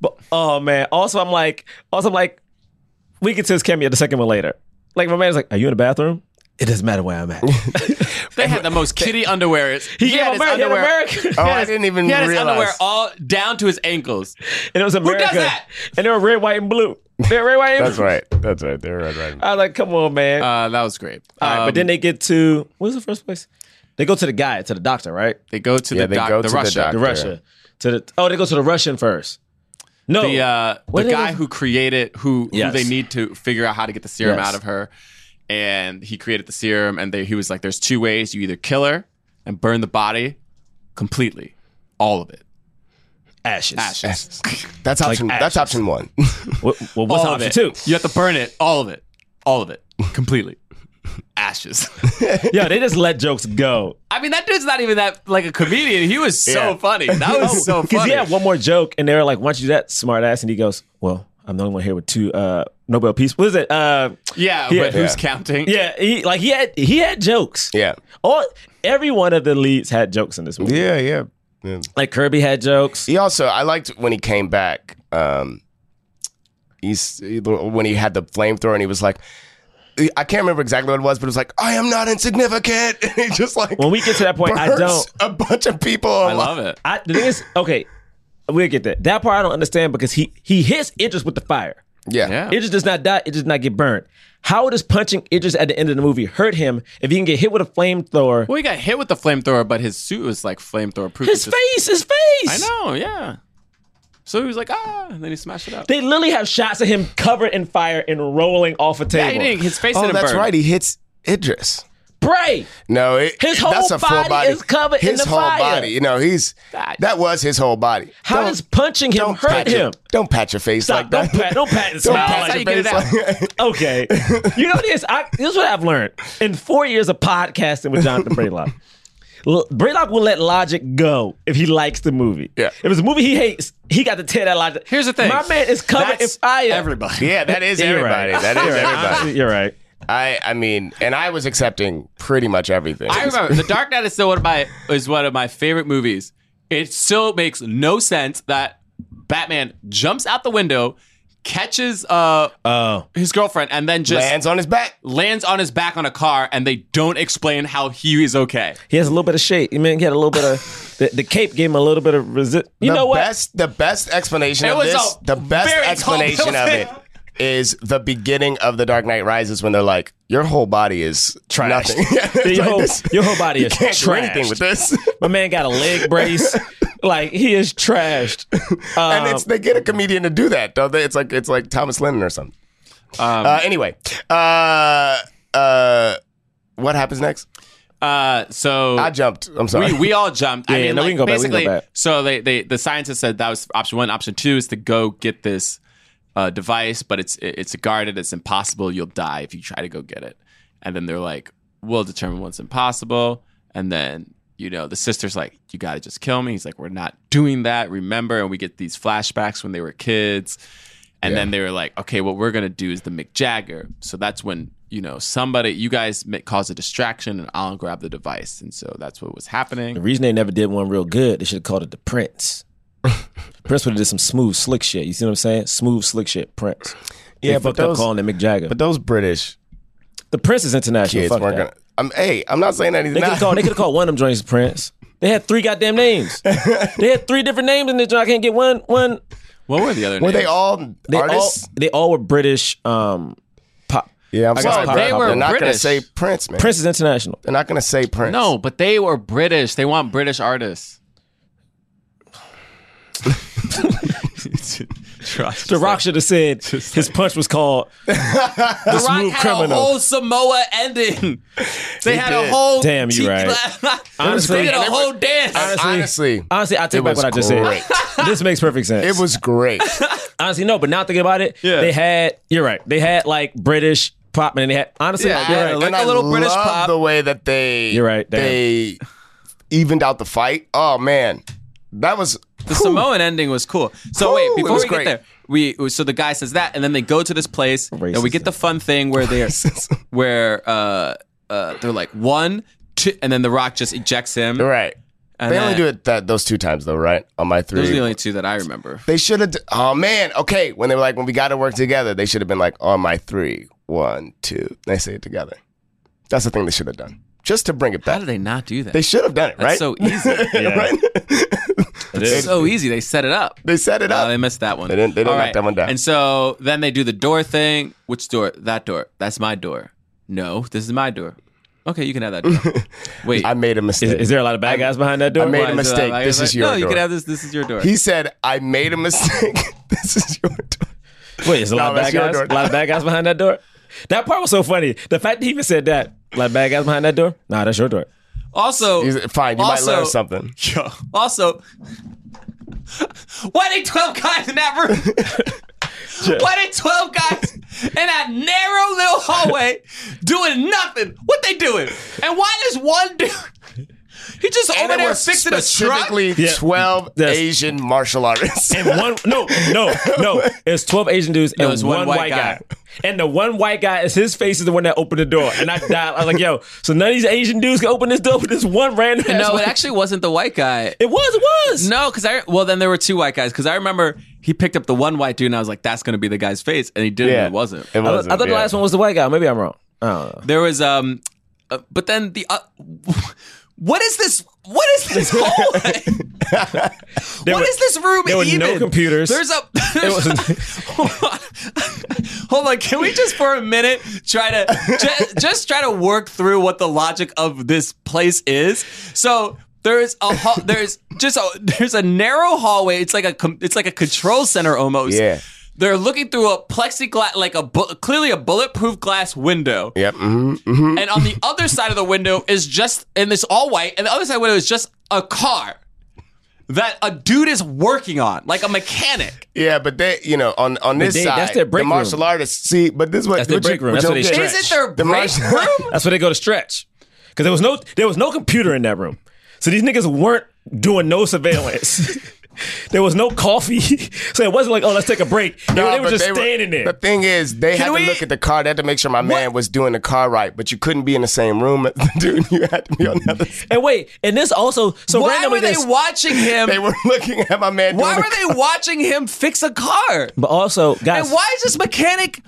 Speaker 2: But oh man. Also, I'm like, also I'm like, we get to his cameo the second one later. Like my man's like, are you in the bathroom? It doesn't matter where I'm at.
Speaker 3: They had the most kitty underwear. It's-
Speaker 2: He, gave America, he had America.
Speaker 4: Oh,
Speaker 3: he had
Speaker 4: I
Speaker 3: his-
Speaker 4: didn't even
Speaker 3: He had his
Speaker 4: realize.
Speaker 3: underwear all down to his ankles.
Speaker 2: and it was America.
Speaker 3: that?
Speaker 2: And they were red, white, and blue. They were red, white, and
Speaker 4: That's
Speaker 2: blue.
Speaker 4: right. That's right. They're right. right.
Speaker 2: I was like, come on, man.
Speaker 3: Uh, that was great.
Speaker 2: All right,
Speaker 3: Um,
Speaker 2: but then they get to what was the first place? They go to the guy, to the doctor, right?
Speaker 3: they go to
Speaker 4: Yeah,
Speaker 3: the
Speaker 4: they
Speaker 3: doc, the
Speaker 4: go to the
Speaker 3: Russia,
Speaker 4: doc.
Speaker 2: The
Speaker 4: Doctor.
Speaker 2: Russia. To the oh, they go to the Russian first. No,
Speaker 3: the uh,
Speaker 2: What
Speaker 3: the
Speaker 2: did it
Speaker 3: guy
Speaker 2: was-
Speaker 3: who created who,
Speaker 2: Yes.
Speaker 3: who they need to figure out how to get the serum
Speaker 2: Yes.
Speaker 3: out of her, and he created the serum, and they, he was like, "There's two ways: you either kill her and burn the body completely, all of it,
Speaker 2: ashes.
Speaker 3: ashes,
Speaker 4: That's option. that's
Speaker 2: ashes.
Speaker 4: option one.
Speaker 2: Well, well, what's
Speaker 3: all
Speaker 2: option
Speaker 3: of it.
Speaker 2: two?
Speaker 3: You have to burn it, all of it, all of it, completely, ashes."
Speaker 2: Yo, they just let jokes go.
Speaker 3: I mean, that dude's not even that like a comedian. He was so
Speaker 4: Yeah.
Speaker 3: funny. That was so
Speaker 2: Because
Speaker 3: funny.
Speaker 2: he had one more joke, and they were like, "Why don't you do that smart ass?" And he goes, "Well, I'm the only one here with two uh, Nobel Peace. What is it? Uh,
Speaker 3: yeah,
Speaker 2: Yeah.
Speaker 3: but who's
Speaker 4: Yeah.
Speaker 3: counting?
Speaker 2: yeah, he, like he had he had jokes.
Speaker 4: Yeah.
Speaker 2: all every one of the leads had jokes in this movie.
Speaker 4: Yeah. Yeah. yeah.
Speaker 2: Like Kirby had jokes.
Speaker 4: He also, I liked when he came back. Um, he's when he had the flamethrower and he was like, I can't remember exactly what it was, but it was like, I am not insignificant. And he just like
Speaker 2: When we get to that point, I
Speaker 4: burns
Speaker 2: don't-
Speaker 4: a bunch of people.
Speaker 3: I love it.
Speaker 2: I, the thing is, okay, we'll get that. That part I don't understand because he he hits Idris with the fire.
Speaker 4: Yeah.
Speaker 3: Yeah.
Speaker 2: Idris does not die. It does not get burnt. How does punching Idris at the end of the movie hurt him if he can get hit with a flamethrower?
Speaker 7: Well, he got hit with the flamethrower, but his suit was like flamethrower proof.
Speaker 2: His
Speaker 7: It's just-
Speaker 2: face, his face.
Speaker 7: I know, yeah. So he was like, ah, and then he smashed it up.
Speaker 2: They literally have shots of him covered in fire and rolling off a
Speaker 7: Yeah, he
Speaker 2: table.
Speaker 7: didn't, his face
Speaker 4: Oh,
Speaker 7: didn't
Speaker 4: that's
Speaker 7: burn.
Speaker 4: right. He hits Idris.
Speaker 2: Pray.
Speaker 4: No, it,
Speaker 2: His whole
Speaker 4: that's a
Speaker 2: body
Speaker 4: full body
Speaker 2: is covered in
Speaker 4: His
Speaker 2: the
Speaker 4: whole
Speaker 2: fire.
Speaker 4: body. You know, he's that was his whole body.
Speaker 2: How
Speaker 4: Don't-
Speaker 2: does punching him
Speaker 4: don't
Speaker 2: hurt
Speaker 4: pat your-
Speaker 2: him?
Speaker 4: don't pat your face
Speaker 2: Stop.
Speaker 4: like
Speaker 2: don't
Speaker 4: that.
Speaker 2: pat. Don't pat and
Speaker 4: Don't
Speaker 2: smile.
Speaker 4: pat
Speaker 2: like
Speaker 7: how
Speaker 4: your
Speaker 7: you get
Speaker 4: face
Speaker 7: it
Speaker 4: like-
Speaker 2: Okay. You know this. I, this is what I've learned in four years of podcasting with Jonathan Braylock. L- Braylock will let logic go if he likes the movie.
Speaker 4: Yeah.
Speaker 2: If it's a movie he hates, he got to tear that logic.
Speaker 7: Here's the thing.
Speaker 2: My man is covered
Speaker 7: That's
Speaker 2: in fire.
Speaker 7: Everybody.
Speaker 4: yeah, that is
Speaker 2: Yeah, you're
Speaker 4: everybody.
Speaker 2: right.
Speaker 4: That
Speaker 2: You're
Speaker 4: is
Speaker 2: right.
Speaker 4: everybody.
Speaker 2: You're right.
Speaker 4: I, I mean, and I was accepting pretty much everything.
Speaker 7: I remember The Dark Knight is still one of my is one of my favorite movies. It still makes no sense that Batman jumps out the window, catches uh
Speaker 2: Oh.
Speaker 7: his girlfriend, and then just
Speaker 4: Lands
Speaker 7: lands.
Speaker 4: on his back.
Speaker 7: on his back on a car, and they don't explain how he is okay.
Speaker 2: He has a little bit of shape. I mean, he had a little bit of the, the cape gave him a little bit of resist. You
Speaker 4: the
Speaker 2: know what?
Speaker 4: Best, the best explanation
Speaker 7: It
Speaker 4: of
Speaker 7: was
Speaker 4: this,
Speaker 7: a
Speaker 4: the best
Speaker 7: very tall
Speaker 4: explanation of
Speaker 7: building.
Speaker 4: it is the beginning of The Dark Knight Rises when they're like, your whole body is
Speaker 2: Trash.
Speaker 4: nothing. Yeah, it's
Speaker 2: your,
Speaker 4: like
Speaker 2: whole,
Speaker 4: this-
Speaker 2: your whole body
Speaker 4: you
Speaker 2: is
Speaker 4: can't do anything
Speaker 2: trashed.
Speaker 4: with this.
Speaker 2: My man got a leg brace. like he is trashed.
Speaker 4: and
Speaker 2: Um,
Speaker 4: it's they get a comedian to do that, don't they? It's like it's like Thomas Lennon or something.
Speaker 2: Um,
Speaker 4: uh, anyway, uh, uh, what happens next?
Speaker 7: Uh, so
Speaker 4: I jumped. I'm sorry.
Speaker 7: We, we all jumped. I
Speaker 2: Yeah,
Speaker 7: mean,
Speaker 2: no, we
Speaker 7: like,
Speaker 2: can go back, we can go
Speaker 7: basically,
Speaker 2: back.
Speaker 7: so they, they the scientists said that was option one. Option two is to go get this uh, device, but it's it- it's guarded. It's impossible. You'll die if you try to go get it. And then they're like, "We'll determine what's impossible." And then you know the sister's like, "You got to just kill me." He's like, "We're not doing that. Remember." And we get these flashbacks when they were kids. And then they were like, okay, what we're gonna do is the Mick Jagger. So that's when you know somebody, you guys ma- cause a distraction, and I'll grab the device. And so that's what was
Speaker 2: The
Speaker 7: happening.
Speaker 2: reason they never did one real good, they should have called it the Prince. Prince would have did some smooth, slick shit. You see what I'm saying? Smooth, slick shit, Prince. They
Speaker 4: Yeah, but
Speaker 2: fucked up
Speaker 4: those-
Speaker 2: calling it Mick Jagger. But
Speaker 4: but those British
Speaker 2: the Prince is international.
Speaker 4: kids
Speaker 2: Fuck
Speaker 4: weren't
Speaker 2: that.
Speaker 4: gonna. I'm, hey, I'm not saying anything.
Speaker 2: They could have
Speaker 4: now.
Speaker 2: called. They could have called one of them joints Prince. They had three goddamn names. they had three different names in this joint. I can't get one. One.
Speaker 7: What were the other?
Speaker 4: Were
Speaker 7: names?
Speaker 4: they all
Speaker 2: They
Speaker 4: artists?
Speaker 2: all. They all were British. Um, pop.
Speaker 4: yeah, I'm sorry.
Speaker 2: pop-
Speaker 4: They
Speaker 2: pop-
Speaker 4: are not going to
Speaker 7: British.
Speaker 4: say Prince, man.
Speaker 2: Prince is international.
Speaker 4: They're not going to say Prince.
Speaker 7: No, but they were British. They want British artists.
Speaker 3: Trust.
Speaker 2: The Rock should have said his punch was called.
Speaker 7: the Rock
Speaker 2: smooth
Speaker 7: had a
Speaker 2: criminal.
Speaker 7: whole Oh, Samoa ending. They had a
Speaker 4: did.
Speaker 7: whole
Speaker 2: Damn, you
Speaker 7: cheeky
Speaker 2: right.
Speaker 7: laugh.
Speaker 2: Honestly,
Speaker 7: they did a whole dance.
Speaker 2: honestly,
Speaker 4: Honestly,
Speaker 2: honestly, I take
Speaker 4: it
Speaker 2: back what
Speaker 4: was
Speaker 2: I just
Speaker 4: great.
Speaker 2: said. This makes perfect sense.
Speaker 4: it was great.
Speaker 2: Honestly, no, but now thinking about it,
Speaker 3: Yeah.
Speaker 2: they had you're right. They had like British pop and they had honestly
Speaker 7: Yeah,
Speaker 2: you're
Speaker 7: yeah,
Speaker 2: right.
Speaker 7: like
Speaker 4: and
Speaker 7: a
Speaker 4: I
Speaker 7: little British
Speaker 4: love
Speaker 7: pop.
Speaker 4: the way that they
Speaker 2: You're right, damn.
Speaker 4: they evened out the fight. Oh man, that was
Speaker 7: The Samoan ending was cool. So
Speaker 4: Whew,
Speaker 7: wait,
Speaker 4: it
Speaker 7: before
Speaker 4: was
Speaker 7: we
Speaker 4: great.
Speaker 7: get there, we so the guy says that, and then they go to this place, and we
Speaker 2: Racism.
Speaker 7: get the fun thing where they're where uh, uh, they're like one, two, and then the Rock just ejects him.
Speaker 4: right.
Speaker 7: And
Speaker 4: they only
Speaker 7: then-
Speaker 4: do it that those two times though, right? On my three,
Speaker 7: Those are the only two that I remember.
Speaker 4: they should have. Oh man, okay. When they were like, when we got to work together, they should have been like, on my three, one, two. They say it together. That's the thing they should have done, just to bring it
Speaker 7: How
Speaker 4: back.
Speaker 7: did they not do that?
Speaker 4: They should have done it,
Speaker 7: That's
Speaker 4: right?
Speaker 7: so easy.
Speaker 4: right?
Speaker 2: It is.
Speaker 7: so easy. They set it up.
Speaker 4: they set it
Speaker 7: No,
Speaker 4: up.
Speaker 7: they missed that one.
Speaker 4: They didn't- they didn't
Speaker 7: All
Speaker 4: knock that one down.
Speaker 7: And so then they do the door thing. Which door? That door. That's my door. No, this is my door. Okay, you can have that door. Wait.
Speaker 4: I made a
Speaker 2: is,
Speaker 4: mistake.
Speaker 2: is there a lot of bad guys behind that door?
Speaker 4: I made
Speaker 7: Why
Speaker 4: a
Speaker 7: is it-
Speaker 4: mistake.
Speaker 7: I
Speaker 4: This
Speaker 7: was
Speaker 4: is
Speaker 7: like,
Speaker 4: your
Speaker 7: No, you
Speaker 4: door.
Speaker 7: can have this. This is your door.
Speaker 4: he said, "I made a mistake. this is your." Door.
Speaker 2: Wait, is there a lot
Speaker 4: No,
Speaker 2: of bad
Speaker 4: that's your
Speaker 2: guys?
Speaker 4: door.
Speaker 2: A lot of bad guys behind that door? That part was so funny. The fact that he even said that. A lot of bad guys behind that door? Nah, that's your door.
Speaker 7: Also,
Speaker 4: He's- Fine, you
Speaker 7: also,
Speaker 4: might learn something.
Speaker 7: Also, why did twelve guys in that room? Why did twelve guys in that narrow little hallway doing nothing? What they doing? And why does one dude? He just
Speaker 4: And
Speaker 7: over
Speaker 4: there
Speaker 7: there
Speaker 4: were
Speaker 7: fixing a truck.
Speaker 4: specifically
Speaker 2: Yeah.
Speaker 4: twelve
Speaker 2: Yes.
Speaker 4: Asian martial artists.
Speaker 2: And one no, no, no. It's twelve Asian dudes and
Speaker 7: it's
Speaker 2: one, white guy. And the one white guy is his face is the one that opened the door. And I died. I was like, yo, so none of these Asian dudes can open this door with this one random. ass
Speaker 7: No, it
Speaker 2: white-
Speaker 7: actually wasn't the white guy.
Speaker 2: it was, it was.
Speaker 7: No, because I well then there were two white guys because I remember he picked up the one white dude and I was like that's gonna be the guy's face and he didn't.
Speaker 4: Yeah.
Speaker 7: It wasn't.
Speaker 4: It
Speaker 2: I, I
Speaker 4: wasn't,
Speaker 2: thought the
Speaker 4: yeah.
Speaker 2: last one was the white guy. Maybe I'm wrong. Oh.
Speaker 3: There was um, uh, but then the uh, what is this? What is this whole? what
Speaker 2: were-
Speaker 3: is this room?
Speaker 2: there were no
Speaker 3: even?
Speaker 2: computers.
Speaker 3: There's a. There's a- hold on. Can we just for a minute try to just, just try to work through what the logic of this place is? So. There's a hall, there's just a there's a narrow hallway. It's like a com- it's like a control center almost.
Speaker 4: Yeah.
Speaker 3: They're looking through a plexiglass like a bu- clearly a bulletproof glass window
Speaker 4: Yep. hmm hmm
Speaker 3: and on the other side of the window is just and it's all white and the other side of the window is just a car that a dude is working on like a mechanic
Speaker 4: Yeah, but they, you know, on on this
Speaker 2: they-
Speaker 4: side,
Speaker 2: that's their break
Speaker 4: the martial
Speaker 2: room.
Speaker 4: artists. See, but this is what
Speaker 2: That's their
Speaker 4: what you-
Speaker 2: break room.
Speaker 4: what
Speaker 2: That's
Speaker 4: you
Speaker 2: where they
Speaker 4: don't get.
Speaker 2: stretch.
Speaker 3: is it their
Speaker 4: The
Speaker 3: break
Speaker 4: martial-
Speaker 3: room
Speaker 2: That's where they go to stretch. Because there was no there was no computer in that room. So these niggas weren't doing no surveillance. there was no coffee. So it wasn't like, oh, let's take a break. They, were-
Speaker 4: Nah,
Speaker 2: they were
Speaker 4: but
Speaker 2: just
Speaker 4: they were-
Speaker 2: standing there.
Speaker 4: The thing is, they had
Speaker 3: we-
Speaker 4: to look at the car. They had to make sure my man was doing the car right, but you couldn't be in the same room as the dude. You had to be on the other side.
Speaker 2: and wait, and this also so
Speaker 3: why
Speaker 2: randomly
Speaker 3: were they
Speaker 2: this-
Speaker 3: watching him
Speaker 4: They were looking at my man.
Speaker 3: why
Speaker 4: doing
Speaker 3: were
Speaker 4: the
Speaker 3: they watching him fix a car
Speaker 2: but also guys
Speaker 3: and why is this mechanic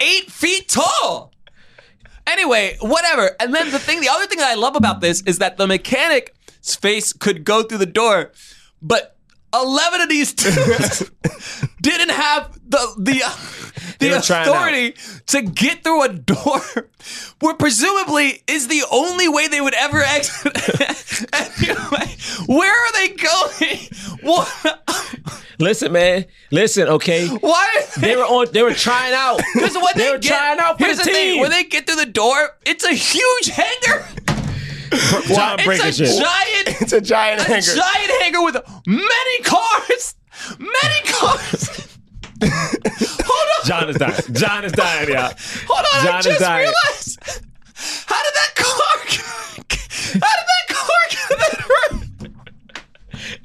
Speaker 3: eight feet tall anyway whatever and then the thing the other thing that i love about this is that the mechanic's face could go through the door but 11 of these dudes didn't have the the the
Speaker 2: They were trying out.
Speaker 3: authority to get through a door where presumably is the only way they would ever exit anyway where are they going what,
Speaker 2: listen, man. Listen, okay.
Speaker 3: why are
Speaker 2: They were on they were trying out.
Speaker 3: Because when they,
Speaker 2: they were
Speaker 3: get,
Speaker 2: trying out for
Speaker 3: here's
Speaker 2: the
Speaker 3: the thing:
Speaker 2: team.
Speaker 3: when they get through the door, it's a huge hanger.
Speaker 2: John Breaker
Speaker 3: It's a
Speaker 2: shit.
Speaker 3: giant,
Speaker 4: It's a giant
Speaker 3: a
Speaker 4: hanger.
Speaker 3: giant hanger with many cars, many cars. hold on,
Speaker 2: John is dying. John is dying, yeah.
Speaker 3: hold on.
Speaker 2: John
Speaker 3: I
Speaker 2: is
Speaker 3: just
Speaker 2: dying.
Speaker 3: realized how did that car? get- How did that car get in that room?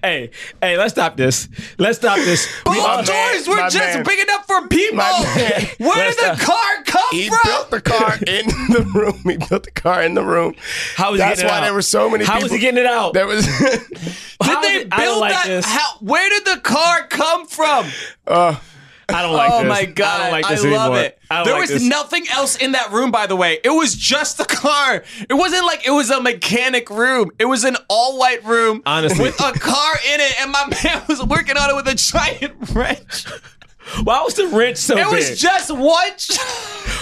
Speaker 2: Hey, hey, let's stop this. Let's stop this. We
Speaker 3: Both
Speaker 2: all-
Speaker 4: man,
Speaker 3: doors were
Speaker 4: my
Speaker 3: just
Speaker 4: man.
Speaker 3: big enough for people.
Speaker 4: My man.
Speaker 3: Where did the
Speaker 2: Let's
Speaker 3: car come
Speaker 4: He
Speaker 3: from?
Speaker 4: built the car in the room. He built the car in the room.
Speaker 2: How was he
Speaker 4: That's
Speaker 2: getting it
Speaker 4: why
Speaker 2: out?
Speaker 4: there were so many
Speaker 2: How
Speaker 4: people.
Speaker 2: was he getting it out?
Speaker 4: There was.
Speaker 2: How
Speaker 3: Did they
Speaker 2: was it-
Speaker 3: build
Speaker 2: I don't like
Speaker 3: that?
Speaker 2: this.
Speaker 3: How, where did the car come from?
Speaker 4: uh,
Speaker 2: I don't like
Speaker 3: oh
Speaker 2: this.
Speaker 3: my god!
Speaker 2: I don't like this
Speaker 3: love
Speaker 2: anymore.
Speaker 3: it.
Speaker 2: I don't
Speaker 3: there
Speaker 2: like
Speaker 3: was
Speaker 2: this.
Speaker 3: nothing else in that room, by the way. It was just the car. It wasn't like it was a mechanic room. It was an all-white room,
Speaker 2: Honestly.
Speaker 3: with a car in it, and my man was working on it with a giant wrench.
Speaker 2: Why was the wrench so
Speaker 3: It
Speaker 2: big?
Speaker 3: was just one. ch-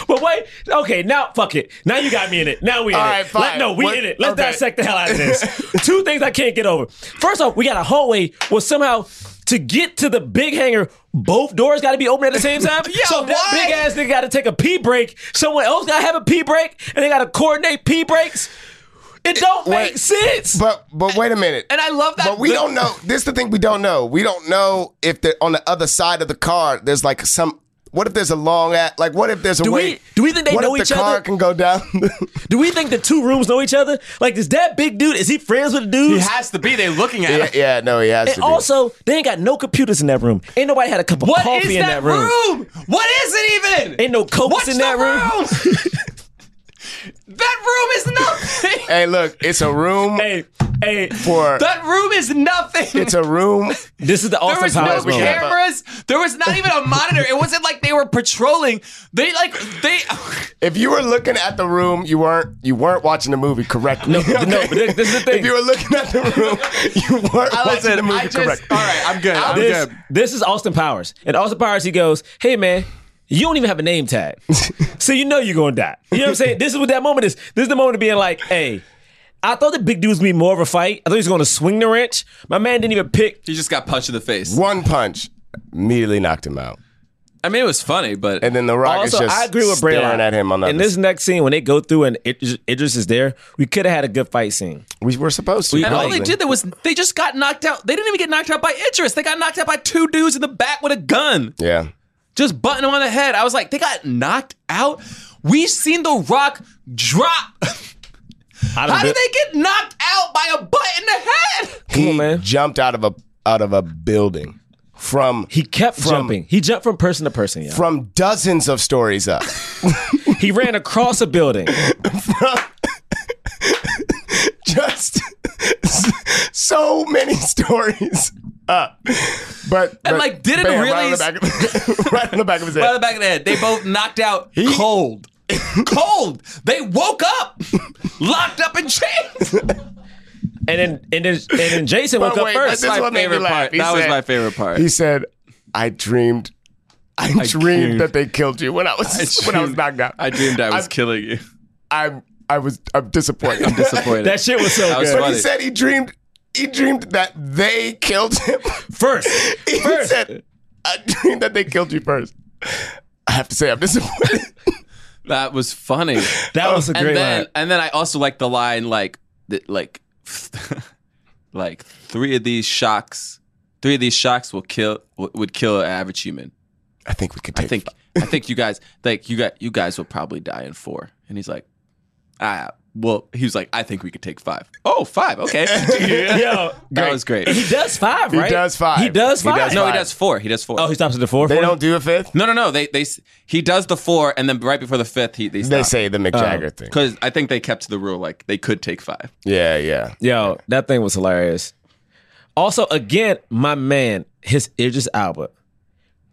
Speaker 2: But wait, okay, now fuck it. Now you got me in it. Now we in
Speaker 4: All
Speaker 2: it.
Speaker 4: right, fine.
Speaker 2: Let- no, we
Speaker 4: What-
Speaker 2: in it. Let's
Speaker 4: okay.
Speaker 2: dissect the hell out of this. Two things I can't get over. First off, we got a hallway where somehow to get to the big hangar, both doors got to be open at the same time.
Speaker 3: Yeah,
Speaker 2: so that
Speaker 3: why?
Speaker 2: big ass nigga got to take a pee break. Someone else got to have a pee break, and they got to coordinate pee breaks. It don't
Speaker 4: wait,
Speaker 2: make sense.
Speaker 4: but but wait a minute.
Speaker 3: And I love that.
Speaker 4: But we
Speaker 3: the-
Speaker 4: don't know. This is the thing we don't know. We don't know if the, on the other side of the car there's like some. What if there's a long at? Like what if there's a
Speaker 2: Do
Speaker 4: way?
Speaker 2: we- do we think they
Speaker 4: what
Speaker 2: know
Speaker 4: if
Speaker 2: each
Speaker 4: the car
Speaker 2: other?
Speaker 4: can go down?
Speaker 2: Do we think the two rooms know each other? Like, is that big dude? Is he friends with the
Speaker 3: It
Speaker 2: dude?
Speaker 3: has to be. They looking at.
Speaker 4: yeah,
Speaker 3: it.
Speaker 4: yeah, no, he has to
Speaker 2: And
Speaker 4: be.
Speaker 2: also, they ain't got no computers in that room. Ain't nobody had a cup of
Speaker 3: What is
Speaker 2: coffee in that room.
Speaker 3: What is it even?
Speaker 2: Ain't no cokes
Speaker 3: What's
Speaker 2: in
Speaker 3: the
Speaker 2: that room.
Speaker 3: room? that room is nothing.
Speaker 4: hey, look, it's a room
Speaker 2: Hey, hey,
Speaker 4: for.
Speaker 3: That room is nothing.
Speaker 4: it's a room.
Speaker 2: this is the
Speaker 3: There
Speaker 2: Austin
Speaker 3: was no
Speaker 2: Powers moment.
Speaker 4: care.
Speaker 3: cameras. There was not even a monitor. It wasn't like they were patrolling. They like they.
Speaker 4: If you were looking at the room, you weren't you weren't watching the movie correctly.
Speaker 2: No, no, but this- this is the thing.
Speaker 4: If you were looking at the room, you weren't
Speaker 3: I
Speaker 4: watching
Speaker 3: listen.
Speaker 4: the movie
Speaker 3: I just.
Speaker 4: correctly.
Speaker 3: All right. I'm good. I'm
Speaker 2: This,
Speaker 3: good.
Speaker 2: this is Austin Powers. And Austin Powers, he goes, hey, man, you don't even have a name tag. so you know you're going to die. You know what I'm saying? This is what that moment is. This is the moment of being like, hey, I thought the big dude was going to be more of a fight. I thought he was going to swing the wrench. My man didn't even pick.
Speaker 3: He just got punched in the face.
Speaker 4: One punch immediately knocked him out,
Speaker 3: I mean, it was funny, but
Speaker 4: and then the rock
Speaker 2: Also,
Speaker 4: is just
Speaker 2: I agree with Bray. a
Speaker 4: staring
Speaker 2: lot.
Speaker 4: at him on the
Speaker 2: In
Speaker 4: other
Speaker 2: this next scene, when they go through and Idris Idris is there, we could have had a good fight scene.
Speaker 4: We were supposed to.
Speaker 3: and all they
Speaker 4: probably.
Speaker 3: did there was they just got knocked out. They didn't even get knocked out by Idris. They got knocked out by two dudes in the back with a gun.
Speaker 4: Yeah.
Speaker 3: Just button him on the head. I was like, they got knocked out. We seen The Rock drop.
Speaker 2: I
Speaker 3: How did they get knocked out by a butt in the head?
Speaker 4: He
Speaker 2: on, man.
Speaker 4: jumped out of a out of a building from
Speaker 2: He kept
Speaker 4: From-
Speaker 2: jumping. He jumped from person to person. Yeah.
Speaker 4: from dozens of stories up.
Speaker 2: he ran across a building.
Speaker 4: Just so many stories up. But
Speaker 3: And, like, didn't
Speaker 4: bam, right on,
Speaker 3: really-
Speaker 4: the back of, right on the back of his
Speaker 3: By the
Speaker 4: head.
Speaker 3: back of the head, they both knocked out cold. cold. They woke up, locked up in chains.
Speaker 2: And then and then and then Jason woke up
Speaker 4: But Oh, wait,
Speaker 2: first.
Speaker 4: this
Speaker 2: Like,
Speaker 4: is what made me
Speaker 3: favorite
Speaker 4: laugh.
Speaker 3: part.
Speaker 4: He
Speaker 3: That was
Speaker 4: said-
Speaker 3: my favorite part.
Speaker 4: He said, "I dreamed." I, dreamed,
Speaker 3: dreamed-
Speaker 4: that they killed you when I was when I was
Speaker 3: dreamed-
Speaker 4: knocked out.
Speaker 3: I dreamed I was
Speaker 4: I'm-
Speaker 3: killing you.
Speaker 4: I'm I was I'm disappointed.
Speaker 3: I'm disappointed.
Speaker 2: that shit was so
Speaker 3: That was
Speaker 2: good.
Speaker 4: but he
Speaker 3: funny.
Speaker 4: said he dreamed he dreamed that they killed him.
Speaker 2: First,
Speaker 4: he
Speaker 2: first.
Speaker 4: said, "I dreamed that they killed you first. I have to say I'm disappointed.
Speaker 3: That was funny.
Speaker 4: Oh.
Speaker 2: that was a
Speaker 3: and
Speaker 2: great
Speaker 3: then
Speaker 2: line.
Speaker 3: and then I also like the line like th- like like three of these shocks, three of these shocks will kill w- would kill an average human.
Speaker 4: I think we could
Speaker 3: I
Speaker 4: take.
Speaker 3: think I think you guys like you got you guys will probably die in four. And he's like, ah, well, he was like, I think we could take five. Oh, five, okay.
Speaker 2: Yo,
Speaker 3: that was great.
Speaker 2: he does five,
Speaker 4: He
Speaker 2: right?
Speaker 4: does five.
Speaker 2: He does
Speaker 4: He
Speaker 2: five.
Speaker 4: does
Speaker 3: No, he
Speaker 4: five.
Speaker 3: does four. He does four.
Speaker 2: Oh, he stops at the fourth.
Speaker 4: They
Speaker 2: one?
Speaker 4: don't do a fifth.
Speaker 3: no, no, no. They they s- he does the four, and then right before the fifth, he they,
Speaker 4: They say the Mick
Speaker 3: Oh.
Speaker 4: Jagger thing.
Speaker 3: because I think they kept to the rule like they could take five.
Speaker 4: Yeah, yeah.
Speaker 2: Yo, that thing was hilarious. Also, again, my man, his Idris Alba,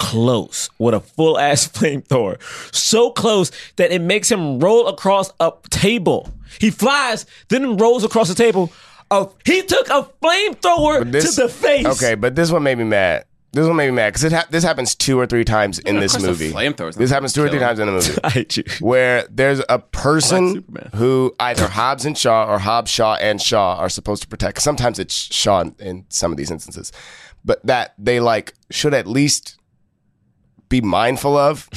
Speaker 2: close with a full ass flamethrower. So close that it makes him roll across a table. He flies, then rolls across the table. Oh, he took a flamethrower
Speaker 4: This-
Speaker 2: to the face.
Speaker 4: Okay, but this one made me mad. This one made me mad because it ha- this happens two or three times in this
Speaker 3: course a
Speaker 4: movie.
Speaker 3: flamethrower's not
Speaker 4: This happens two or three
Speaker 3: gonna
Speaker 4: times in the movie.
Speaker 2: I hate you.
Speaker 4: where there's a person
Speaker 3: Superman.
Speaker 4: who either Hobbs and Shaw or Hobbs, Shaw, and Shaw are supposed to protect. Sometimes it's Shaw in, in some of these instances, but that they like should at least be mindful of,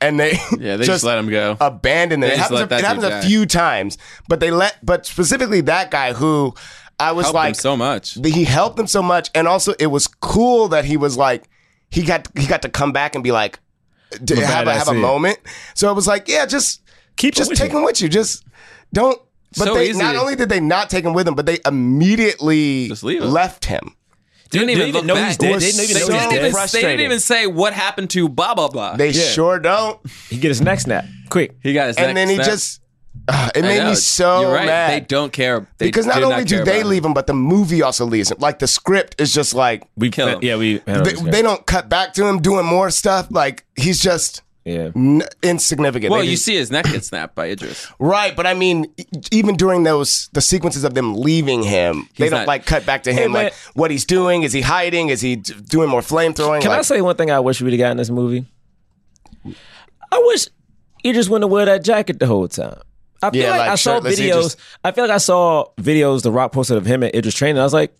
Speaker 4: and they
Speaker 3: Yeah, they just, let him go.
Speaker 4: abandon them.
Speaker 3: They
Speaker 4: It
Speaker 3: just
Speaker 4: happens,
Speaker 3: let
Speaker 4: a,
Speaker 3: that
Speaker 4: it happens
Speaker 3: dude
Speaker 4: a
Speaker 3: die.
Speaker 4: few times, but they let but specifically that guy who I was
Speaker 3: Helped him
Speaker 4: like
Speaker 3: so much.
Speaker 4: he helped them so much, and also it was cool that he was like he got he got to come back and be like to
Speaker 2: a
Speaker 4: have a,
Speaker 2: badass
Speaker 4: have a
Speaker 2: here.
Speaker 4: moment. So it was like yeah, just
Speaker 2: Keep
Speaker 4: just
Speaker 2: it with
Speaker 4: take
Speaker 2: you.
Speaker 4: him with you. Just don't. But
Speaker 3: So
Speaker 4: they
Speaker 3: easy.
Speaker 4: not only did they not take him with them, but they immediately
Speaker 3: Just leave him.
Speaker 4: left him.
Speaker 3: Didn't
Speaker 2: They didn't know he's dead. They didn't even
Speaker 3: They
Speaker 2: know
Speaker 4: so
Speaker 2: he's
Speaker 3: didn't
Speaker 2: dead.
Speaker 3: even- they didn't even say what happened to blah blah blah.
Speaker 4: They sure don't.
Speaker 2: He get his neck snapped quick.
Speaker 3: he got his neck
Speaker 4: and then he
Speaker 3: snapped.
Speaker 4: just uh, it
Speaker 3: I
Speaker 4: made
Speaker 3: know.
Speaker 4: me so
Speaker 3: You're right.
Speaker 4: mad.
Speaker 3: They don't care They
Speaker 4: because not
Speaker 3: did
Speaker 4: only do
Speaker 3: care
Speaker 4: they
Speaker 3: about
Speaker 4: leave him, but the movie also leaves him. Like the script is just like
Speaker 2: We
Speaker 3: Kill him.
Speaker 2: Yeah, we. I don't
Speaker 4: they,
Speaker 2: understand.
Speaker 4: they don't cut back to him doing more stuff. Like he's just
Speaker 2: yeah.
Speaker 4: n- insignificant.
Speaker 3: Well,
Speaker 4: They
Speaker 3: you
Speaker 4: just-
Speaker 3: see his neck get snapped by Idris.
Speaker 4: right? But I mean, e- even during those the sequences of them leaving him, they
Speaker 3: He's
Speaker 4: don't
Speaker 3: not-
Speaker 4: like cut back to him.
Speaker 2: man.
Speaker 4: like what he's doing? Is he hiding? Is he d- doing more flamethrowing?
Speaker 2: Can
Speaker 4: like,
Speaker 2: I say one thing I wish we'd have got in this movie? I wish you just wouldn't have wear that jacket the whole time. I feel
Speaker 4: Yeah,
Speaker 2: like,
Speaker 4: like
Speaker 2: I saw
Speaker 4: shirtless, he
Speaker 2: videos.
Speaker 4: just-
Speaker 2: I feel like I saw videos the Rock posted of him at Idris training. I was like,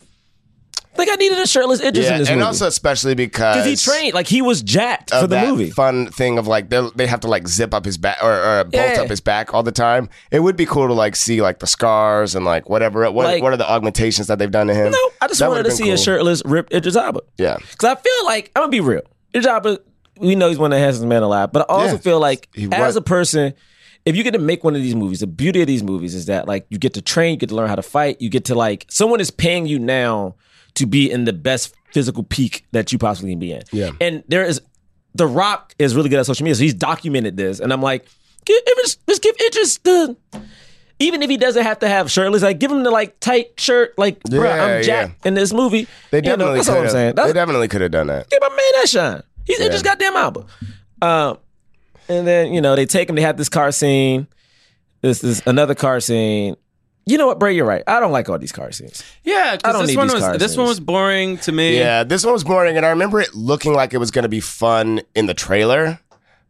Speaker 2: I think I needed a shirtless Idris
Speaker 4: Yeah,
Speaker 2: in
Speaker 4: and
Speaker 2: this movie
Speaker 4: also especially because
Speaker 2: because he trained like he was jacked
Speaker 4: of
Speaker 2: for the
Speaker 4: that
Speaker 2: movie.
Speaker 4: Fun thing of like they they have to like zip up his back or, or bolt
Speaker 2: Yeah.
Speaker 4: up his back all the time. It would be cool to like see like the scars and like whatever. What
Speaker 2: Like-
Speaker 4: what are the augmentations that they've done to him?
Speaker 2: No, I just
Speaker 4: That
Speaker 2: wanted
Speaker 4: would've
Speaker 2: to
Speaker 4: been
Speaker 2: see
Speaker 4: cool.
Speaker 2: a shirtless ripped Idris Elba.
Speaker 4: Yeah.
Speaker 2: because I feel like I'm gonna be real. Idris Elba, we know he's one of the handsomest men alive, but I also
Speaker 4: Yeah.
Speaker 2: feel like
Speaker 4: He
Speaker 2: as
Speaker 4: was-
Speaker 2: a person, if you get to make one of these movies, the beauty of these movies is that like you get to train, you get to learn how to fight, you get to like someone is paying you now to be in the best physical peak that you possibly can be in.
Speaker 4: Yeah.
Speaker 2: and there is the Rock is really good at social media, so he's documented this, and I'm like, give, Idris- just give Idris the. Even if he doesn't have to have shirtless, like give him the like tight shirt, like bro,
Speaker 4: Yeah, yeah.
Speaker 2: I'm jacked in this movie.
Speaker 4: They
Speaker 2: You know,
Speaker 4: definitely
Speaker 2: that's all I'm
Speaker 4: could've-
Speaker 2: saying.
Speaker 4: They
Speaker 2: That's,
Speaker 4: definitely could have done that.
Speaker 2: give my man that shine. He's it just goddamn Alba. Um, and then you know they take him. They have this car scene. This is another car scene. You know what, Bray? You're right. I don't like all these car scenes.
Speaker 3: Yeah,
Speaker 2: I don't
Speaker 3: because this
Speaker 2: need
Speaker 3: one
Speaker 2: these
Speaker 3: was
Speaker 2: car
Speaker 3: this one
Speaker 2: scenes.
Speaker 3: was boring to me.
Speaker 4: Yeah, this one was boring, and I remember it looking like it was going to be fun in the trailer,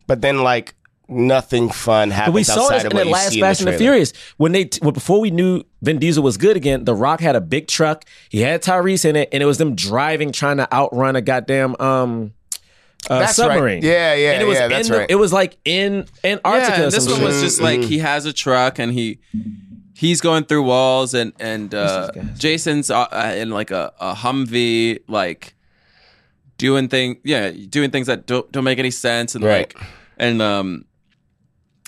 Speaker 4: but then like nothing fun
Speaker 2: But
Speaker 4: happens
Speaker 2: we saw
Speaker 4: outside
Speaker 2: this
Speaker 4: of
Speaker 2: in
Speaker 4: what
Speaker 2: the
Speaker 4: you
Speaker 2: last
Speaker 4: see
Speaker 2: Fast
Speaker 4: in
Speaker 2: and
Speaker 4: the
Speaker 2: the
Speaker 4: trailer.
Speaker 2: Furious when they well, before we knew Vin Diesel was good again. The Rock had a big truck. He had Tyrese in it, and it was them driving trying to outrun a goddamn um uh,
Speaker 4: That's right.
Speaker 2: submarine.
Speaker 4: Yeah, yeah,
Speaker 2: and it was
Speaker 4: yeah,
Speaker 2: in
Speaker 4: that's
Speaker 2: the,
Speaker 4: right.
Speaker 2: It was like in Antarctica.
Speaker 3: Yeah,
Speaker 2: or
Speaker 3: and this
Speaker 2: some
Speaker 3: one
Speaker 2: shit.
Speaker 3: was just like
Speaker 7: Mm-hmm.
Speaker 3: he has a truck and he he's going through walls and and uh, Jason's uh, uh, in like a, a Humvee like doing thing yeah doing things that don't don't make any sense and
Speaker 4: Right.
Speaker 3: like and um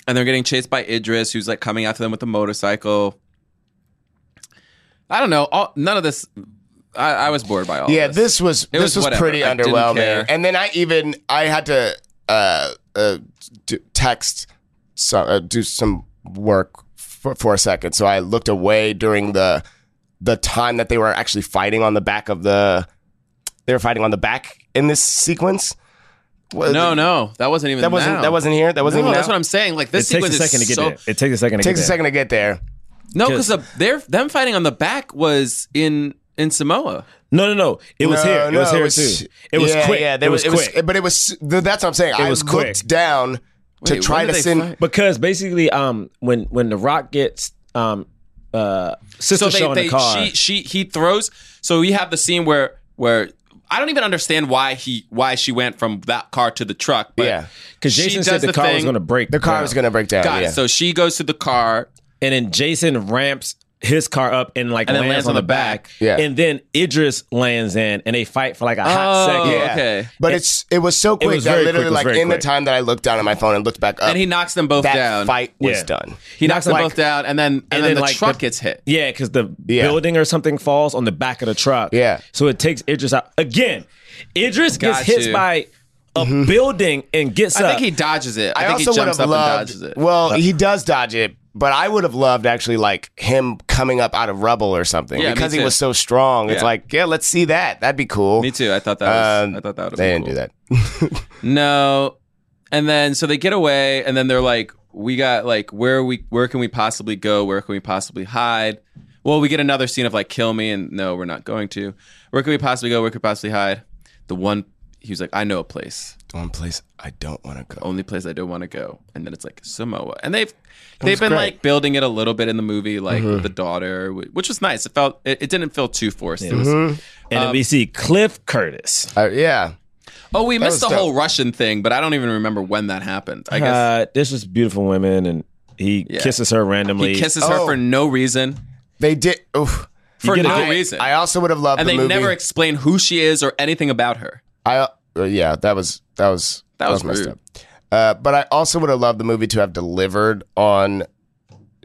Speaker 3: and they're getting chased by Idris who's like coming after them with a motorcycle. I don't know. All, none of this. I, I was bored by all.
Speaker 4: Yeah,
Speaker 3: this.
Speaker 4: this was
Speaker 3: It
Speaker 4: this
Speaker 3: was
Speaker 4: was,
Speaker 3: whatever.
Speaker 4: pretty
Speaker 3: I didn't care.
Speaker 4: underwhelming. And then I even I had to uh, uh d- text so, uh, do some work for, for a second, so I looked away during the the time that they were actually fighting on the back of the they were fighting on the back in this sequence. What-
Speaker 7: No, no, that wasn't even
Speaker 4: that wasn't
Speaker 7: now.
Speaker 4: that wasn't here. That
Speaker 7: No,
Speaker 4: wasn't. even
Speaker 7: that's
Speaker 4: now?
Speaker 7: what I'm saying. Like this
Speaker 2: it takes a
Speaker 7: sequence
Speaker 2: second to
Speaker 7: is
Speaker 2: get
Speaker 7: so
Speaker 2: there. It takes a second to
Speaker 4: Takes
Speaker 2: get there.
Speaker 4: a second to get there.
Speaker 7: no, because
Speaker 2: Just-
Speaker 7: Oh, they're them fighting on the back was in in Samoa.
Speaker 2: No, no, no. It was
Speaker 4: No,
Speaker 2: here.
Speaker 4: no,
Speaker 2: it was here too. It was
Speaker 4: yeah,
Speaker 2: quick.
Speaker 4: Yeah, there
Speaker 2: it was, quick.
Speaker 4: but it was. th- That's what I'm saying. I
Speaker 2: was
Speaker 4: looked
Speaker 2: quick.
Speaker 4: down to
Speaker 7: Wait,
Speaker 4: try
Speaker 7: when
Speaker 4: to
Speaker 7: did they
Speaker 4: send.
Speaker 7: fight?
Speaker 2: because basically, um, when when the Rock gets um, uh, sister
Speaker 7: so
Speaker 2: show
Speaker 7: they,
Speaker 2: in
Speaker 7: they
Speaker 2: the car,
Speaker 7: she she he throws so we have the scene where where I don't even understand why he why she went from that car to the truck but
Speaker 4: Yeah.
Speaker 2: because
Speaker 7: she
Speaker 2: Jason
Speaker 7: does
Speaker 2: said the,
Speaker 7: the
Speaker 2: car was
Speaker 7: thing-
Speaker 2: going to break.
Speaker 4: The car
Speaker 2: down.
Speaker 4: was going to break down.
Speaker 7: God,
Speaker 4: yeah.
Speaker 7: so she goes to the car
Speaker 2: and then Jason ramps his car up and like
Speaker 7: And then
Speaker 2: lands, on, the back.
Speaker 4: Yeah.
Speaker 2: and then Idris lands in and they fight for like a hot
Speaker 7: Oh,
Speaker 2: second.
Speaker 7: yeah. okay.
Speaker 4: But it's it was so quick
Speaker 2: was
Speaker 4: that
Speaker 2: very
Speaker 4: literally
Speaker 2: quick, it was
Speaker 4: like
Speaker 2: very
Speaker 4: in
Speaker 2: quick.
Speaker 4: the time that I looked down at my phone and looked back up,
Speaker 7: and he knocks them both
Speaker 4: that
Speaker 7: down
Speaker 4: fight was
Speaker 2: Yeah.
Speaker 4: done.
Speaker 7: he knocks them
Speaker 4: like-
Speaker 7: both down and then and, then,
Speaker 2: then,
Speaker 7: the
Speaker 2: like,
Speaker 7: truck
Speaker 2: the-
Speaker 7: gets hit
Speaker 2: Yeah, because the
Speaker 4: Yeah.
Speaker 2: building or something falls on the back of the truck.
Speaker 4: Yeah.
Speaker 2: So it takes Idris out. Again, Idris gets
Speaker 7: Got
Speaker 2: hit
Speaker 7: you. Mm-hmm.
Speaker 2: by a building and gets
Speaker 7: I
Speaker 2: up.
Speaker 7: think he dodges it I,
Speaker 4: I,
Speaker 7: think
Speaker 4: also
Speaker 7: he
Speaker 4: would
Speaker 7: jumps
Speaker 4: have
Speaker 7: up
Speaker 4: loved.
Speaker 7: and dodges it
Speaker 4: Well, he does dodge it, but I would have loved actually like him coming up out of rubble or something
Speaker 7: Yeah, me
Speaker 4: because he
Speaker 7: too.
Speaker 4: was so strong. It's
Speaker 7: Yeah.
Speaker 4: like yeah, let's see that. That'd be cool.
Speaker 7: me too I thought that was
Speaker 4: Um,
Speaker 7: I thought that was
Speaker 4: they didn't
Speaker 7: cool.
Speaker 4: do that.
Speaker 7: No. And then so they get away and then they're like, we got like where we where can we possibly go? Where can we possibly hide? Well, we get another scene of like kill me and no, we're not going to. Where can we possibly go? Where could we possibly hide? The one he was like, I know a place.
Speaker 4: One place I don't want to go.
Speaker 7: Only place I don't want to go. And then it's like Samoa. And they've they've
Speaker 4: was
Speaker 7: been
Speaker 4: great.
Speaker 7: like building it a little bit in the movie, like
Speaker 2: Mm-hmm.
Speaker 7: with the daughter, wh- which was nice. It felt it, it didn't feel too forced. It was
Speaker 2: and
Speaker 7: Mm-hmm.
Speaker 2: then we
Speaker 7: Um,
Speaker 2: see Cliff Curtis.
Speaker 4: Uh, yeah,
Speaker 7: Oh, we missed the
Speaker 4: was
Speaker 7: whole Russian thing, but I don't even remember when that happened. I guess
Speaker 2: Uh, this is beautiful women, and he
Speaker 7: Yeah.
Speaker 2: kisses her randomly.
Speaker 7: he kisses her
Speaker 4: Oh.
Speaker 7: for no reason.
Speaker 4: they did. Oof.
Speaker 7: for
Speaker 2: get a
Speaker 7: no
Speaker 2: good-
Speaker 7: reason.
Speaker 4: I also would have loved
Speaker 7: and
Speaker 4: the
Speaker 7: they
Speaker 4: movie.
Speaker 7: never explain who she is or anything about her.
Speaker 4: I uh, yeah, that was that was
Speaker 7: That was
Speaker 4: messed
Speaker 7: rude.
Speaker 4: up. Uh, but I also would have loved the movie to have delivered on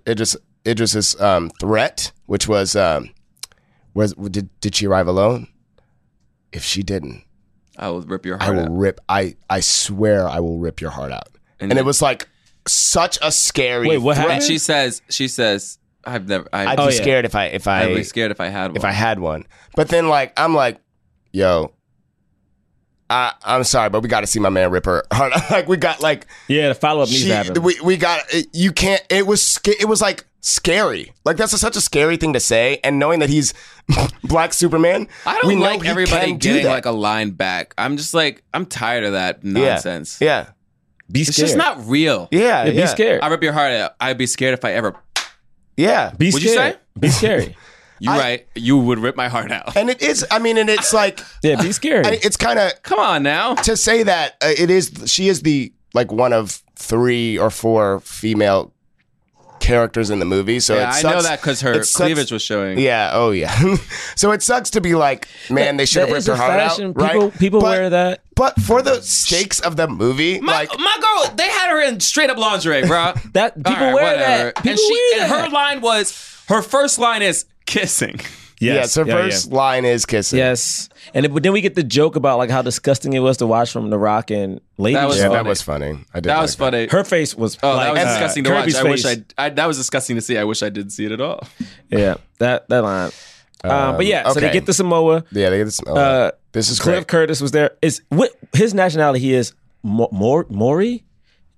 Speaker 4: Idris Idris's um, threat, which was um, was did did she arrive alone? If she didn't,
Speaker 7: I will rip your
Speaker 4: I
Speaker 7: heart
Speaker 4: will
Speaker 7: out.
Speaker 4: rip. I I swear I will rip your heart out. And, it was like such a scary.
Speaker 2: Wait, what
Speaker 4: threat.
Speaker 2: happened?
Speaker 7: And she says, she says, I've never, I,
Speaker 4: I'd
Speaker 2: Oh,
Speaker 4: be
Speaker 2: yeah.
Speaker 4: scared if I if I
Speaker 7: I'd be scared if I had one.
Speaker 4: if I had one. But then like I'm like, yo, I I'm sorry, but we got to see my man rip her heart. out. like we got like
Speaker 2: yeah, the follow up needs
Speaker 4: she
Speaker 2: to happen.
Speaker 4: we we got it- you can't. It was sca- it was like scary. Like that's a, such a scary thing to say, and knowing that he's Black Superman,
Speaker 7: I don't
Speaker 4: we know
Speaker 7: like
Speaker 4: he
Speaker 7: everybody
Speaker 4: can do
Speaker 7: getting
Speaker 4: that.
Speaker 7: like a line back. I'm just like, I'm tired of that nonsense.
Speaker 4: Yeah,
Speaker 2: be
Speaker 7: It's
Speaker 2: scared.
Speaker 7: just not real.
Speaker 2: Yeah,
Speaker 4: yeah, yeah.
Speaker 2: Be scared.
Speaker 7: I rip your heart out. I'd be scared if I ever.
Speaker 4: Yeah,
Speaker 2: Be
Speaker 7: What'd you
Speaker 2: scared. Be scary.
Speaker 7: You
Speaker 4: I-
Speaker 7: right? You would rip my heart out.
Speaker 4: and it is. I mean, and it's like
Speaker 2: Yeah, be scary.
Speaker 4: I- it's kind of
Speaker 7: Come on now.
Speaker 4: to say that uh, it is she is the like one of three or four female characters in the movie so
Speaker 7: Yeah,
Speaker 4: it
Speaker 7: I
Speaker 4: sucks-
Speaker 7: know that because her
Speaker 4: it sucks-
Speaker 7: cleavage was showing.
Speaker 4: yeah oh yeah so it sucks to be like man they should have
Speaker 2: That
Speaker 4: ripped
Speaker 2: is a
Speaker 4: her heart
Speaker 2: fashion.
Speaker 4: out right
Speaker 2: People, people
Speaker 4: but,
Speaker 2: wear that.
Speaker 4: but for the stakes of the movie
Speaker 7: My,
Speaker 4: like
Speaker 7: my girl, they had her in straight up lingerie, bro.
Speaker 2: That- people wear that. People
Speaker 7: and she,
Speaker 2: wear
Speaker 7: and
Speaker 2: that.
Speaker 7: her line was, her first line is kissing.
Speaker 2: Yes.
Speaker 4: yeah, so
Speaker 2: Yeah, yeah.
Speaker 4: first line is kissing
Speaker 2: Yes, and it, but then we get the joke about like how disgusting it was to watch from The Rock and Lady.
Speaker 7: That was
Speaker 4: yeah
Speaker 2: Show.
Speaker 4: that
Speaker 7: funny.
Speaker 4: was funny i did
Speaker 7: That
Speaker 4: like
Speaker 7: was funny.
Speaker 2: Her face was
Speaker 7: oh,
Speaker 2: like,
Speaker 7: that was
Speaker 2: uh,
Speaker 7: disgusting to
Speaker 2: Kirby's
Speaker 7: watch. I wish
Speaker 2: face.
Speaker 7: I, I that was disgusting to see. I wish I didn't see it at all.
Speaker 2: Yeah, that that line. Um, but yeah, so they
Speaker 4: Uh, okay.
Speaker 2: get to Samoa.
Speaker 4: yeah they get this oh,
Speaker 2: Uh,
Speaker 4: this is
Speaker 2: Cliff
Speaker 4: great.
Speaker 2: Curtis was there. Is what his nationality? He is Mo- Mor- Mori,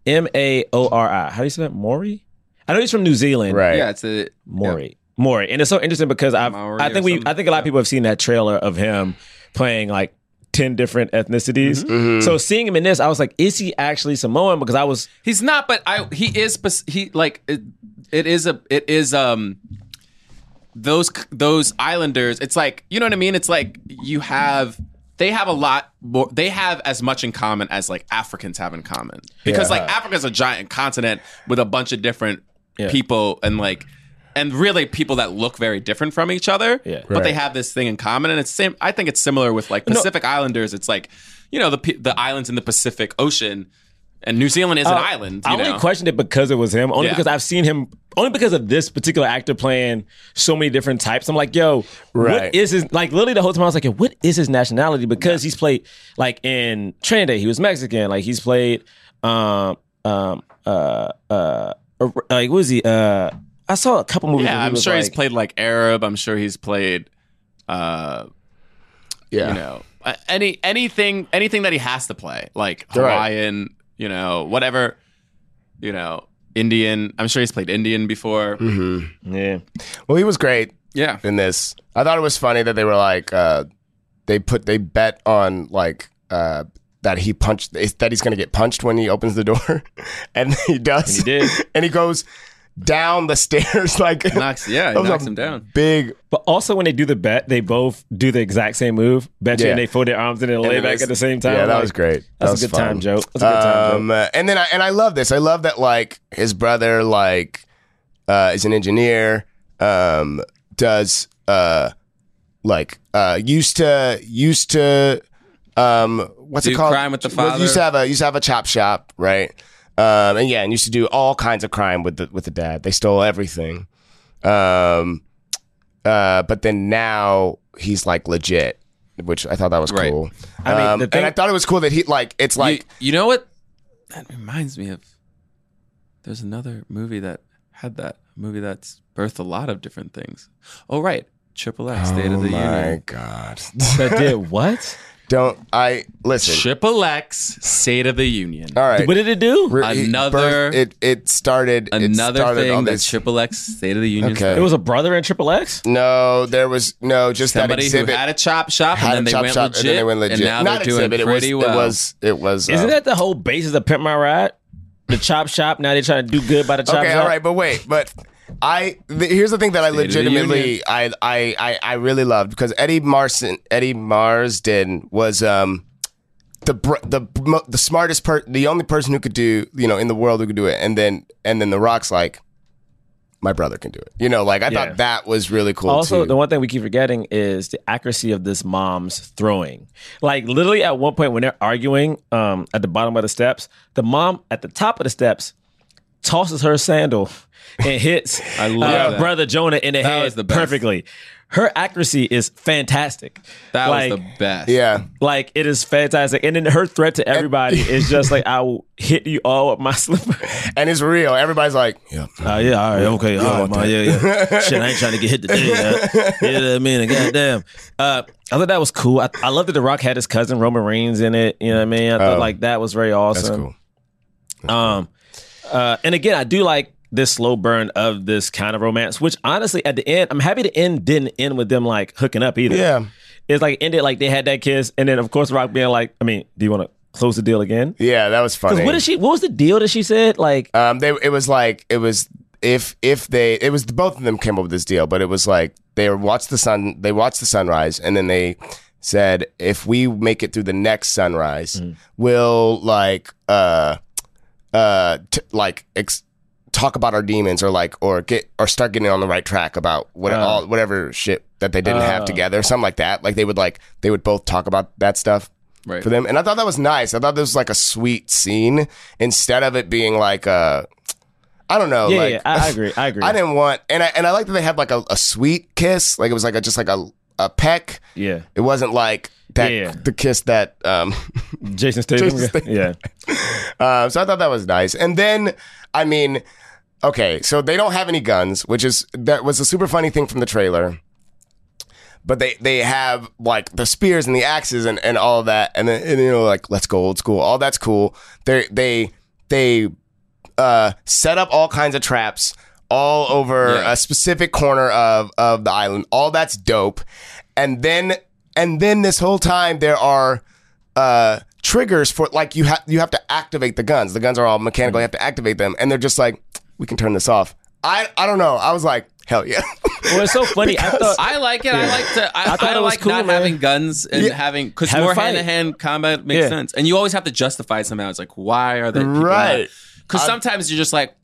Speaker 2: M A O R I. How do you say that? Mori. I know he's from New Zealand.
Speaker 4: right
Speaker 7: Yeah, it's a
Speaker 2: Maury. Maury. And it's so interesting because I've,
Speaker 7: Maori
Speaker 2: I
Speaker 7: or
Speaker 2: think we
Speaker 7: something.
Speaker 2: I think a lot of people have seen that trailer of him playing like 10 different ethnicities. So seeing him in this, I was like, is he actually Samoan? Because I was
Speaker 7: He's not, but I he is. spec- He like it, it is a it is um those those islanders. It's like you know what I mean. It's like you have they have a lot more. They have as much in common as like Africans have in common because like Africa's a giant continent with a bunch of different
Speaker 2: Yeah.
Speaker 7: people and like. And really, people that look very different from each other,
Speaker 2: Yeah.
Speaker 7: but they
Speaker 4: Right.
Speaker 7: have this thing in common, and it's same. I think it's similar with like Pacific Islanders. It's like, you know, the pe- the islands in the Pacific Ocean, and New Zealand is an
Speaker 2: Uh,
Speaker 7: island.
Speaker 2: I
Speaker 7: You
Speaker 2: only
Speaker 7: know?
Speaker 2: questioned it because it was him. Only
Speaker 7: Yeah.
Speaker 2: because I've seen him. Only because of this particular actor playing so many different types. I'm like, yo, what
Speaker 4: Right.
Speaker 2: is his? Like literally the whole time I was like, yo, what is his nationality? Because he's played like in Trinidad, he was Mexican. Like he's played, um, um, uh, uh, or- like what was he? Uh, I saw a couple movies. where
Speaker 7: yeah,
Speaker 2: he
Speaker 7: I'm
Speaker 2: was
Speaker 7: sure he's
Speaker 2: like-
Speaker 7: played like Arab. I'm sure he's played, uh,
Speaker 4: yeah
Speaker 7: you know, uh, any anything anything that he has to play, like
Speaker 4: You're right.
Speaker 7: Hawaiian, you know, whatever, you know, Indian. I'm sure he's played Indian before.
Speaker 2: Yeah.
Speaker 4: Well, he was great
Speaker 3: Mm-hmm. Yeah.
Speaker 4: in this. I thought it was funny that they were like, uh, they put they bet on like uh, that he punched that he's gonna get punched when he opens the door, and he does.
Speaker 2: And he did.
Speaker 4: and he goes down the stairs like
Speaker 3: Knocks, yeah,
Speaker 4: That
Speaker 3: he
Speaker 4: was
Speaker 3: knocks
Speaker 4: a
Speaker 3: him down.
Speaker 4: Big
Speaker 2: But also when they do the bet, they both do the exact same move. Bet you
Speaker 4: Yeah.
Speaker 2: and they fold their arms and then lay
Speaker 4: then
Speaker 2: back
Speaker 4: it's-
Speaker 2: at the same time.
Speaker 4: Yeah, that
Speaker 2: Like,
Speaker 4: was great. That
Speaker 2: That's
Speaker 4: was
Speaker 2: a good
Speaker 4: fun.
Speaker 2: time joke. That's a good time joke.
Speaker 4: Um, uh, and then I, and I love this. I love that like his brother like uh, is an engineer. Um, does uh, like uh, used to used to um, what's
Speaker 3: Do
Speaker 4: it called?
Speaker 3: crime with the
Speaker 4: Well,
Speaker 3: father.
Speaker 4: Used to have a used to have a chop shop, right? Um, and yeah, and used to do all kinds of crime with the with the dad. They stole everything. Um, uh, but then now he's like legit, which I thought that was
Speaker 3: Right.
Speaker 4: cool.
Speaker 2: I mean,
Speaker 4: Um,
Speaker 2: the thing-
Speaker 4: and I thought it was cool that he like it's like
Speaker 3: you, you know what? That reminds me of. There's another movie that had that a movie that's birthed a lot of different things. Oh right, Triple X, State of the Union.
Speaker 4: god!
Speaker 2: That did what?
Speaker 4: Don't I listen?
Speaker 3: Triple X, State of the Union.
Speaker 4: All right.
Speaker 2: What did it do?
Speaker 4: Re- it
Speaker 3: Another-
Speaker 4: birth- It it started. it
Speaker 3: Another
Speaker 4: started all
Speaker 3: thing that
Speaker 4: this-
Speaker 3: Triple X, State of the Union.
Speaker 4: Okay.
Speaker 2: It was a brother in Triple X?
Speaker 4: No, there was no just
Speaker 3: Somebody
Speaker 4: that
Speaker 3: who
Speaker 4: exhibit.
Speaker 3: had a chop shop
Speaker 4: had
Speaker 3: and
Speaker 4: a
Speaker 3: then, they
Speaker 4: chop
Speaker 3: went
Speaker 4: shop,
Speaker 3: legit,
Speaker 4: and then they went legit.
Speaker 3: and now
Speaker 4: Not
Speaker 3: they're doing
Speaker 4: exhibit. It was,
Speaker 3: pretty well.
Speaker 4: It was. It was.
Speaker 2: Isn't
Speaker 4: um,
Speaker 2: that the whole basis of Pimp My Ride? The chop shop. Now they're trying to do good by the chop
Speaker 4: okay?
Speaker 2: shop.
Speaker 4: All right, but wait, but. I the, here's the thing that I
Speaker 3: State of the Union.
Speaker 4: legitimately I, I I I really loved because Eddie Marson Eddie Marsden was um the br- the mo- the smartest per the only person who could do you know in the world who could do it and then and then the rock's like my brother can do it you know like I
Speaker 2: Yeah.
Speaker 4: thought that was really cool
Speaker 2: Also,
Speaker 4: too.
Speaker 2: the one thing we keep forgetting is the accuracy of this mom's throwing. Like literally, at one point when they're arguing um, at the bottom of the steps, the mom at the top of the steps tosses her sandal and hits
Speaker 3: I love
Speaker 2: uh,
Speaker 3: that.
Speaker 2: brother Jonah in the
Speaker 3: That
Speaker 2: head
Speaker 3: was the best.
Speaker 2: perfectly. Her accuracy is fantastic.
Speaker 3: That
Speaker 2: like,
Speaker 3: was the best.
Speaker 4: yeah
Speaker 2: like it is fantastic, and then her threat to everybody is just like I will hit you all with my slipper.
Speaker 4: and it's real everybody's like yeah
Speaker 2: Oh yeah, all right, okay, all right, man, yeah, yeah. Shit, I ain't trying to get hit today. Yeah, you know what I mean? And Goddamn. Uh, I thought that was cool. I, I love that The Rock had his cousin Roman Reigns in it. You know what I mean? I thought
Speaker 4: Oh.
Speaker 2: like that was very awesome.
Speaker 4: that's cool
Speaker 2: Um, uh, and again, I do like this slow burn of this kind of romance, which honestly, at the end, I'm happy the end didn't end with them like hooking up either.
Speaker 4: yeah
Speaker 2: it's like it ended like they had that kiss, and then of course Rock being like, I mean, do you want to close the deal again?
Speaker 4: yeah that was funny
Speaker 2: Because what did she? What was the deal that she said? Like,
Speaker 4: Um, they it was like it was if if they it was both of them came up with this deal, but it was like they watched the sun they watched the sunrise and then they said if we make it through the next sunrise, we'll like uh uh t- like ex- talk about our demons or like or get or start getting on the right track about
Speaker 2: Uh.
Speaker 4: what all whatever shit that they didn't have together, something like that. Like they would like they would both talk about that stuff
Speaker 3: Right.
Speaker 4: for them. And I thought that was nice. I thought this was like a sweet scene instead of it being like a, I don't know.
Speaker 2: yeah,
Speaker 4: like,
Speaker 2: yeah, I, I agree, I agree.
Speaker 4: I didn't want, and I and I like that they had like a, a sweet kiss. Like it was like a just like a a peck.
Speaker 2: yeah.
Speaker 4: It wasn't like that
Speaker 2: Yeah.
Speaker 4: the kiss that. Um,
Speaker 2: Jason Statham.
Speaker 4: Jason Statham.
Speaker 2: Yeah.
Speaker 4: uh, so I thought that was nice. And then, I mean, okay, so they don't have any guns, which is that was a super funny thing from the trailer. But they, they have like the spears and the axes and, and all of that and then and, you know like let's go old school all that's cool they they they uh, set up all kinds of traps all over
Speaker 3: Yeah.
Speaker 4: a specific corner of of the island all that's dope and then and then this whole time there are uh, triggers for like you have you have to activate the guns. The guns are all mechanical. You have to activate them, and they're just like, we can turn this off. I I don't know. I was like, hell yeah.
Speaker 2: Well, it's so funny. I thought
Speaker 3: I like it. I like to. I,
Speaker 2: I thought
Speaker 3: I
Speaker 2: it was
Speaker 3: like
Speaker 2: cool,
Speaker 3: not
Speaker 2: man.
Speaker 3: having guns and
Speaker 4: Yeah.
Speaker 3: having because
Speaker 2: Have a
Speaker 3: more
Speaker 2: fight.
Speaker 3: hand to hand combat makes
Speaker 2: Yeah.
Speaker 3: sense, and you always have to justify it somehow. It's like why are they
Speaker 4: Right.
Speaker 3: Because
Speaker 4: I-
Speaker 3: sometimes you're just like,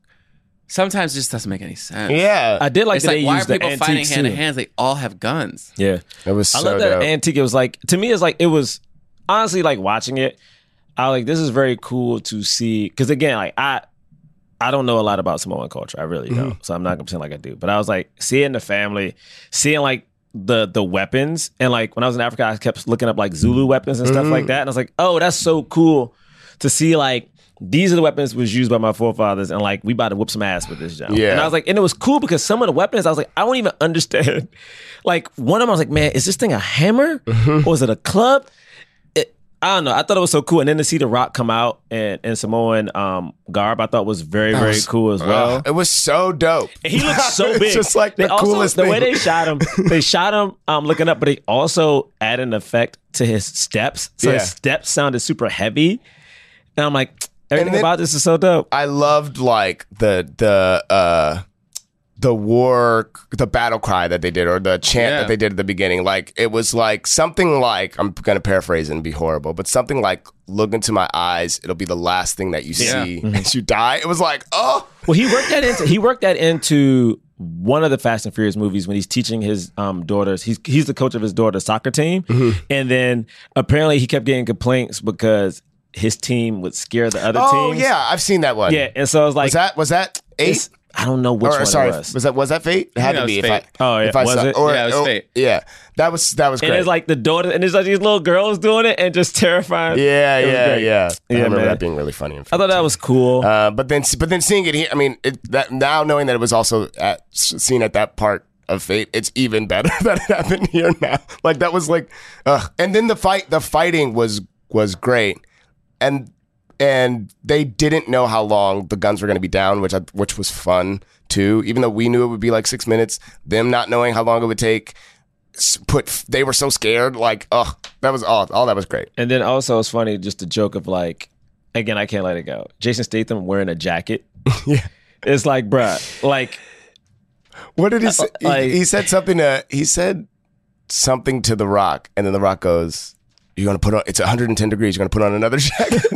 Speaker 3: sometimes it just doesn't make any sense.
Speaker 4: yeah,
Speaker 2: I did like
Speaker 3: it's
Speaker 2: that
Speaker 3: like
Speaker 2: they
Speaker 3: why are
Speaker 2: used the
Speaker 3: people fighting
Speaker 2: antiques
Speaker 3: hand to
Speaker 2: too.
Speaker 3: hands? They all have guns.
Speaker 2: Yeah,
Speaker 4: it was
Speaker 2: I
Speaker 4: so
Speaker 2: love that
Speaker 4: dope.
Speaker 2: antique. It was like to me, it's like it was honestly like watching it. I like this is very cool to see because again, like I. I don't know a lot about Samoan culture. I really don't.
Speaker 4: Mm-hmm.
Speaker 2: So I'm not gonna pretend like I do. But I was like seeing the family, seeing like the the weapons, and like when I was in
Speaker 4: Mm-hmm.
Speaker 2: Africa, I kept looking up like Zulu weapons and stuff like that. And I was like, oh, that's so cool to see like these are the weapons was used by my forefathers, and like we about to whoop some ass with this job.
Speaker 4: Yeah.
Speaker 2: And I was like, and it was cool because some of the weapons, I was like, I don't even understand. Like one of them, I was like, man, is this thing a hammer
Speaker 4: Mm-hmm.
Speaker 2: or is it a club? It, I don't know. I thought it was so cool, and then to see The Rock come out and in Samoan um, garb, I thought was very very cool as well.
Speaker 4: It was so dope.
Speaker 2: And he looks so
Speaker 4: It's
Speaker 2: big.
Speaker 4: just like
Speaker 2: they
Speaker 4: the
Speaker 2: also,
Speaker 4: coolest
Speaker 2: The
Speaker 4: thing.
Speaker 2: way they shot him, they shot him um, looking up, but they also added an effect to his steps. So
Speaker 4: Yeah.
Speaker 2: his steps sounded super heavy. And I'm like, everything
Speaker 4: then-
Speaker 2: about this is so dope.
Speaker 4: I loved like the the uh the war the battle cry that they did or the chant
Speaker 6: Yeah.
Speaker 4: that they did at the beginning like it was like something like i'm gonna paraphrase and be horrible but something like look into my eyes it'll be the last thing that you
Speaker 6: Yeah.
Speaker 4: see
Speaker 2: Mm-hmm.
Speaker 4: as you die it was like oh
Speaker 2: Well, he worked that into he worked that into one of the Fast and Furious movies when he's teaching his um, daughters. He's he's the coach of his daughter's soccer team,
Speaker 4: Mm-hmm.
Speaker 2: and then apparently he kept getting complaints because his team would scare the other
Speaker 4: oh
Speaker 2: teams.
Speaker 4: yeah i've seen that one
Speaker 2: yeah. And so I was like,
Speaker 4: was that was that eight
Speaker 2: it's- I don't know which
Speaker 4: or
Speaker 2: one
Speaker 4: sorry
Speaker 2: it was.
Speaker 4: that was that fate it had
Speaker 6: Yeah,
Speaker 4: to
Speaker 6: it
Speaker 4: be
Speaker 6: was
Speaker 4: if I,
Speaker 6: Fate.
Speaker 2: Oh, yeah.
Speaker 4: if I
Speaker 2: Was
Speaker 4: saw,
Speaker 2: it?
Speaker 4: Or,
Speaker 6: Yeah, it was
Speaker 4: or-
Speaker 6: Fate.
Speaker 4: yeah that was that was great
Speaker 2: and it's like the daughter, and it's like these little girls doing it, and just terrifying.
Speaker 4: yeah
Speaker 2: It was
Speaker 4: yeah
Speaker 2: great.
Speaker 4: yeah i
Speaker 2: Yeah,
Speaker 4: remember
Speaker 2: man.
Speaker 4: that being really funny and
Speaker 2: I thought that was cool.
Speaker 4: Uh, but then, but then seeing it here, I mean, it, that now knowing that it was also at, seen at that part of Fate, it's even better that it happened here now. Like that was like, ugh. and then the fight, the fighting was was great, and and they didn't know how long the guns were going to be down, which I, which was fun too. Even though we knew it would be like six minutes, them not knowing how long it would take. s- Put they were so scared, like ugh, that was all. All that was great.
Speaker 2: and then also, it's funny just the joke of like, again, I can't let it go. Jason Statham wearing a jacket.
Speaker 4: Yeah.
Speaker 2: It's like, bruh, like
Speaker 4: What did he say? He-
Speaker 2: Uh, like-
Speaker 4: he, said something to he said something to The Rock, and then The Rock goes, "You're gonna put on it's 110 degrees. You're gonna put on another jacket."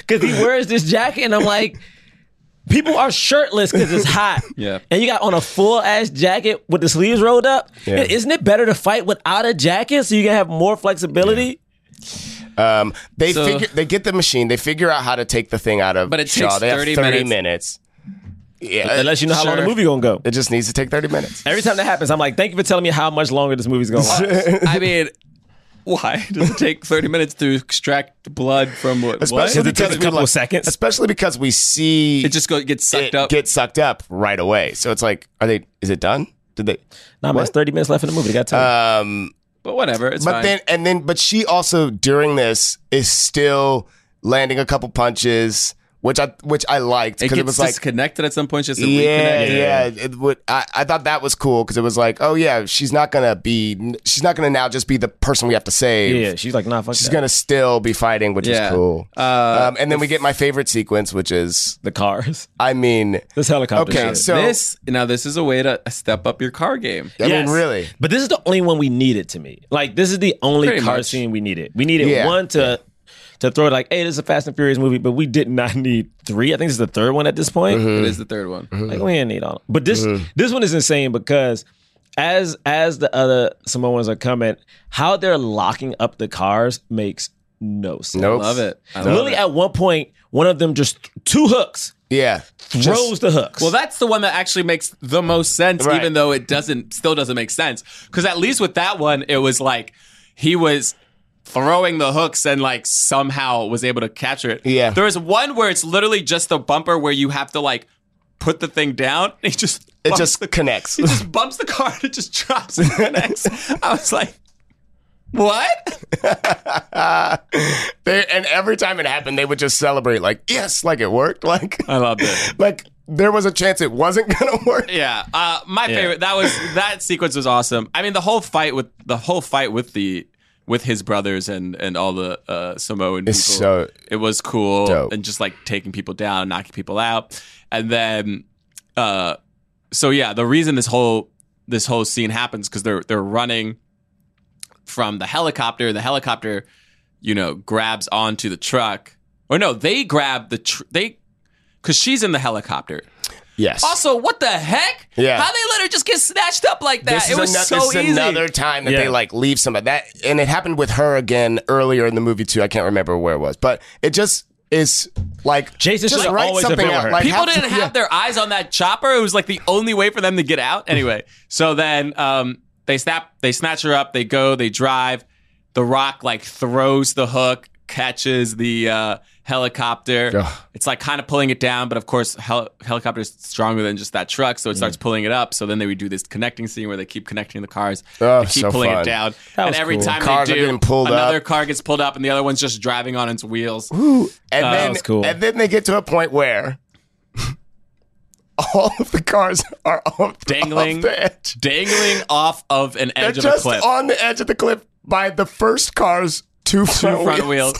Speaker 2: because he wears this jacket, and I'm like, people are shirtless because it's hot.
Speaker 6: Yeah.
Speaker 2: And you got on a full ass jacket with the sleeves rolled up. Isn't it better to fight without a jacket so you can have more flexibility?
Speaker 4: um, they
Speaker 6: So-
Speaker 4: figure they get the machine. They figure out how to take the thing out of.
Speaker 6: But it
Speaker 4: Shaw.
Speaker 6: takes
Speaker 4: They have
Speaker 6: 30
Speaker 4: minutes. Yeah,
Speaker 2: Unless you know how long the
Speaker 6: Sure.
Speaker 2: movie gonna go.
Speaker 4: it just needs to take 30 minutes.
Speaker 2: Every time that happens, I'm like, thank you for telling me how much longer this movie's gonna last.
Speaker 6: I mean, why does it take 30 minutes to extract blood from what? what?
Speaker 4: Especially
Speaker 2: Does it take a
Speaker 4: we,
Speaker 2: couple
Speaker 4: like-
Speaker 2: of seconds?
Speaker 4: Especially because we see
Speaker 6: It just go, gets sucked
Speaker 4: it
Speaker 6: up.
Speaker 4: get sucked up right away. So it's like, are they? Is it done? Did they?
Speaker 2: Nah, man, it's 30 minutes left in the movie. They got time.
Speaker 4: Um,
Speaker 6: but whatever. It's
Speaker 4: but
Speaker 6: fine.
Speaker 4: then and then but she also during this is still landing a couple punches which i which i liked
Speaker 6: it
Speaker 4: because
Speaker 6: gets
Speaker 4: it, was like
Speaker 6: disconnected at some point. Just to
Speaker 4: E- yeah,
Speaker 6: reconnect.
Speaker 4: yeah. It would, I, I thought that was cool because it was like, oh yeah, she's not gonna be, she's not gonna now just be the person we have to save.
Speaker 2: yeah, Uh, she's like, nah, fuck
Speaker 4: she's
Speaker 2: that.
Speaker 4: gonna still be fighting, which
Speaker 6: Yeah.
Speaker 4: is cool.
Speaker 6: Uh,
Speaker 4: um, and then we get my favorite sequence, which is,
Speaker 2: the cars.
Speaker 4: I mean,
Speaker 2: This helicopter.
Speaker 4: Okay,
Speaker 2: shit.
Speaker 4: so-
Speaker 6: this now this is a way to step up your car game.
Speaker 4: I
Speaker 2: Yes.
Speaker 4: mean, really,
Speaker 2: But this is the only one we needed to me. Like this is the only
Speaker 6: Pretty
Speaker 2: car
Speaker 6: much.
Speaker 2: scene we needed. We needed
Speaker 4: Yeah.
Speaker 2: one to to throw it like, hey, this is a Fast and Furious movie, but we did not need three. I think this is the third one at this point.
Speaker 4: Mm-hmm,
Speaker 6: It is the third one.
Speaker 2: Like we didn't need all. But this this one is insane because as as the other Samoans are coming, how they're locking up the cars makes no sense.
Speaker 4: nope.
Speaker 6: Love it. I love
Speaker 2: Literally
Speaker 6: it.
Speaker 2: at one point, one of them just two hooks
Speaker 4: Yeah, Just-
Speaker 2: throws the hooks.
Speaker 6: Well, that's the one that actually makes the most sense,
Speaker 4: Right.
Speaker 6: even though it doesn't still doesn't make sense. Because at least with that one, it was like he was throwing the hooks and like somehow was able to capture it.
Speaker 4: Yeah.
Speaker 6: There is one where it's literally just the bumper where you have to like put the thing down. And it just
Speaker 4: it
Speaker 6: bumps
Speaker 4: just
Speaker 6: the,
Speaker 4: connects.
Speaker 6: he just bumps the car and it just drops and connects. I was like, what?
Speaker 4: They, and every time it happened, they would just celebrate, like yes, like it worked, like
Speaker 6: I loved it.
Speaker 4: like there was a chance it wasn't gonna work.
Speaker 6: Yeah, uh, my favorite. That was that sequence was awesome. I mean, the whole fight with the whole fight with the with his brothers and and all the uh, Samoan
Speaker 4: It's
Speaker 6: people.
Speaker 4: so
Speaker 6: it was cool
Speaker 4: dope.
Speaker 6: and just like taking people down, knocking people out, and then uh, so yeah, the reason this whole this whole scene happens because they're they're running from the helicopter. The helicopter, you know, grabs onto the truck. Or no, they grab the tr- they because she's in the helicopter.
Speaker 4: yes.
Speaker 6: Also, what the heck?
Speaker 4: Yeah.
Speaker 6: How they let her just get snatched up like that?
Speaker 4: this
Speaker 6: it
Speaker 4: is
Speaker 6: was
Speaker 4: ano-
Speaker 6: so
Speaker 4: this is
Speaker 6: easy.
Speaker 4: another time that they
Speaker 2: Yeah.
Speaker 4: like leave somebody that, and it happened with her again earlier in the movie too. I can't remember where it was, but it just is like
Speaker 2: Jason
Speaker 4: just
Speaker 2: should
Speaker 4: write
Speaker 2: always have
Speaker 4: something
Speaker 2: been with
Speaker 4: out.
Speaker 2: her.
Speaker 4: Like,
Speaker 6: People
Speaker 4: have-
Speaker 6: didn't have
Speaker 4: yeah.
Speaker 6: their eyes on that chopper. It was like the only way for them to get out. Anyway, so then um, they snap, they snatch her up. They go, they drive. The Rock like throws the hook, catches the uh, helicopter.
Speaker 4: Ugh.
Speaker 6: It's like kind of pulling it down, but of course, hel- helicopter is stronger than just that truck, so it
Speaker 4: Mm.
Speaker 6: starts pulling it up. So then they would do this connecting scene where they keep connecting the cars,
Speaker 4: Oh,
Speaker 6: they keep
Speaker 4: so
Speaker 6: pulling
Speaker 4: fun.
Speaker 6: it down,
Speaker 2: That
Speaker 6: and
Speaker 2: was
Speaker 6: every
Speaker 2: cool.
Speaker 6: time
Speaker 4: Cars
Speaker 6: they
Speaker 4: are
Speaker 6: do,
Speaker 4: getting pulled
Speaker 6: another
Speaker 4: up.
Speaker 6: car gets pulled up, and the other one's just driving on its wheels.
Speaker 4: And
Speaker 6: Uh,
Speaker 4: then,
Speaker 2: that's cool.
Speaker 4: and then they get to a point where all of the cars are off,
Speaker 6: Dangling.
Speaker 4: off the edge.
Speaker 6: Dangling off of an
Speaker 4: They're
Speaker 6: edge of a
Speaker 4: just
Speaker 6: cliff.
Speaker 4: on the edge of the cliff by the first car's two
Speaker 6: Two
Speaker 4: front,
Speaker 6: front
Speaker 4: wheels.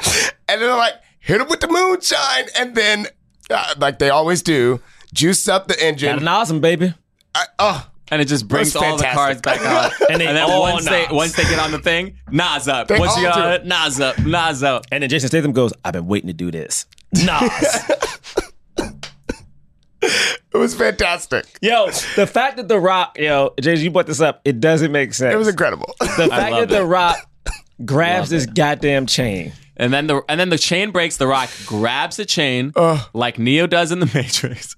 Speaker 6: wheels.
Speaker 4: And they're like, hit them with the moonshine. And then, uh, like they always do, juice up the
Speaker 2: Got an
Speaker 4: engine.
Speaker 2: awesome baby.
Speaker 4: I, oh,
Speaker 6: And it just brings
Speaker 4: That's
Speaker 6: all the cards
Speaker 4: fantastic.
Speaker 6: back on.
Speaker 2: And they
Speaker 6: then
Speaker 2: all
Speaker 6: once they
Speaker 2: knobs.
Speaker 6: once they get on the thing, Nas up.
Speaker 4: They
Speaker 6: once you
Speaker 4: all
Speaker 6: get on
Speaker 4: do.
Speaker 6: it, Nas up, Nas up.
Speaker 2: And then Jason Statham goes, I've been waiting to do this. Nas.
Speaker 4: it was fantastic.
Speaker 2: yo, the fact that The Rock, yo, Jason, you brought this up, it doesn't make sense.
Speaker 4: It was incredible.
Speaker 2: the fact
Speaker 6: love
Speaker 2: that The
Speaker 6: it.
Speaker 2: Rock grabs this goddamn chain.
Speaker 6: And then the and then the chain breaks. The Rock grabs the chain like Neo does in the Matrix.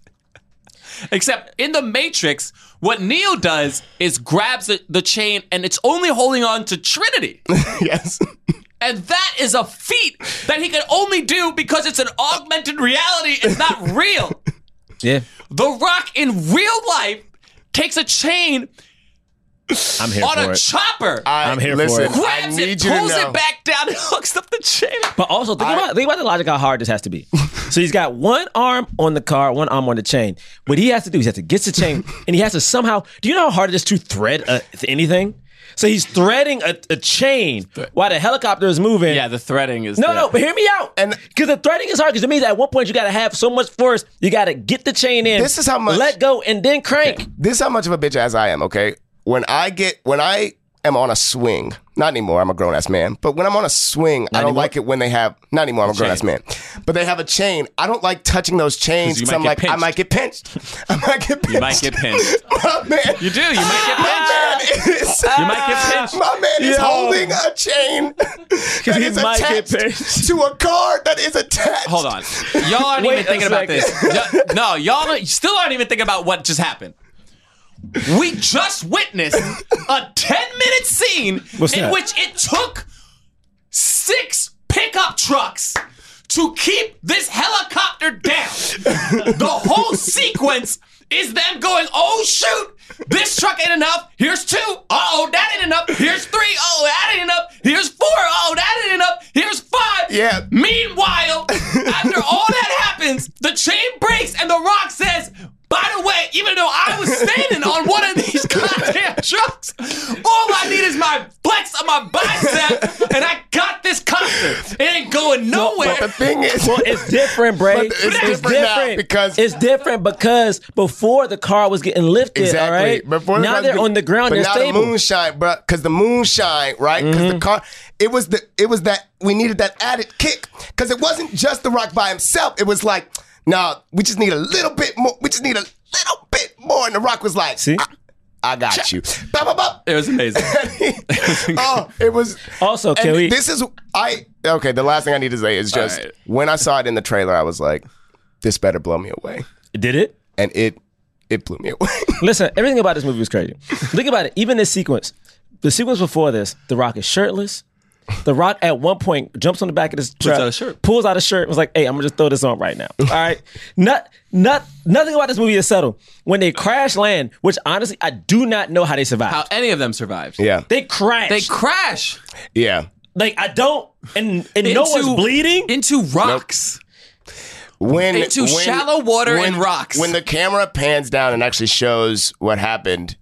Speaker 6: Except in the Matrix, what Neo does is grabs the, the chain and it's only holding on to Trinity.
Speaker 4: yes.
Speaker 6: And that is a feat that he can only do because it's an augmented reality. It's not real.
Speaker 2: Yeah.
Speaker 6: The Rock in real life takes a chain
Speaker 2: I'm here
Speaker 6: on
Speaker 2: for
Speaker 6: a
Speaker 2: it.
Speaker 6: chopper.
Speaker 4: I,
Speaker 2: I'm here for
Speaker 4: listen,
Speaker 2: it.
Speaker 4: I
Speaker 6: grabs
Speaker 4: need
Speaker 6: it,
Speaker 4: you to
Speaker 6: pulls
Speaker 4: know.
Speaker 6: it back down, and hooks up the chain.
Speaker 2: But also think about think about the logic how hard this has to be. So he's got one arm on the car, one arm on the chain. What he has to do is he has to get the chain, and he has to somehow. Do you know how hard it is to thread a, anything? So he's threading a, a chain while the helicopter is moving.
Speaker 6: Yeah, the threading is
Speaker 2: No,
Speaker 6: the-
Speaker 2: no, but hear me out.
Speaker 4: And-
Speaker 2: because the threading is hard, because it means at one point you got to have so much force, you got to get the chain in.
Speaker 4: This is how much-
Speaker 2: let go and then crank.
Speaker 4: this is how much of a bitch ass I am, okay? When I get when I am on a swing, not anymore, I'm a grown ass man, but when I'm on a swing, I don't
Speaker 2: anymore?
Speaker 4: like it when they have not anymore, I'm a grown ass man. But they have a chain. I don't like touching those
Speaker 6: 'Cause
Speaker 4: chains
Speaker 6: you
Speaker 4: because
Speaker 6: might
Speaker 4: I'm
Speaker 6: get
Speaker 4: like, I
Speaker 6: pinched.
Speaker 4: might get pinched. I might get pinched.
Speaker 6: You might get pinched.
Speaker 4: my man.
Speaker 6: You do. You might get pinched.
Speaker 4: My man is,
Speaker 6: You might get pinched.
Speaker 4: my man is
Speaker 2: Yo.
Speaker 4: holding a chain that
Speaker 2: he
Speaker 4: is
Speaker 2: might get
Speaker 4: attached
Speaker 2: pinched.
Speaker 4: to a card that is attached.
Speaker 6: Hold on. Y'all aren't
Speaker 2: Wait
Speaker 6: even thinking
Speaker 2: a
Speaker 6: about this. Y- No, y'all don't- still aren't even thinking about what just happened. We just witnessed a 10 minute scene
Speaker 2: What's
Speaker 6: in
Speaker 2: that?
Speaker 6: which it took six pickup trucks to keep this helicopter down. the whole sequence is them going, oh shoot, this truck ain't enough. Here's two. Uh oh, that ain't enough. Here's three. Oh, that ain't enough. Here's four. Oh, that ain't enough. Here's five.
Speaker 4: Yeah.
Speaker 6: Meanwhile, after all that happens, the chain breaks and The Rock says, by the way, even though I was standing on one of these goddamn trucks, all I need is my flex on my bicep, and I got this concert. It ain't going nowhere.
Speaker 4: But the thing is,
Speaker 2: Well, it's different, Bray.
Speaker 4: But it's different now because-
Speaker 2: it's different because before the car was getting lifted.
Speaker 4: Exactly.
Speaker 2: All right.
Speaker 4: Before the
Speaker 2: now
Speaker 4: guys
Speaker 2: they're
Speaker 4: be-
Speaker 2: on the ground.
Speaker 4: But
Speaker 2: They're
Speaker 4: now
Speaker 2: stable. Mm-hmm.
Speaker 4: the moonshine, bro, because the moonshine, right? Because the car, it was the, it was that we needed that added kick because it wasn't just the rock by himself. It was like, nah, we just need a little bit more. We just need a little bit more. And the rock was like,
Speaker 2: See?
Speaker 4: I, I got you. Bop, bop, bop.
Speaker 6: it was amazing.
Speaker 4: oh, it was.
Speaker 2: Also, can
Speaker 4: and
Speaker 2: we-
Speaker 4: This is I. Okay, the last thing I need to say is just
Speaker 6: right.
Speaker 4: when I saw it in the trailer, I was like, this better blow me away,
Speaker 2: Did it?
Speaker 4: and it it blew me away.
Speaker 2: Listen, everything about this movie was crazy. Think about it. Even this sequence, the sequence before this, The Rock is shirtless. The Rock at one point jumps on the back of this truck,
Speaker 6: out a shirt.
Speaker 2: pulls out a shirt, and was like, "Hey, I'm gonna just throw this on right now." All right, not not nothing about this movie is subtle. When they crash land, which honestly I do not know how they survived.
Speaker 6: How any of them survived.
Speaker 4: yeah,
Speaker 2: they crashed.
Speaker 6: They crash
Speaker 4: yeah.
Speaker 2: like I don't, and and no
Speaker 6: Into-
Speaker 2: one's bleeding.
Speaker 6: into rocks.
Speaker 4: when
Speaker 6: Into shallow water and rocks.
Speaker 4: When the camera pans down and actually shows what happened,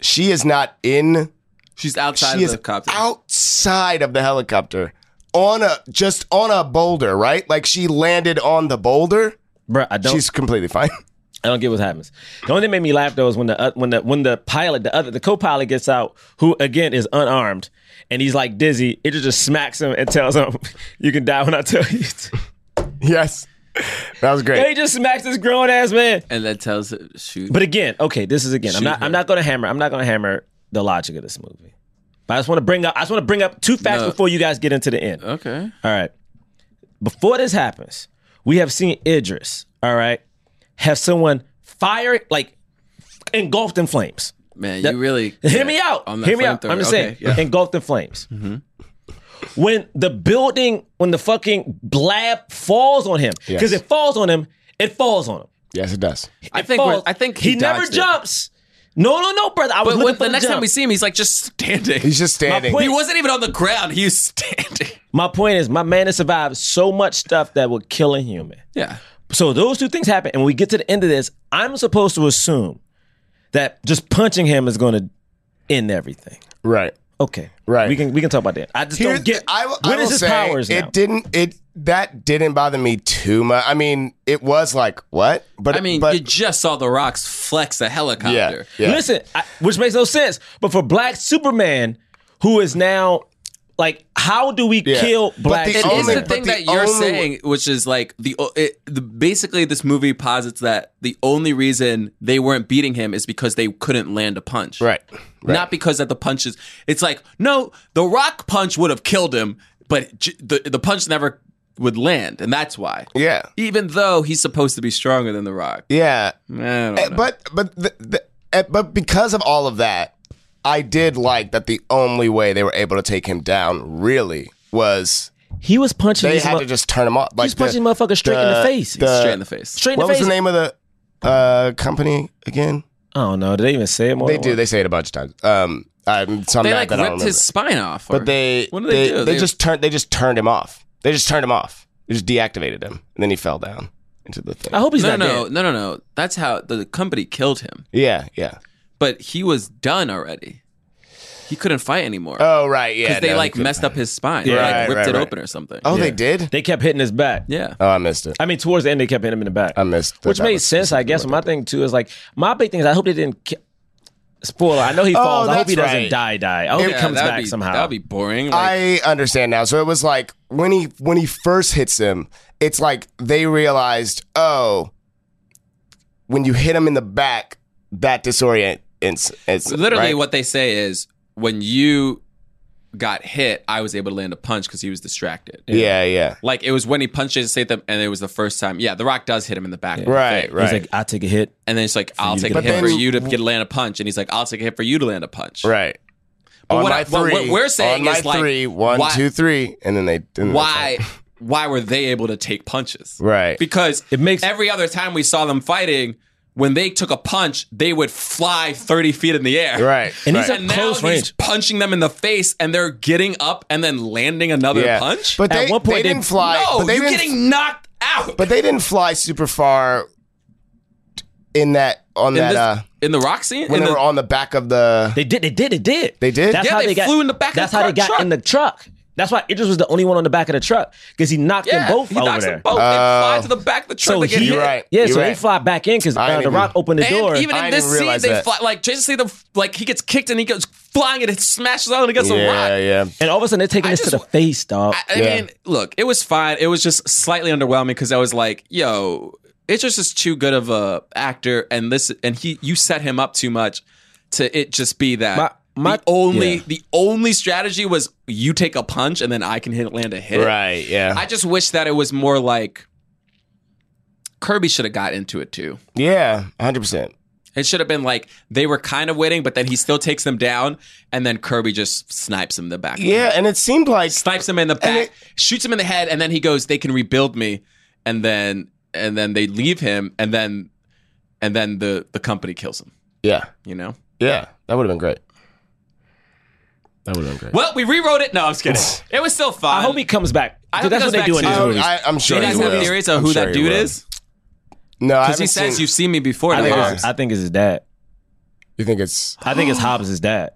Speaker 4: she is not in.
Speaker 6: She's outside
Speaker 4: she
Speaker 6: of
Speaker 4: is
Speaker 6: the copter.
Speaker 4: outside of the helicopter on a just on a boulder, right? Like she landed on the boulder.
Speaker 2: Bruh, I don't.
Speaker 4: She's completely fine.
Speaker 2: I don't get what happens. The only thing that made me laugh though is when the uh, when the when the pilot, the other, the co-pilot gets out, who again is unarmed, and he's like dizzy. It just smacks him and tells him, "You can die when I tell you." to."
Speaker 4: yes, that was
Speaker 2: and he
Speaker 4: great.
Speaker 2: just smacks this grown ass man.
Speaker 6: and that tells uh, shoot.
Speaker 2: But again, okay, this is again. I'm
Speaker 6: Shoot
Speaker 2: not.
Speaker 6: her.
Speaker 2: I'm not going to hammer. I'm not going to hammer the logic of this movie. But I just want to bring up. I just want to bring up two facts
Speaker 6: No.
Speaker 2: before you guys get into the end.
Speaker 6: okay.
Speaker 2: All right. Before this happens, we have seen Idris. All right, have someone fire like engulfed in flames.
Speaker 6: Man,
Speaker 2: That-
Speaker 6: you really
Speaker 2: Hear me out.
Speaker 6: on that
Speaker 2: Hear me out.
Speaker 6: flamethrower.
Speaker 2: I'm just
Speaker 6: Okay,
Speaker 2: saying,
Speaker 7: Mm-hmm.
Speaker 6: yeah.
Speaker 2: engulfed in flames. when the building, when the fucking blab falls on him, because
Speaker 4: Yes.
Speaker 2: it falls on him, it falls on him.
Speaker 4: Yes, it does.
Speaker 7: I
Speaker 2: It
Speaker 7: think we're-
Speaker 2: falls.
Speaker 7: I think he
Speaker 2: never
Speaker 7: dodged it.
Speaker 2: jumps. No, no, no, brother. I was
Speaker 7: But
Speaker 2: looking
Speaker 7: when,
Speaker 2: for
Speaker 7: the next
Speaker 2: jump.
Speaker 7: time we see him, he's like just standing.
Speaker 4: He's just standing.
Speaker 2: point-
Speaker 7: he wasn't even on the ground. He was standing.
Speaker 2: My point is, my man has survived so much stuff that would kill a human.
Speaker 7: Yeah.
Speaker 2: So those two things happen, and when we get to the end of this, I'm supposed to assume that just punching him is going to end everything.
Speaker 4: Right.
Speaker 2: Okay,
Speaker 4: Right.
Speaker 2: We can we can talk about that. I just
Speaker 4: Here's
Speaker 2: don't get.
Speaker 4: the- I, will- I
Speaker 2: what
Speaker 4: will
Speaker 2: is his
Speaker 4: say,
Speaker 2: powers now?
Speaker 4: It didn't. It that didn't bother me too much. I mean, it was like what? But
Speaker 7: I mean,
Speaker 4: but,
Speaker 7: you just saw the rocks flex a
Speaker 4: yeah,
Speaker 7: helicopter.
Speaker 4: yeah.
Speaker 2: Listen, I, which makes no sense. But for Black Superman, who is now like, how do we
Speaker 4: Yeah.
Speaker 2: kill
Speaker 4: But
Speaker 2: Black?
Speaker 4: the
Speaker 7: It is
Speaker 2: Superman?
Speaker 4: only-
Speaker 7: the
Speaker 4: but
Speaker 7: thing
Speaker 4: the
Speaker 7: that you're
Speaker 4: only-
Speaker 7: saying, which is like the, o- it, the basically this movie posits that the only reason they weren't beating him is because they couldn't land a punch,
Speaker 4: Right. Right.
Speaker 7: Not because that the punches. It's like no, the rock punch would have killed him, but j- the the punch never would land, and that's why.
Speaker 4: Yeah.
Speaker 7: Even though he's supposed to be stronger than the rock,
Speaker 4: Yeah.
Speaker 7: I don't
Speaker 4: Eh,
Speaker 7: know.
Speaker 4: But but the, the, eh, but because of all of that, I did like that the only way they were able to take him down really was
Speaker 2: he was punching.
Speaker 4: they
Speaker 2: these
Speaker 4: had
Speaker 2: mo-
Speaker 4: to just turn him off. Like
Speaker 2: He's punching motherfuckers straight in the face.
Speaker 7: straight in the face.
Speaker 2: straight in
Speaker 4: what
Speaker 2: the
Speaker 4: was
Speaker 2: face.
Speaker 4: the name of the uh, company again?
Speaker 2: I don't know. Did they even say it more?
Speaker 4: They
Speaker 2: than
Speaker 4: do.
Speaker 2: once?
Speaker 4: They say it a bunch of times. Um, I'm, so I'm
Speaker 7: they
Speaker 4: mad
Speaker 7: like
Speaker 4: that I don't
Speaker 7: ripped his
Speaker 4: remember.
Speaker 7: spine off. or-
Speaker 4: But they
Speaker 7: what did
Speaker 4: they,
Speaker 7: they, do?
Speaker 4: they just turned they just turned him off. They just turned him off. They just deactivated him, and then he fell down into the thing.
Speaker 2: I hope he's
Speaker 7: no,
Speaker 2: not
Speaker 7: no,
Speaker 2: dead.
Speaker 7: no, no, no. That's how the company killed him.
Speaker 4: Yeah, yeah.
Speaker 7: but he was done already. He couldn't fight anymore because
Speaker 4: Oh right, yeah.
Speaker 7: they
Speaker 4: no,
Speaker 7: like
Speaker 4: he couldn't-
Speaker 7: messed up his spine. they
Speaker 4: Yeah.
Speaker 7: like
Speaker 4: Right,
Speaker 7: ripped
Speaker 4: right,
Speaker 7: it
Speaker 4: right.
Speaker 7: open or something.
Speaker 4: Oh, they did.
Speaker 2: They kept hitting his back.
Speaker 7: yeah.
Speaker 4: Oh, I missed it.
Speaker 2: I mean, towards the end, they kept hitting him in the back.
Speaker 4: I missed. that.
Speaker 2: Which
Speaker 4: That
Speaker 2: made
Speaker 4: was-
Speaker 2: sense, I guess. My thing too is like my big thing is I hope they didn't. Ki- Spoiler: I know he
Speaker 4: Oh,
Speaker 2: falls. I hope he
Speaker 4: that's
Speaker 2: doesn't
Speaker 4: right.
Speaker 2: die. Die. I
Speaker 4: Oh,
Speaker 2: hope he
Speaker 7: Yeah,
Speaker 2: comes
Speaker 7: that'd
Speaker 2: back
Speaker 7: be,
Speaker 2: somehow.
Speaker 7: That'd be boring. Like,
Speaker 4: I understand now. So it was like when he when he first hits him, it's like they realized, oh, when you hit him in the back, that disorient. It's, it's
Speaker 7: literally,
Speaker 4: right?
Speaker 7: what they say is when you got hit, I was able to land a punch because he was distracted.
Speaker 4: Yeah, yeah.
Speaker 7: Like it was when he punched Jason Statham, and it was the first time. Yeah, The Rock does hit him in the back. of the
Speaker 4: Right,
Speaker 7: face.
Speaker 2: He's
Speaker 4: right,
Speaker 2: like, I take a hit.
Speaker 7: And then it's like, I'll
Speaker 2: you to
Speaker 7: take
Speaker 2: get
Speaker 7: a
Speaker 2: a
Speaker 7: hit for
Speaker 4: punch.
Speaker 7: you to get land a punch, and he's like, I'll take a hit for you to land a punch.
Speaker 4: right.
Speaker 7: But
Speaker 4: on
Speaker 7: what
Speaker 4: my
Speaker 7: I-
Speaker 4: three,
Speaker 7: what- what we're saying
Speaker 4: on my
Speaker 7: is, like,
Speaker 4: three, one,
Speaker 7: why-
Speaker 4: two, three, and then they and then they
Speaker 7: Why? Why were they able to take punches?
Speaker 4: fall. Right.
Speaker 7: because
Speaker 2: It makes-
Speaker 7: every other time we saw them fighting, when they took a punch, they would fly thirty feet in the air.
Speaker 4: Right.
Speaker 2: And he's
Speaker 4: right.
Speaker 2: a-
Speaker 7: And now
Speaker 2: Close
Speaker 7: he's
Speaker 2: range.
Speaker 7: punching them in the face, and they're getting up and then landing another punch.
Speaker 4: But
Speaker 2: At
Speaker 4: they,
Speaker 2: one point
Speaker 4: they
Speaker 2: they-
Speaker 4: didn't fly.
Speaker 6: Oh,
Speaker 7: no,
Speaker 4: but they
Speaker 7: you're
Speaker 4: didn't,
Speaker 7: getting knocked out.
Speaker 4: But they didn't fly super far in that on
Speaker 7: in,
Speaker 4: that
Speaker 7: this-
Speaker 4: uh
Speaker 7: in the rock scene,
Speaker 4: when
Speaker 7: in
Speaker 4: they
Speaker 7: the,
Speaker 4: were on the back of the.
Speaker 2: They did. They did. They did.
Speaker 4: They did?
Speaker 2: That's
Speaker 7: Yeah,
Speaker 2: how
Speaker 7: they
Speaker 2: they, got,
Speaker 7: flew in the back of
Speaker 2: That's
Speaker 7: the
Speaker 2: how they got
Speaker 7: truck.
Speaker 2: in the truck. That's why Idris was the only one on the back of the truck because he knocked
Speaker 7: yeah,
Speaker 2: them both
Speaker 7: he
Speaker 2: over
Speaker 7: knocks
Speaker 2: there.
Speaker 7: them both. they
Speaker 4: Oh.
Speaker 7: fly to the back of the truck.
Speaker 2: So
Speaker 7: they get
Speaker 2: he,
Speaker 7: hit.
Speaker 4: You're right.
Speaker 2: yeah.
Speaker 4: You're
Speaker 2: so they
Speaker 4: right.
Speaker 2: fly back in because
Speaker 4: I
Speaker 2: uh,
Speaker 4: didn't
Speaker 2: the Rock
Speaker 4: even-
Speaker 2: opened the
Speaker 7: And
Speaker 2: door.
Speaker 7: even
Speaker 4: I didn't
Speaker 7: in this scene,
Speaker 4: realize
Speaker 7: they
Speaker 4: that.
Speaker 7: fly like Jason Statham, like he gets kicked and he goes flying and it smashes out and against a rock.
Speaker 4: yeah, yeah.
Speaker 2: and all of a sudden, they're taking
Speaker 7: I
Speaker 2: this to the
Speaker 7: just-
Speaker 2: face, dog.
Speaker 7: I, I
Speaker 4: Yeah.
Speaker 7: mean, look, it was fine. It was just slightly underwhelming because I was like, yo, it's just is too good of a actor, and this and he you set him up too much to it just be that.
Speaker 2: My- my-
Speaker 7: the only
Speaker 2: yeah.
Speaker 7: the only strategy was you take a punch and then I can hit land a hit.
Speaker 4: Right. Yeah.
Speaker 7: I just wish that it was more like Kirby should have got into it too.
Speaker 4: yeah. Hundred percent.
Speaker 7: It should have been like they were kind of waiting, but then he still takes them down, and then Kirby just snipes him in the back. of the
Speaker 4: Yeah, and it seemed like
Speaker 7: snipes him in the
Speaker 4: And
Speaker 7: back, shoots him in the head, and then he goes, "They can rebuild me," and then and then they leave him, and then and then the the company kills him.
Speaker 4: yeah,
Speaker 7: You know.
Speaker 4: yeah, that would have been great. That would have been great.
Speaker 7: Well, we rewrote it. No, I'm just kidding. It was still fun.
Speaker 2: I hope he comes back. Oh,
Speaker 7: I
Speaker 2: Dude,
Speaker 7: hope
Speaker 2: that's
Speaker 7: he
Speaker 2: what they do
Speaker 7: goes
Speaker 2: in
Speaker 7: back
Speaker 2: these
Speaker 7: to-
Speaker 4: I,
Speaker 2: movies.
Speaker 4: I, I'm
Speaker 7: Do
Speaker 4: sure
Speaker 7: you guys
Speaker 4: he
Speaker 7: have
Speaker 4: will.
Speaker 7: theories of
Speaker 4: I'm
Speaker 7: who
Speaker 4: sure
Speaker 7: that
Speaker 4: he
Speaker 7: dude
Speaker 4: will.
Speaker 7: is?
Speaker 4: No, I
Speaker 3: Uh,
Speaker 7: Because he
Speaker 4: haven't
Speaker 7: says
Speaker 4: seen-
Speaker 7: you've seen me before.
Speaker 2: I
Speaker 7: the
Speaker 2: think,
Speaker 4: Yeah.
Speaker 7: Hobbs.
Speaker 2: it's, I think it's his dad.
Speaker 4: You think it's
Speaker 2: I think it's Hobbs' dad.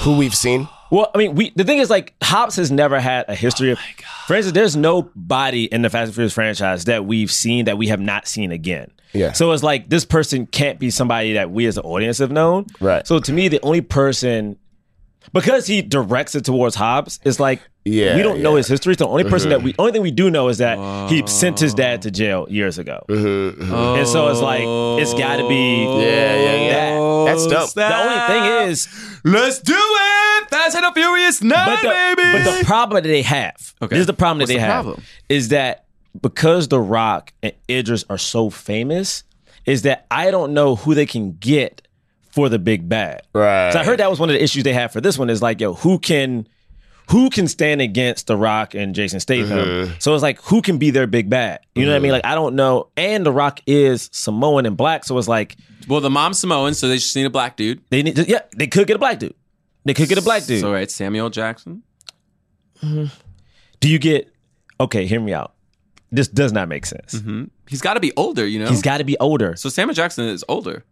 Speaker 4: who we've seen?
Speaker 2: Well, I mean, we the thing is like Hobbs has never had a history of. For instance, there's nobody in the Fast and Furious franchise that we've seen that we have not seen again.
Speaker 4: Yeah.
Speaker 2: So it's like this person can't be somebody that we as an audience have known.
Speaker 4: Right.
Speaker 2: So to me, the only person because he directs it towards Hobbs, it's like
Speaker 4: Yeah,
Speaker 2: we don't know
Speaker 4: yeah. Uh-huh.
Speaker 2: his history. So the only person that we only thing we do know is that he sent his dad to jail years ago. And so it's like it's got to be
Speaker 4: Uh-huh, Yeah, yeah, yeah.
Speaker 2: that.
Speaker 4: That's dope.
Speaker 2: The only thing is
Speaker 7: let's do it. Fast and the Furious Nine,
Speaker 2: but the,
Speaker 7: baby.
Speaker 2: but the problem that they have,
Speaker 7: Okay.
Speaker 2: this is the problem that
Speaker 7: What's
Speaker 2: they
Speaker 7: the
Speaker 2: have,
Speaker 7: problem?
Speaker 2: is that because The Rock and Idris are so famous, is that I don't know who they can get for the big bad.
Speaker 4: Right.
Speaker 2: So I heard that was one of the issues they had for this one is like, yo, who can, who can stand against The Rock and Jason Statham?
Speaker 7: Uh-huh.
Speaker 2: So it's like, who can be their big bad? You know what I mean? Like, I don't know. And The Rock is Samoan and black, so it's like
Speaker 3: Well, the mom's Samoan, so they just need a black dude.
Speaker 2: they need. To, yeah, they could get a black dude. They could get a black dude.
Speaker 3: So it's Samuel Jackson.
Speaker 2: Do you get? Okay, hear me out. This does not make sense.
Speaker 3: Mm-hmm. He's got to be older, you know.
Speaker 2: He's got to be older.
Speaker 3: so Samuel Jackson is older.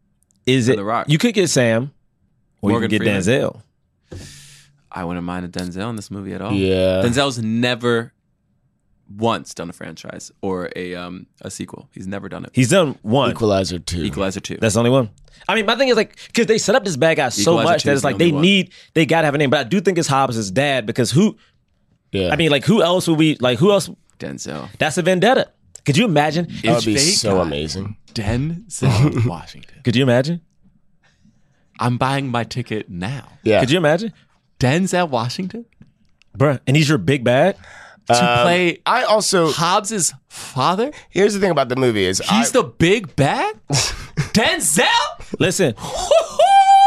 Speaker 2: Is it?
Speaker 3: The Rock.
Speaker 2: You could get Sam, or
Speaker 3: Morgan
Speaker 2: you could get
Speaker 3: Freeman.
Speaker 2: Denzel.
Speaker 3: I wouldn't mind a Denzel in this movie at all.
Speaker 4: Yeah.
Speaker 3: Denzel's never once done a franchise or a um a sequel. He's never done it.
Speaker 2: He's done one.
Speaker 4: Equalizer two.
Speaker 3: Equalizer two.
Speaker 2: That's the only one. I mean, my thing is like because they set up this bad guy so
Speaker 3: Equalizer
Speaker 2: much
Speaker 3: two
Speaker 2: that
Speaker 3: is
Speaker 2: it's
Speaker 3: the
Speaker 2: like
Speaker 3: only
Speaker 2: they
Speaker 3: one.
Speaker 2: need they gotta have a name. But I do think it's Hobbs' dad because who?
Speaker 4: yeah.
Speaker 2: I mean, like who else would we like? Who else?
Speaker 3: Denzel.
Speaker 2: That's a vendetta. Could you imagine?
Speaker 4: that would be
Speaker 3: Fake
Speaker 4: so
Speaker 3: guy.
Speaker 4: amazing.
Speaker 3: Denzel Washington.
Speaker 2: Could you imagine?
Speaker 3: I'm buying my ticket now.
Speaker 4: Yeah.
Speaker 2: Could you imagine,
Speaker 3: Denzel Washington
Speaker 2: Bruh, And he's your big bad.
Speaker 3: to play
Speaker 4: Um, I also
Speaker 3: Hobbs's father.
Speaker 4: here's the thing about the movie is I,
Speaker 3: He's the big bad. Denzel.
Speaker 2: Listen,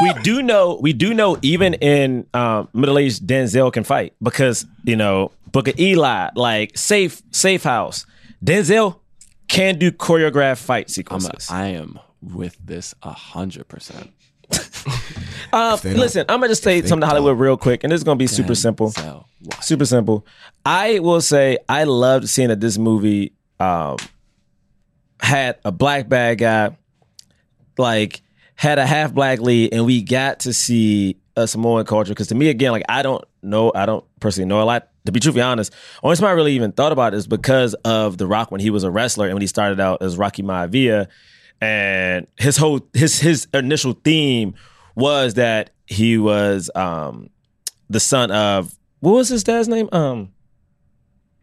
Speaker 2: we do know we do know even in um, middle aged Denzel can fight because you know Book of Eli like safe safe house Denzel can do choreographed fight
Speaker 3: I'm a,
Speaker 2: sequences.
Speaker 3: I am with this a hundred percent.
Speaker 2: Uh, listen, I'm gonna just say something to Hollywood real quick, and it's gonna be super simple.
Speaker 3: Denzel Washington.
Speaker 2: Super simple. I will say I loved seeing that this movie um, had a black bad guy, like had a half black lead, and we got to see a Samoan culture. Because to me, again, like I don't know, I don't personally know a lot. To be truthfully honest, only time I really even thought about it is because of The Rock when he was a wrestler and when he started out as Rocky Maivia, and his whole his his initial theme was that he was um the son of what was his dad's name? Um,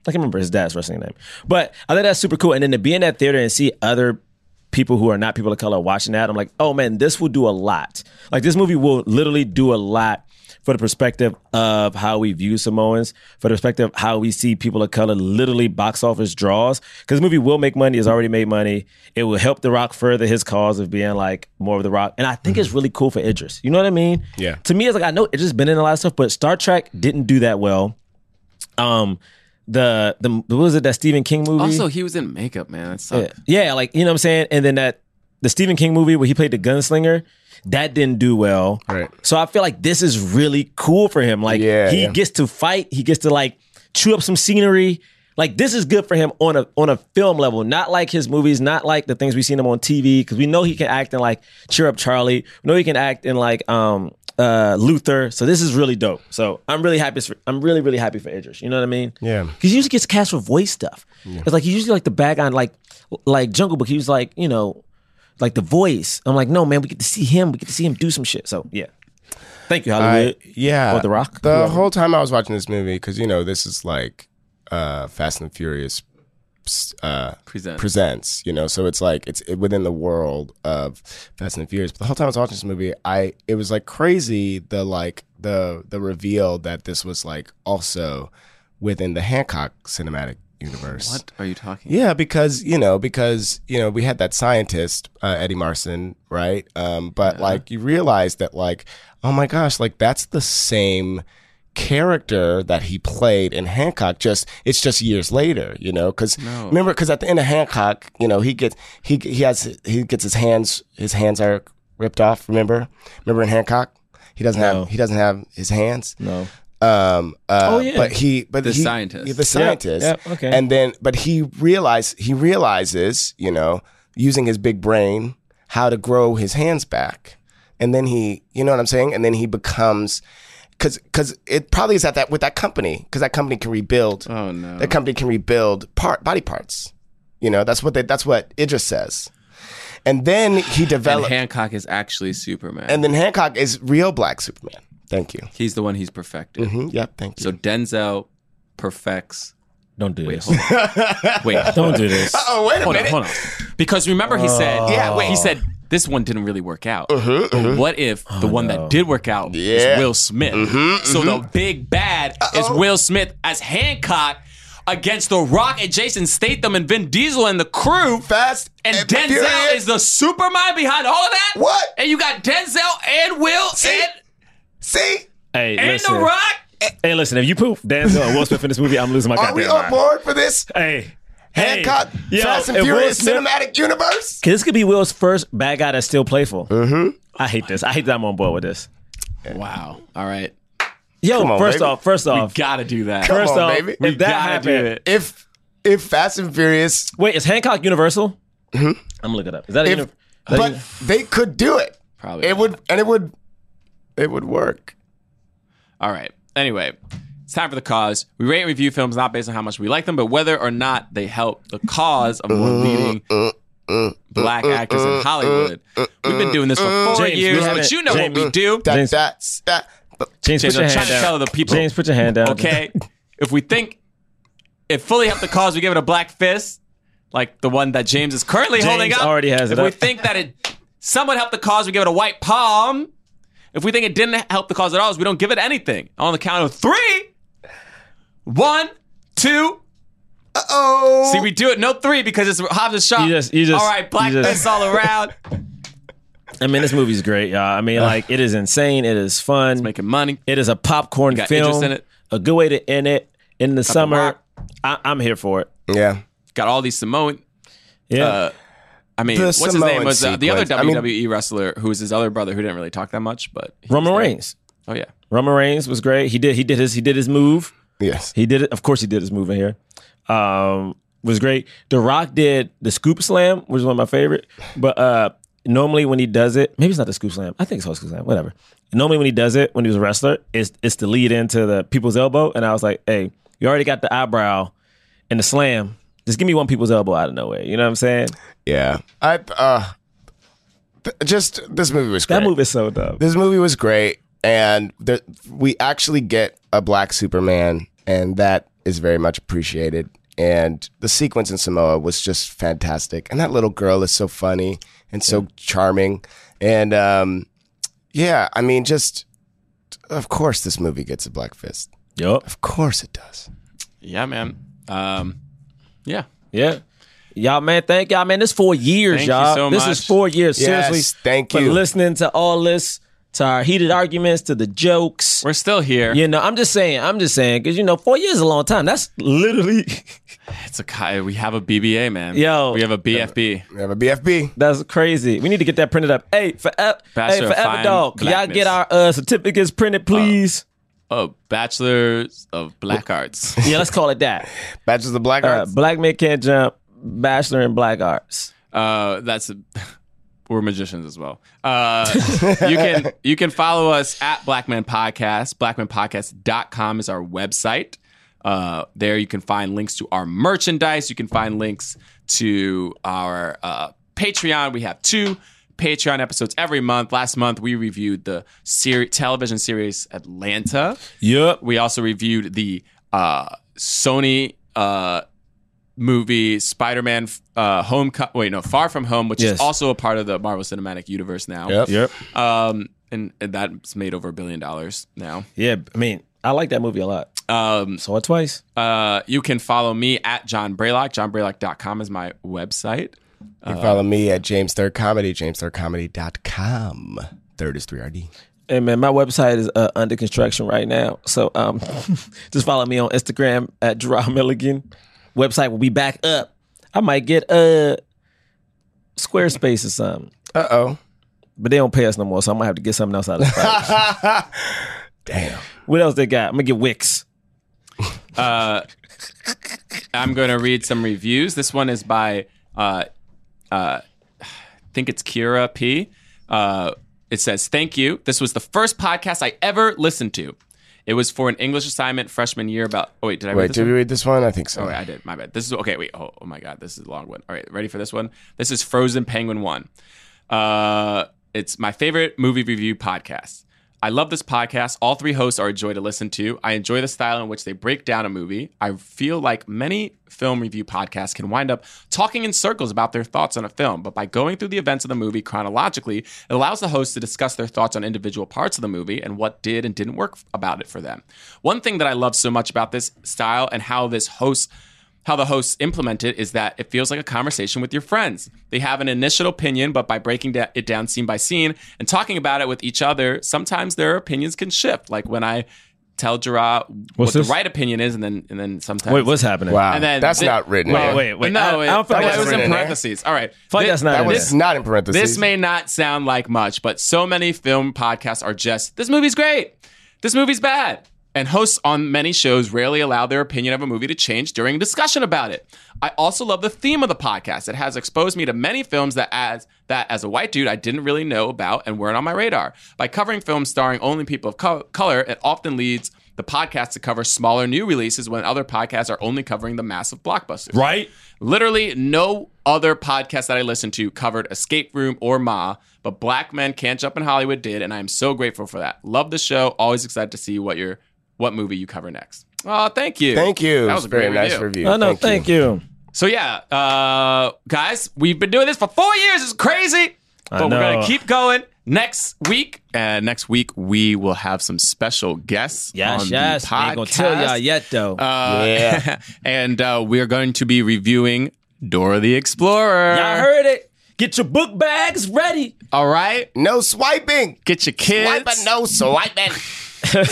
Speaker 2: I can't remember his dad's wrestling name, but I think that's super cool. And then to be in that theater and see other people who are not people of color watching that, I'm like, oh man, this will do a lot. Like this movie will literally do a lot for the perspective of how we view Samoans, for the perspective of how we see people of color literally box office draws. Because the movie will make money, it's already made money. It will help The Rock further his cause of being like more of The Rock. And I think it's really cool for Idris. You know what I mean?
Speaker 4: Yeah.
Speaker 2: To me, it's like I know it's just been in a lot of stuff, but Star Trek didn't do that well. Um the the what was it that Stephen King movie?
Speaker 3: Also, he was in makeup, man. That
Speaker 2: Yeah.
Speaker 3: sucked.
Speaker 2: yeah, like you know what I'm saying. And then that the Stephen King movie where he played the gunslinger, that didn't do well.
Speaker 4: Right.
Speaker 2: So I feel like this is really cool for him. Like
Speaker 4: Yeah,
Speaker 2: he
Speaker 4: yeah.
Speaker 2: gets to fight, he gets to like chew up some scenery. Like this is good for him on a on a film level, not like his movies, not like the things we've seen him on TV. Because we know he can act in like Cheer Up Charlie. We know he can act in like um uh Luther. So this is really dope. So I'm really happy. For, I'm really really happy for Idris. You know what I mean?
Speaker 4: Yeah.
Speaker 2: Because he usually gets cast for voice stuff. It's like he usually like the bad guy, in, like like Jungle Book. He was like you know, like the voice. I'm like, no man, we get to see him. We get to see him do some shit. So yeah, thank you Hollywood.
Speaker 4: I, yeah.
Speaker 2: Or The Rock?
Speaker 4: The
Speaker 2: Whoever.
Speaker 4: whole time I was watching this movie, because you know this is like uh, Fast and Furious uh,
Speaker 3: Present.
Speaker 4: presents. You know, so it's like it's within the world of Fast and Furious. But the whole time I was watching this movie, I it was like crazy the like the the reveal that this was like also within the Hancock cinematic universe.
Speaker 3: What are you talking?
Speaker 4: Yeah, because you know, because you know, we had that scientist uh, Eddie Marson, right? Um, but like, you realize that, like, oh my gosh, like that's the same character that he played in Hancock. Just it's just years later, you know. Because remember, because at the end of Hancock, you know, he gets he he has he gets his hands his hands are ripped off. Remember, remember in Hancock, he doesn't
Speaker 2: No.
Speaker 4: have he doesn't have his hands.
Speaker 2: No.
Speaker 4: Um, uh,
Speaker 2: Oh, yeah.
Speaker 4: But he, but
Speaker 3: The
Speaker 4: he-
Speaker 3: scientist.
Speaker 4: yeah, the scientist.
Speaker 2: yeah, okay.
Speaker 4: And then, but he realized he realizes, you know, using his big brain, how to grow his hands back, and then he, you know what I'm saying, and then he becomes, because because it probably is at that with that company because that company can rebuild.
Speaker 3: Oh no.
Speaker 4: That company can rebuild part body parts. You know, that's what they, that's what Idris says. And then he
Speaker 3: and
Speaker 4: develops, and,
Speaker 3: Hancock is actually Superman.
Speaker 4: then Hancock is real black Superman. Thank you.
Speaker 3: he's the one he's perfected.
Speaker 4: hmm Yep. Thank you.
Speaker 3: So Denzel perfects.
Speaker 2: Don't do this.
Speaker 3: Wait,
Speaker 2: Don't do this.
Speaker 4: oh wait a
Speaker 3: hold on,
Speaker 4: minute.
Speaker 3: hold on. Because remember, he said,
Speaker 7: Oh.
Speaker 4: Yeah, wait.
Speaker 3: he said this one didn't really work out. But what if
Speaker 7: Oh,
Speaker 3: the one that did work out
Speaker 4: Uh-huh, Yeah. Mm-hmm,
Speaker 3: is Will Smith? So the big bad is Will Smith as Hancock against The Rock and Jason Statham and Vin Diesel and the crew.
Speaker 4: Fast
Speaker 3: And, Denzel
Speaker 4: Furious.
Speaker 3: is the supermind behind all of that.
Speaker 4: What?
Speaker 3: And you got Denzel and Will
Speaker 4: See?
Speaker 3: and,
Speaker 4: See?
Speaker 2: hey,
Speaker 3: and
Speaker 2: listen.
Speaker 3: The Rock.
Speaker 2: Hey, listen, if you poof Denzel and Will Smith in this movie, I'm losing my
Speaker 4: Are we
Speaker 2: goddamn
Speaker 4: on
Speaker 2: mind.
Speaker 4: board for this
Speaker 2: Hey. hey,
Speaker 4: Hancock
Speaker 2: yo,
Speaker 4: Fast and
Speaker 2: if Will
Speaker 4: Furious
Speaker 2: Smith-
Speaker 4: cinematic universe?
Speaker 2: 'Cause This could be Will's first bad guy that's still playful. Mm-hmm. I hate this. I hate that I'm on board with this.
Speaker 7: Wow. All right.
Speaker 2: Yo,
Speaker 4: Come on,
Speaker 2: first
Speaker 4: baby.
Speaker 2: off, first off,
Speaker 7: Gotta do that.
Speaker 4: Come
Speaker 2: first
Speaker 4: on,
Speaker 2: off,
Speaker 4: baby.
Speaker 2: if
Speaker 4: We
Speaker 2: that
Speaker 7: Gotta do
Speaker 2: happened,
Speaker 7: it.
Speaker 4: If if Fast and Furious,
Speaker 2: wait, is Hancock Universal? Mm-hmm. I'm gonna look it up. Is that a
Speaker 4: if
Speaker 2: uni- that a
Speaker 4: but
Speaker 2: uni-
Speaker 4: they could do it.
Speaker 7: Probably.
Speaker 4: It would and it would it would work.
Speaker 7: All right. Anyway, it's time for the cause. We rate and review films not based on how much we like them, but whether or not they help the cause of more leading black actors in Hollywood. We've been doing this for four
Speaker 2: James, we
Speaker 7: years, but
Speaker 2: haven't-
Speaker 7: you know
Speaker 2: James-
Speaker 7: what we do.
Speaker 4: That
Speaker 2: James-
Speaker 4: that's that but
Speaker 2: James,
Speaker 7: James,
Speaker 2: put your
Speaker 7: I'm
Speaker 2: hand
Speaker 7: trying to
Speaker 2: down.
Speaker 7: tell the people.
Speaker 2: James, put your hand down.
Speaker 7: Okay. if we think it fully helped the cause, we give it a black fist, like the one that James is currently
Speaker 2: James
Speaker 7: holding up.
Speaker 2: already has
Speaker 7: if
Speaker 2: it
Speaker 7: we
Speaker 2: up.
Speaker 7: think that it somewhat helped the cause, we give it a white palm. If we think it didn't help the cause at all, we don't give it anything. On the count of three, one, two.
Speaker 4: oh
Speaker 7: See, we do it. No three because it's Hobbs and Shaw.
Speaker 2: You just- you just-
Speaker 7: Uh, all right, black
Speaker 2: you just-
Speaker 7: fist all around,
Speaker 2: I mean, this movie's great, y'all. I mean, like, it is insane. It is fun.
Speaker 7: making money.
Speaker 2: It is a popcorn
Speaker 7: got
Speaker 2: film.
Speaker 7: Idris in it.
Speaker 2: A good way to end it in the summer.
Speaker 7: Rock.
Speaker 2: I, I'm here for it.
Speaker 4: Yeah.
Speaker 7: Got all these Samoan.
Speaker 2: Yeah.
Speaker 7: Uh, I mean,
Speaker 4: The
Speaker 7: what's his
Speaker 4: Samoan
Speaker 7: name was uh, the other
Speaker 4: sequence. I mean-
Speaker 7: WWE wrestler who was his other brother who didn't really talk that much, but he
Speaker 2: Roman
Speaker 7: was there.
Speaker 2: Reigns.
Speaker 7: Oh yeah,
Speaker 2: Roman Reigns was great. He did. He did his. He did his move.
Speaker 7: E.
Speaker 4: Yes.
Speaker 2: He did it. Of course, he did his move in here. Um, was great. The Rock did the scoop slam, which is one of my favorite. But uh, normally when he does it, maybe it's not the scoop slam. I think it's called scoop slam. Whatever. Normally when he does it, when he was a wrestler, it's it's the lead into the people's elbow. And I was like, hey, you already got the eyebrow and the slam. Just give me one people's elbow out of nowhere. You know what I'm saying?
Speaker 4: Yeah. I uh th- just this movie was great.
Speaker 2: That move is so dumb.
Speaker 4: this movie was great and the, we actually get a black superman and that is very much appreciated and the sequence in samoa was just fantastic and that little girl is so funny and so charming and um, yeah i mean just of course this movie gets a black fist
Speaker 2: Yup.
Speaker 4: of course it does
Speaker 7: yeah, man. Um, yeah,
Speaker 2: Yeah. Y'all, man, thank y'all, man. This four years,
Speaker 7: Thank you
Speaker 2: y'all.
Speaker 7: so
Speaker 2: this
Speaker 7: much.
Speaker 2: is four years.
Speaker 4: Yes,
Speaker 2: Seriously,
Speaker 4: thank
Speaker 2: for
Speaker 4: you.
Speaker 2: listening to all this, to our heated arguments, to the jokes.
Speaker 7: we're still here.
Speaker 2: You know, I'm just saying, I'm just saying, because you know, four years is a long time. That's literally
Speaker 7: It's a ki- we have a BBA, man.
Speaker 2: Yo.
Speaker 7: we have a BFB.
Speaker 4: we have a bfb
Speaker 2: that's crazy. We need to get that printed up. Hey, forever,
Speaker 7: Bachelor
Speaker 2: hey,
Speaker 7: of
Speaker 2: forever
Speaker 7: Fine
Speaker 2: dog. Can y'all
Speaker 7: Blackness.
Speaker 2: get our uh, certificates printed, please?
Speaker 7: Oh, bachelors of black arts.
Speaker 2: yeah, let's call it that.
Speaker 4: badges of the black
Speaker 2: Uh,
Speaker 4: arts
Speaker 2: black men can't jump. Bachelor in black arts.
Speaker 7: Uh, that's we're magicians as well. Uh, you can you can follow us at Blackman Podcast. Blackmanpodcast.com is our website. Uh, there you can find links to our merchandise. You can find links to our uh, Patreon. We have two Patreon episodes every month. Last month we reviewed the seri- television series Atlanta.
Speaker 2: Yep.
Speaker 7: We also reviewed the uh, Sony uh, movie Spider-Man uh, Home. Wait, no, Far From Home, which is
Speaker 2: Yes.
Speaker 7: also a part of the Marvel Cinematic Universe now.
Speaker 2: Yep.
Speaker 7: Um, and, and that's made over a billion dollars now.
Speaker 2: Yeah. I mean, I like that movie a lot.
Speaker 7: Um,
Speaker 2: Saw it twice.
Speaker 7: uh, you can follow me at John Braylock. JohnBraylock.com is my website.
Speaker 4: you can follow me at james third comedy jamesthirdcomedy.com third is 3rd
Speaker 2: Hey man, my website is uh, under construction right now. So um, just follow me on Instagram at Gerard Milligan. Website will be back up. I might get uh Squarespace or something,
Speaker 4: uh-oh
Speaker 2: but they don't pay us no more, so I might have to get something else out of the Damn. What else they got? I'm gonna get Wix.
Speaker 7: I'm going to read some reviews. This one is by, uh, uh, I think it's Kira P. Uh, it says, Thank you. This was the first podcast I ever listened to. It was for an English assignment freshman year about. Oh, wait, did I read
Speaker 4: Wait,
Speaker 7: this
Speaker 4: did
Speaker 7: one?
Speaker 4: we read this one? I think so.
Speaker 7: Oh, wait, I did. My bad. This is okay. Wait. Oh, oh my God. This is a long one. All right. Ready for this one? This is Frozen Penguin One. Uh, it's my favorite movie review podcast. I love this podcast. All three hosts are a joy to listen to. I enjoy the style in which they break down a movie. I feel like many film review podcasts can wind up talking in circles about their thoughts on a film, but by going through the events of the movie chronologically, it allows the hosts to discuss their thoughts on individual parts of the movie and what did and didn't work about it for them. One thing that I love so much about this style and how this host how the hosts implement it is that it feels like a conversation with your friends. They have an initial opinion, but by breaking da- it down scene by scene and talking about it with each other, sometimes their opinions can shift. Like when I tell Gerard
Speaker 2: What's
Speaker 7: what
Speaker 2: this?
Speaker 7: the right opinion is, and then and then sometimes
Speaker 2: Wait, what's happening?
Speaker 4: Wow,
Speaker 7: And then
Speaker 4: that's
Speaker 7: thi-
Speaker 4: not written.
Speaker 2: Wait,
Speaker 4: in.
Speaker 2: wait, wait.
Speaker 7: no,
Speaker 2: I,
Speaker 7: it,
Speaker 2: I don't feel like
Speaker 7: that
Speaker 4: that's
Speaker 7: was
Speaker 4: written
Speaker 7: in
Speaker 4: in there.
Speaker 7: parentheses. All right,
Speaker 2: Fuck,
Speaker 7: Thi-
Speaker 2: that's not
Speaker 4: That
Speaker 2: in
Speaker 4: was
Speaker 2: there.
Speaker 4: not in parentheses.
Speaker 7: This may not sound like much, but so many film podcasts are just this movie's great, this movie's bad. And hosts on many shows rarely allow their opinion of a movie to change during discussion about it. I also love the theme of the podcast. It has exposed me to many films that as that as a white dude I didn't really know about and weren't on my radar. By covering films starring only people of co- color, it often leads the podcast to cover smaller new releases when other podcasts are only covering the massive blockbusters.
Speaker 2: Right?
Speaker 7: Literally, no other podcast that I listened to covered Escape Room or Ma, but Black Men Can't Jump in Hollywood did, and I am so grateful for that. Love the show. Always excited to see what your what movie you cover next. Oh, thank you.
Speaker 4: Thank you.
Speaker 7: That was a
Speaker 4: very
Speaker 7: great
Speaker 4: nice
Speaker 7: review.
Speaker 4: review.
Speaker 2: Oh, no, thank, you.
Speaker 7: So yeah, uh, guys, we've been doing this for four years. It's crazy, but we're
Speaker 2: know.
Speaker 7: gonna keep going next week. And next week we will have some special guests on the podcast.
Speaker 2: yet, though.
Speaker 7: Uh, and uh, we are going to be reviewing Dora the Explorer.
Speaker 2: Y'all heard it. Get your book bags ready.
Speaker 7: All right,
Speaker 4: No swiping.
Speaker 7: get your kids.
Speaker 4: Swipe it, no swiping. swipe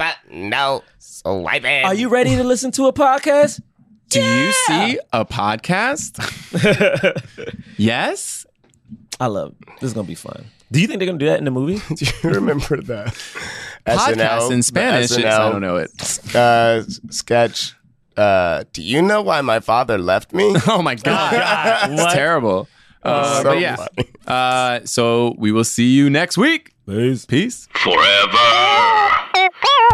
Speaker 4: it, no swiping.
Speaker 2: Are you ready to listen to a podcast?
Speaker 7: Do you see a podcast? yes.
Speaker 2: I love it. This is going to be fun. Do you think they're going to do that in the movie?
Speaker 4: Do you remember that?
Speaker 7: Podcast in Spanish.
Speaker 4: SNL,
Speaker 7: It's- I don't know it.
Speaker 4: Uh, s- sketch. Uh, do you know why my father left me?
Speaker 7: Oh my god, it's terrible. Uh,
Speaker 4: So
Speaker 7: but yeah. Uh, so we will see you next week.
Speaker 2: Peace.
Speaker 7: Peace.
Speaker 1: Forever.